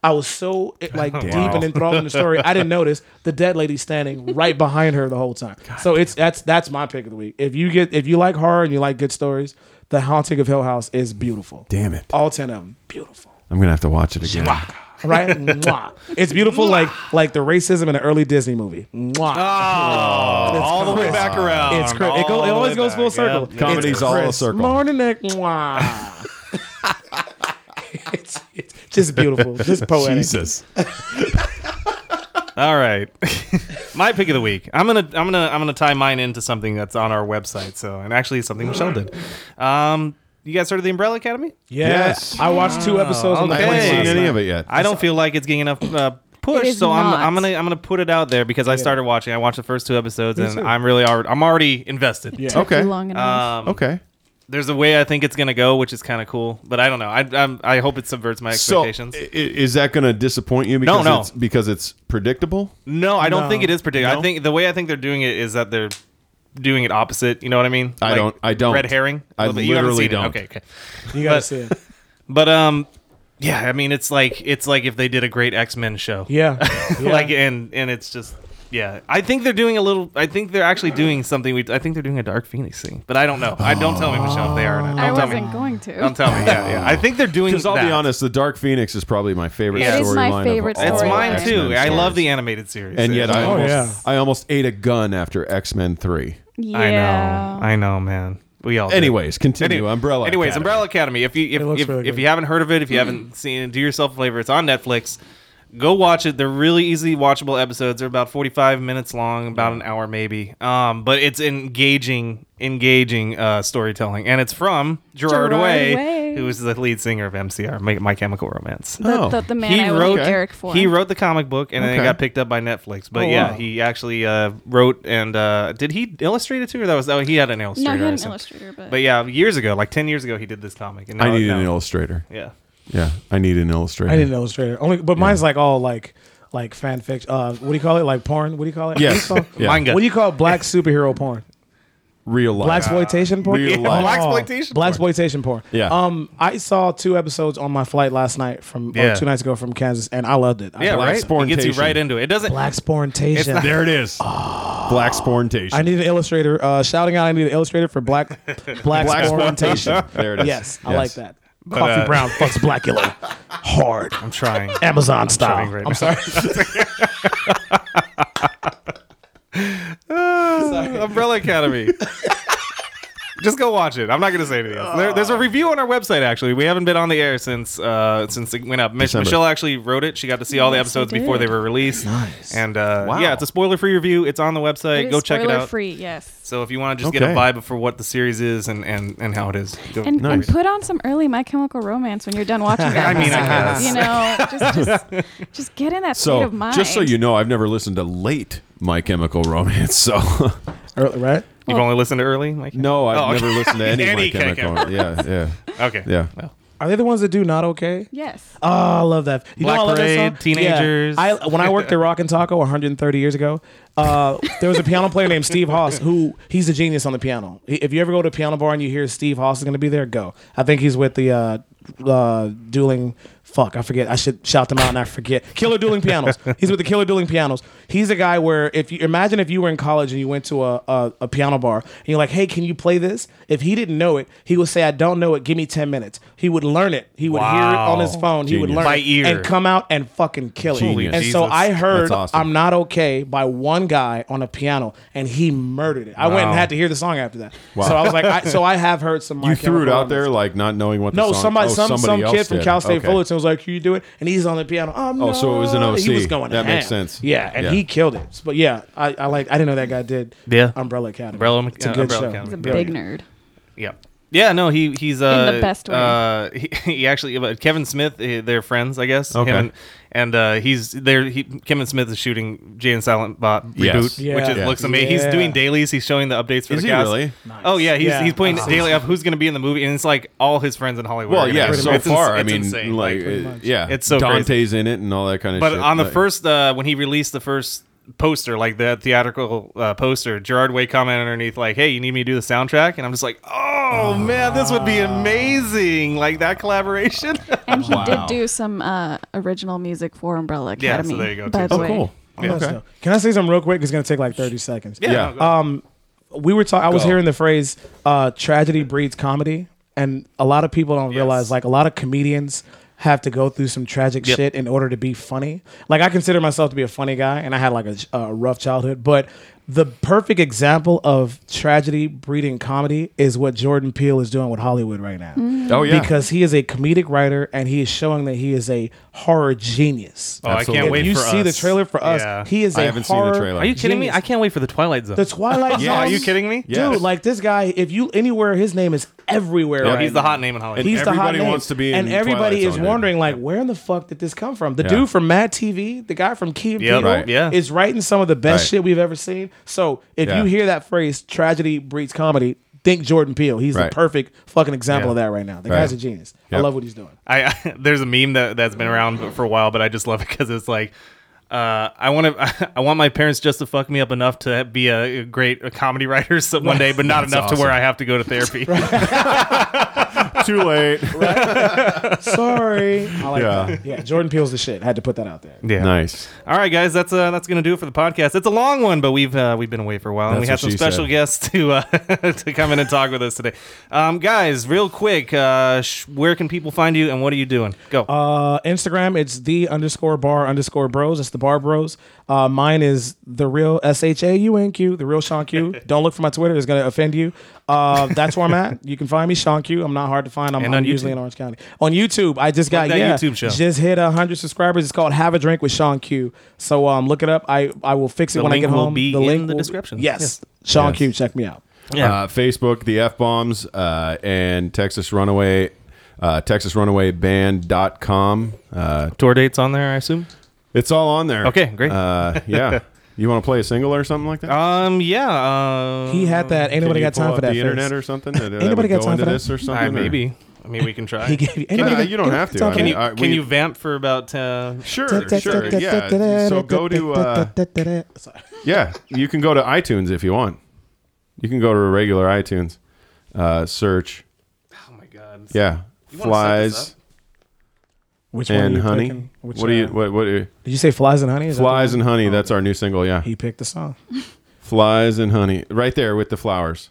D: I was so it, like deep and enthralled in the story, I didn't notice the dead lady standing right behind her the whole time. so it's that's that's my pick of the week. If you get if you like horror and you like good stories, The Haunting of Hill House is beautiful.
C: Damn it!
D: All ten of them, beautiful.
C: I'm gonna have to watch it again.
D: Right? Mwah. It's beautiful, like like the racism in an early Disney movie. Mwah.
A: Ah. all the way back around.
D: It's cra- it, go, it always goes full circle.
C: Comedy's
D: It's
C: all a
D: Chris
C: circle.
D: Martinek. Mwah. it's, it's just beautiful, just poetic.
C: Jesus.
D: Oh.
A: All right, my pick of the week. I'm gonna I'm gonna I'm gonna tie mine into something that's on our website. So, and actually, it's something Michelle did. Um, you guys heard of the Umbrella Academy?
D: Yes. I watched two episodes on the
A: okay.
C: I haven't
D: plane
A: Hey.
C: seen
D: last
C: any
D: night.
C: of it yet.
A: I don't feel like it's getting enough uh,
F: It
A: push,
F: is
A: so I'm,
F: not.
A: I'm gonna I'm gonna put it out there because I started watching. I watched the first two episodes, and I'm really already I'm already invested.
D: Yeah.
C: okay.
F: Long
A: Um,
F: enough.
C: Okay.
A: There's a way I think it's gonna go, which is kind of cool, but I don't know. I I'm, I hope it subverts my
C: So, i-
A: expectations.
C: i- is that going to disappoint you? Because
A: no.
C: It's, because it's predictable.
A: no, I don't
D: No.
A: think it is particular.
C: No?
A: I think the way I think they're doing it is that they're doing it opposite. You know what I mean?
C: I
A: Like,
C: don't- I don't.
A: Red herring.
C: I
A: Well, you haven't
C: literally
A: seen it.
C: don't.
A: Okay. Okay.
D: You gotta
A: But-
D: see it.
A: But um, yeah. I mean, it's like it's like if they did a great X Men show.
D: Yeah. yeah.
A: like and and it's just yeah i think they're doing a little i think they're actually doing something we i think they're doing a dark phoenix thing but i don't know i don't
C: Oh.
A: tell me michelle if they are or not
F: I
A: don't tell
F: wasn't
A: me
F: going to.
A: don't tell me yeah yeah i think they're doing
C: Because I'll be
A: that.
C: honest, the Dark Phoenix is probably my favorite
A: Yeah. It
F: is my
C: storyline. of
F: favorite
C: all
A: it's
F: storyline.
A: mine
C: X-Men
A: too i
C: stories.
A: love the animated series
C: And yet, I
D: Oh,
C: almost,
D: yeah.
C: I almost ate a gun after X Men Three.
F: yeah.
A: i know i know man we all do.
C: Anyways, continue. Umbrella.
A: Anyways,
C: Academy.
A: Umbrella Academy. If you if,
D: It looks
A: if,
D: really
A: if
D: good.
A: you haven't heard of it, if you haven't seen it, do yourself a favor. It's on Netflix. Go watch it. They're really easy watchable episodes. They're about forty five minutes long, about
F: Mm.
A: an hour maybe. Um, but it's engaging, engaging uh, storytelling, and it's from Gerard,
F: Gerard
A: Way,
F: Way.
A: who is the lead singer of MCR, My, My Chemical Romance.
F: The,
C: Oh.
F: the, the man I wrote Eric for.
A: He wrote the comic book, and then it
C: Okay.
A: got picked up by Netflix. But
D: Oh,
A: yeah,
D: wow.
A: he actually uh, wrote and uh, did he illustrate it too, or that was that he had an illustrator?
F: No, he had
A: or
F: an
A: something.
F: illustrator, but,
A: But yeah, years ago, like ten years ago, he did this comic. And now,
C: I needed
A: now-
C: an illustrator.
A: Yeah.
C: Yeah, I need an illustrator.
D: I need an illustrator. Only, but mine's like all like like fan fiction. Uh, what do you call it? Like porn? What do you call it?
C: Yes.
D: What do you call-
C: Yeah.
A: Manga.
D: What do you call black superhero porn?
C: real life.
D: Black exploitation porn. Oh.
C: real Yeah, life.
A: blaxploitation
D: Black exploitation porn.
C: Yeah.
D: Um, I saw two episodes on my flight last night from or
A: Yeah.
D: two nights ago from Kansas, and I loved it. I
A: yeah, right. It gets you
C: Blaxportation.
A: right into it. It doesn't.
D: Black sporntation.
C: There it is. Black sporntation.
D: I need an illustrator. Uh, shouting out, I need an illustrator for black black,
C: Black
D: sporntation.
C: sporntation. there it is.
D: Yes, I like that.
A: uh,
D: Coffee brown fucks blackula hard.
A: I'm trying.
D: Amazon style.
A: trying right
D: I'm
A: now.
D: sorry.
A: Umbrella Academy. Just go watch it. I'm not going to say anything else. There- there's a review on our website. Actually, we haven't been on the air since uh, since it went up. Mich-
C: December.
A: Michelle actually wrote it. She got to see all the
F: Yes, I
A: episodes before they
F: did.
A: were released. Nice. And uh, yeah, it's a spoiler free review. It's on the website.
F: It is
A: go check it
F: spoiler
A: out.
F: free, yes.
A: So if you want to just get a
C: Okay.
A: vibe for what the series is and and, and how it is, go-
F: And,
C: Nice.
F: and put on some early My Chemical Romance when you're done watching that.
A: I mean, I
F: episode. You know, just, just, just get in that state
C: So,
F: of mind.
C: just so you know, I've never listened to late My Chemical Romance. So,
D: Early, right?
A: you've only listened to early. Mike?
C: no, I've
A: Oh, okay.
C: never listened to any,
A: Any
C: My Chemical. Romance. Yeah, yeah,
A: Okay.
C: yeah.
A: Well,
D: Are they the ones that do not okay?
F: Yes.
D: Oh, I love that. You
A: Black
D: know, I love
A: Parade,
D: that song?
A: Teenagers.
D: Yeah. I when I worked at Rock and Taco 130 years ago, uh, there was a piano player named Steve Haas who he's a genius on the piano. He- If you ever go to a piano bar and you hear Steve Haas is going to be there, go. I think he's with the uh, uh, dueling. Fuck, I forget. I should shout them out and I forget. Killer Dueling Pianos. He's with the Killer Dueling Pianos. He's a guy where if you imagine if you were in college and you went to a, a, a piano bar and you're like, hey, can you play this? If he didn't know it, he would say, I don't know it. Give me 10 minutes. He would learn it. He would hear it on his
A: Wow.
D: phone. He would
C: Genius.
D: learn
A: By
D: it
A: ear.
D: and come out and fucking kill it.
C: Holy
A: Genius.
D: And so
A: Jesus.
D: I heard
C: That's awesome.
D: "I'm Not Okay" by one guy on a piano, and he murdered it. I went
A: Wow.
D: and had to hear the song after that. So I was like, I, so I have heard some. My
C: You threw it
D: Chemical
C: out there
D: Romance.
C: like not knowing what. The
D: No,
C: song,
D: somebody,
C: oh,
D: some some
C: somebody
D: kid
C: else
D: from
C: did.
D: Cal State
C: Okay.
D: Fullerton was like, "Can you do it?" And he's on the piano. I'm
C: Oh, so it was an
D: not-" He
C: OC.
D: was going.
C: That makes
D: ham.
C: sense.
D: Yeah, and
C: Yeah.
D: he killed it. But yeah, I, I like. I didn't know that guy did.
A: Yeah.
D: Umbrella Academy.
A: Umbrella-
D: It's a
A: uh,
D: good
A: Umbrella
D: show.
A: Academy.
F: He's a
A: Yeah.
F: big nerd.
A: Yeah. Yeah, no, he he's uh,
F: the best way.
A: uh he, he actually but Kevin Smith eh, they're friends, I guess.
C: Okay.
A: and, and uh he's there he Kevin Smith is shooting Jay and Silent Bob
C: Yes.
A: reboot,
D: Yeah.
A: which is,
D: Yeah.
A: looks amazing. He's
D: Yeah.
A: doing dailies, he's showing the updates for
C: Is
A: the
C: he
A: cast.
C: really?
A: Oh yeah, he's
D: Yeah.
A: he's playing
D: Wow.
A: daily of who's going to be in the movie and it's like all his friends in Hollywood.
C: Well,
A: are gonna
C: yeah.
A: be in it.
C: So
A: It's ins-
C: far, I
A: it's
C: mean,
A: insane.
C: like, uh, yeah,
A: It's so
C: Dante's
A: crazy.
C: in it and all that kind of.
A: But
C: shit.
A: on the
C: Like-
A: first, uh, when he released the first poster, like the theatrical uh, poster, Gerard Way commented underneath, like, "Hey, you need me to do the soundtrack?" And I'm just like, "Oh man, this would be amazing! Like that collaboration."
F: And he did do some uh, original music for Umbrella
A: Yeah, so
F: Academy.
A: there you go,
F: By
A: too.
F: the
A: Oh,
F: way.
C: cool.
D: Oh, that's dope. Can I say something real quick? It's gonna take like 30 seconds.
A: yeah.
C: Yeah.
A: no, go ahead.
D: we were talking. I was
C: Go.
D: hearing the phrase uh, "tragedy breeds comedy," and a lot of people don't realize like a lot of comedians have to go through some tragic
A: Yep.
D: shit in order to be funny. Like I consider myself to be a funny guy, and I had like a, a rough childhood, but. The perfect example of tragedy breeding comedy is what Jordan Peele is doing with Hollywood right now.
C: Oh yeah.
D: Because he is a comedic writer and he is showing that he is a horror genius.
A: oh, I
C: Absolutely.
A: can't
D: if
A: wait.
D: you
A: for
D: see the
A: us.
D: trailer for us,
A: Yeah.
D: he is a
C: I haven't seen the
D: horror
C: trailer.
A: Are you kidding me?
D: genius.
A: I can't wait for the Twilight Zone.
D: The Twilight Zone.
A: Are you kidding me?
C: Yes.
D: Dude, like this guy, if you anywhere, his name is everywhere.
C: Yeah,
D: right
A: He's the
D: now.
A: hot name in Hollywood.
D: He's the hot
C: Everybody
D: name.
C: wants to be in
D: and everybody
C: Twilight Zone,
D: is
C: dude.
D: wondering, like, where in the fuck did this come from? The
C: Yeah.
D: dude from Mad TV, the guy from Key and
A: Yeah,
D: Peele,
A: right. Yeah.
D: is writing some of the best
C: Right.
D: shit we've ever seen. So if
C: Yeah.
D: you hear that phrase, tragedy breeds comedy, think Jordan Peele. He's
C: Right.
D: the perfect fucking example
A: Yeah.
D: of that right now. The
C: Right.
D: guy's a genius. I
C: Yep.
D: love what he's doing.
A: I, I there's a meme that that's been around for a while, but I just love it because it's like. Uh, I want to. I want my parents just to fuck me up enough to be a, a great comedy writer some, one day, but not enough to where I have to go to therapy.
C: too late.
D: Sorry. I like
C: Yeah.
D: that. Yeah, Jordan Peele's the shit. I had to put that out there.
A: Yeah.
C: Nice.
A: All right, guys, that's uh, that's gonna do it for the podcast. It's a long one, but we've uh, we've been away for a while, and
C: That's
A: we have some
C: what she
A: special
C: said.
A: guests to uh, to come in and talk with us today. Um, guys, real quick, uh, sh- where can people find you, and what are you doing? Go.
D: Uh, Instagram, it's the underscore bar underscore bros. It's the bar bros. Uh, mine is the real S H A U N Q, the real Sean Q. Don't look for my Twitter; it's going to offend you. Uh, that's where I'm at. You can find me Sean Q. I'm not hard to find. I'm,
A: And on
D: I'm usually
A: YouTube.
D: in Orange County. On YouTube, I just got
A: that
D: yeah,
A: YouTube show.
D: just hit hundred subscribers. It's called Have a Drink with Sean Q. So um, look it up. I I will fix it
A: The
D: when I
A: link
D: get
A: will
D: home.
A: be
D: the
A: in
D: link
A: the
D: will-
A: description.
D: Yes, Sean
C: Yes.
D: Q. Check me out.
A: Yeah.
C: Uh, Facebook, the F bombs, uh, and Texas Runaway, uh, TexasRunawayBand.com. Uh,
A: Tour dates on there, I assume.
C: it's all on there.
A: Okay, great.
C: Uh, yeah. you want to play a single or something like that?
A: Um, yeah. Uh,
D: He had that. Ain't
C: Can
D: nobody
C: you
D: got
C: pull
D: time
C: up
D: for that.
C: The
D: face.
C: internet or something? That- that
D: Anybody
C: would
D: got
C: go
D: time
C: into
D: for that?
C: this or something?
A: I,
C: or-
A: maybe. I mean, we can try.
D: He gave you.
C: Nah,
D: anybody got-
C: you don't have to. I
A: can
C: mean,
A: you
C: I-
A: can
C: we-
A: you vamp for about? Uh,
C: Sure, sure. Yeah. So go to uh, yeah. You can go to iTunes if you want. You can go to regular iTunes, uh, search
A: oh my god.
C: yeah
A: wanna set this
C: flies
D: Which one are
C: and
D: you
C: honey.
D: picking? Which,
C: What do you
D: uh,
C: what what? Are,
D: Did you say flies and honey? Is that the
C: Flies
D: one?
C: and Honey. That's our new single. Yeah.
D: He picked the song.
C: Flies and Honey. Right there with the flowers.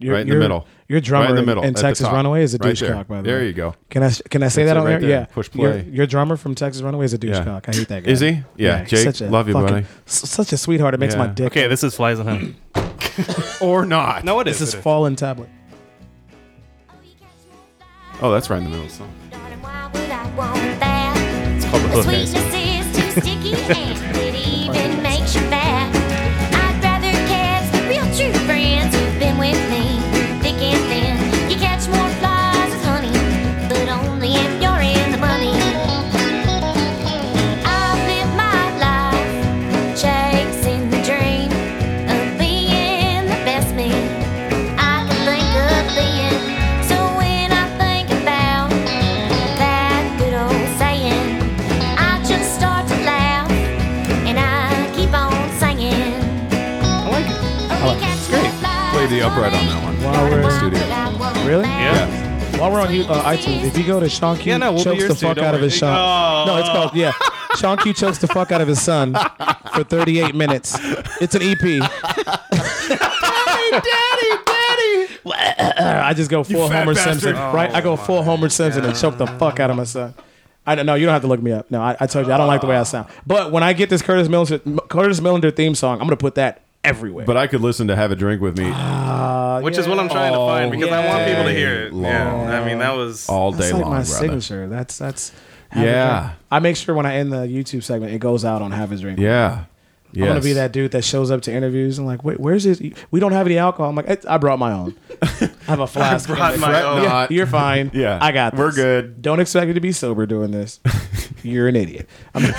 D: Your-
C: right in the
D: your-
C: middle.
D: Your drummer
C: right in the middle.
D: in
C: at the
D: Texas
C: top.
D: Runaway is a
C: Right
D: douchecock,
C: there.
D: by the way.
C: There you go.
D: Can I can I say
C: That's it
D: that on
C: right
D: there?
C: there.
D: Yeah.
C: Push
D: Your-
C: play.
D: Your, drummer from Texas Runaway is a douchecock. I hate that guy.
C: Is he? Yeah.
D: he's
C: Jake,
D: such a
C: love you,
D: fucking-
C: buddy.
D: s- Such a sweetheart. It makes my
C: Yeah.
D: dick.
A: Okay, this is flies and honey.
C: Or not.
A: No, it is.
D: This is
A: it is.
D: fallen tablet.
C: Oh, that's right in the middle of the song.
A: It's called the hook, guys.
B: Chasing the dream of being the best me. I can think of being. So when I think about that good old saying, I just start to laugh and I keep on singing.
A: I like it.
B: Oh, it's great.
C: Played the upright on that one.
D: Wow, we're-
C: Studio.
D: Really?
A: Yeah.
D: While we're on you, uh, iTunes, if you go to Sean Q
A: Yeah, no, we'll do
D: chokes
A: yours
D: the
A: too,
D: fuck
A: don't
D: out of
A: worry.
D: his son.
A: Oh.
D: No, it's called yeah. Sean Q chokes the fuck out of his son for 38 minutes. It's an E EP. daddy, daddy, daddy. I just go full
C: fat
D: Homer
C: bastard.
D: Simpson, right? I
A: Oh,
D: go full Homer Simpson and choke the fuck out of my son. I don't know. You don't have to look me up. No, I, I told you I don't like the way I sound. But when I get this Curtis Millender, Curtis Millender theme song, I'm gonna put that everywhere.
C: But I could listen to Have a Drink with Me
D: Ah,
A: Which is what I'm trying to
D: Oh,
A: find because I want people to hear it.
C: Long.
A: Yeah. I mean, that was.
C: all
D: That's
C: day
D: like
C: long,
D: my
C: brother.
D: signature. That's that's. have a
C: Yeah.
D: drink. I make sure when I end the YouTube segment, it goes out on have a drink.
C: Yeah. Yes.
D: I'm gonna be that dude that shows up to interviews and like, wait, where's this? We don't have any alcohol. I'm like, "It's- I brought my own. I have a flask.
A: brought my
C: Fret
A: own.
D: Yeah,
C: not.
D: you're fine.
C: Yeah.
D: I got. This.
C: We're good.
D: Don't expect me to be sober doing this. You're an idiot. I, mean,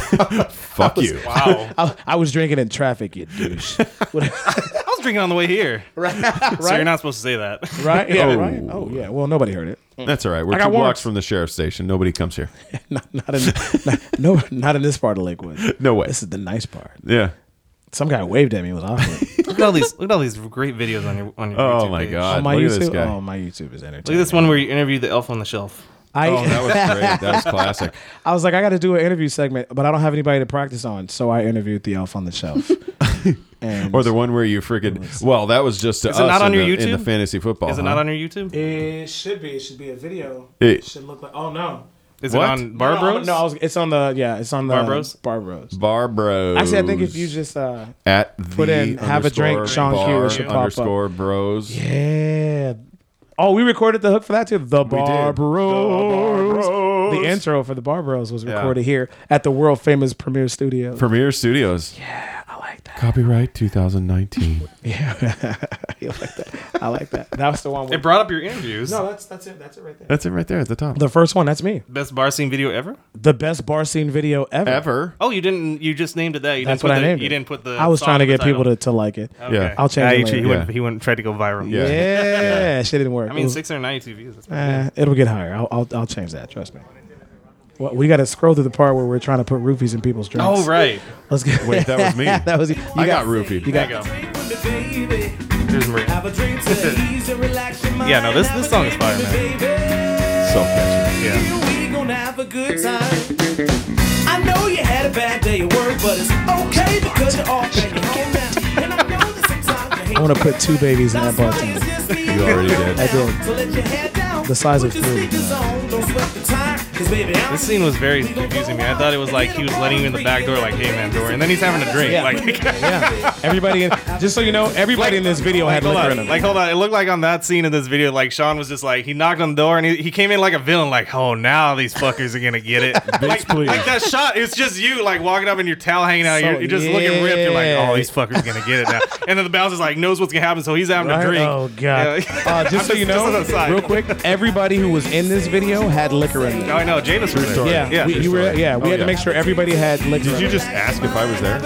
C: Fuck you.
A: Wow.
D: I, I was drinking in traffic, you douche. What-
A: I was drinking on the way here. Right. So you're not supposed to say that.
D: right? Yeah.
C: Oh.
D: Right. Oh yeah. Well, nobody heard it.
C: That's all right. We're
D: I got
C: two blocks
D: warrants.
C: from the sheriff's station. Nobody comes here.
D: Not, not in. not- no. Not in this part of Lakewood.
C: No way.
D: This is the nice part.
C: Yeah.
D: Some guy waved at me. It was awkward.
A: Look at all these. Look at all these great videos on your on your.
C: Oh
A: YouTube
C: my
A: page.
C: god.
D: on my
C: Look
D: YouTube.
C: at this guy.
D: Oh, my YouTube is entertaining.
A: Look at this one where you interview the elf on the shelf.
D: I,
C: Oh, that was great. That was classic.
D: I was like, I got to do an interview segment, but I don't have anybody to practice on, so I interviewed the elf on the shelf. and
C: Or the one where you freaking well, that was just to
A: Is
C: us
A: it not on
C: in,
A: your
C: the, in the
A: YouTube?
C: fantasy football.
A: Is it not on your YouTube?
D: it should be. It should be a video.
C: It-
D: should look like. Oh no.
A: Is
C: What?
A: it on
D: No,
A: Barbros?
D: no, I was, it's on the yeah, it's on the
A: Barbros?
D: Barbros.
C: Bar bros.
D: Actually, I think if you just uh,
C: at the
D: put in have a drink,
C: underscore
D: Sean Q, it
C: bar
D: should pop up.
C: underscore bros.
D: yeah. Oh, we recorded the hook for that too. The Barbros. The, intro for the Barbros was recorded here at the world famous Premiere Studio.
C: Premier Studios. Yeah, I like that. Copyright 2019.
D: I like that. I like that. That was the one. Where,
A: It brought up your interviews.
D: no, that's that's it. That's it right there.
C: That's it right there at the top.
D: The first one, that's me.
A: Best bar scene video ever.
D: The best bar scene video ever.
C: Ever.
A: Oh, you didn't. You just named it that. You didn't
D: That's
A: put
D: what I
A: the,
D: named
A: You
D: it.
A: didn't put the.
D: I was
A: song
D: trying to
A: in the
D: get people
A: title. Oh.
D: to, to like it.
C: Yeah.
D: I'll change
A: Yeah,
D: it
A: he, he
D: later.
A: went.
C: Yeah.
A: He went. Tried to go viral.
C: Yeah.
D: Yeah. shit didn't work.
A: I
D: It
A: mean,
D: was-
A: 692 views. That's pretty
D: eh, it'll get higher. I'll, I'll I'll change that. Trust me. Well, we got to scroll through the part where we're trying to put roofies in people's
A: good.
D: drinks.
A: Oh right.
D: Let's get.
C: Wait, that was me.
D: that was you.
C: I got, roofied.
D: You
A: There
D: got.
A: you go. There's Maria. Yeah, no, this this song is fire, man.
C: so catchy.
A: Yeah.
J: We gonna have a good time. I know you had a bad day at work, but it's okay because you're all back at home now. And I know that sometimes you hate
D: I want to put two babies in that bar scene.
J: just me
C: You already did.
D: I did.
J: So let your head down.
D: The size of
J: Put your
D: three.
J: sneakers on. Don't sweat the time. Cause baby, I'm
A: This scene was very confusing me. I thought it was like he was letting you in the back door, like, "Hey, man, door," and then he's having a drink.
D: Yeah.
A: Like,
D: yeah. Everybody, in, just so you know, everybody in this video had
A: hold
D: liquor in
A: on.
D: them.
A: Like, hold on. It looked like on that scene in this video, like Sean was just like he knocked on the door and he, he came in like a villain, like, "Oh, now these fuckers are gonna get it." like,
D: please.
A: like that shot, it's just you like walking up in your towel hanging out.
D: So-
A: you're, you're just looking ripped. You're like,
D: yeah.
A: "Oh, these fuckers are gonna get it now." And then the bouncer's like knows what's gonna happen, so he's having
I: Right?
A: a drink.
I: Oh, God.
A: Yeah.
D: Uh, just so you know,
A: just as an aside.
D: real quick, everybody who was in this video had liquor in
A: Oh,
D: them.
A: I know. Jada's was there.
D: Yeah,
A: yeah.
D: we, you were. Yeah, we
C: Oh,
D: had
C: yeah.
D: to make sure everybody had liquor.
C: Did
D: in
C: you
D: them.
C: just ask if I was there?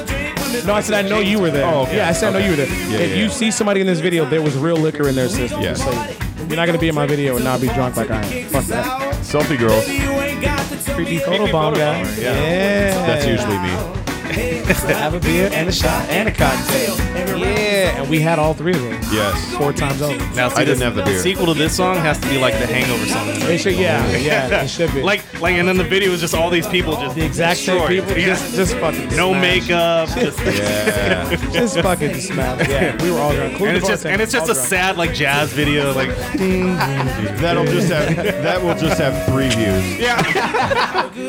D: No, I said I know you were there.
C: Oh, okay.
D: yeah, I said I know you were there.
C: Yeah,
D: if
C: yeah,
D: you
C: yeah.
D: see somebody in this video, there was real liquor in their system.
C: Yeah.
D: Just so you know. You're not gonna be in my video and not be drunk like I am. Fuck that.
C: Selfie girls.
D: Creepy photobomb guy. Yeah.
C: That's usually me.
D: Have a beer and a shot and a cocktail. Yeah, and we had all three of them.
C: Yes.
D: Four times over.
A: Now,
C: I didn't have the beer.
A: Sequel to this song has to be like the Hangover song.
D: They should, yeah, yeah, it should be.
A: Like, like, and then the video is just all these people just
D: the exact same
A: destroyed.
D: people,
A: Yeah.
D: just, just fucking
A: no
D: smash.
A: makeup. just-
C: Yeah.
D: just fucking smash. Yeah, we were all drunk.
A: and it's just and it's just a
D: set.
A: sad like jazz video like
C: That'll just have that will just have three views.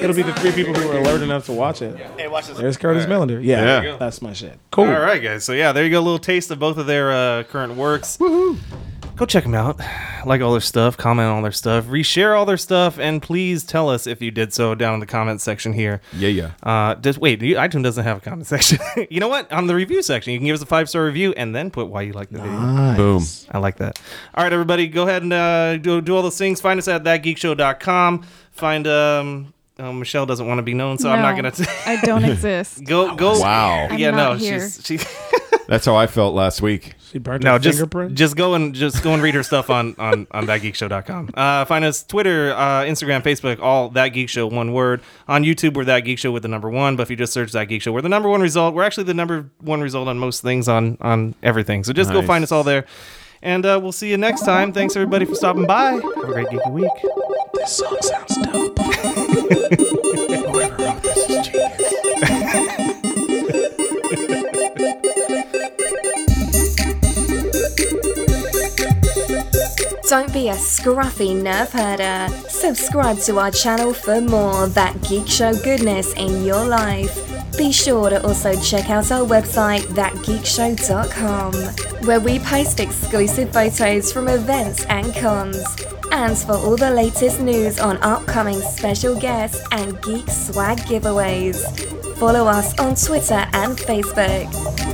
D: It'll be the three people who were alert enough to watch it.
A: hey watch this
D: There's Curtis Millender. Yeah,
C: Yeah.
D: that's my shit. Cool.
A: all right guys so yeah there you go a little taste of both of their uh, current works go check them out like all their stuff comment on all their stuff reshare all their stuff and please tell us if you did so down in the comment section here
C: Yeah, yeah.
A: Uh, just wait. the iTunes doesn't have a comment section. you know what? On the review section, you can give us a five star review and then put why you like the video.
C: Boom.
A: I like that. All right, everybody, go ahead and uh, do, do all those things. Find us at thatgeekshow.com. Find um, oh, Michelle doesn't want to be known, so I'm not gonna
F: No,
A: t-
F: I don't exist.
A: go go.
C: Wow.
F: I'm
A: Yeah,
F: not
A: no,
F: here.
A: she's she.
C: That's how I felt last week.
D: She burnt
A: No,
D: her
A: just
D: fingerprint.
A: just go and just go and read her stuff on on on thatgeekshow.com. Uh, find us Twitter, uh, Instagram, Facebook, all that geek show one word. On YouTube, we're that geek show with the number one. But if you just search that geek show, we're the number one result. We're actually the number one result on most things on on everything. So just go
C: Nice.
A: find us all there, and uh, we'll see you next time. Thanks everybody for stopping by. Have a great geeky week.
D: this song sounds dope.
K: Don't be a scruffy nerf herder. Subscribe to our channel for more That Geek Show goodness in your life. Be sure to also check out our website, thatgeekshow.com, where we post exclusive photos from events and cons. And for all the latest news on upcoming special guests and geek swag giveaways, follow us on Twitter and Facebook.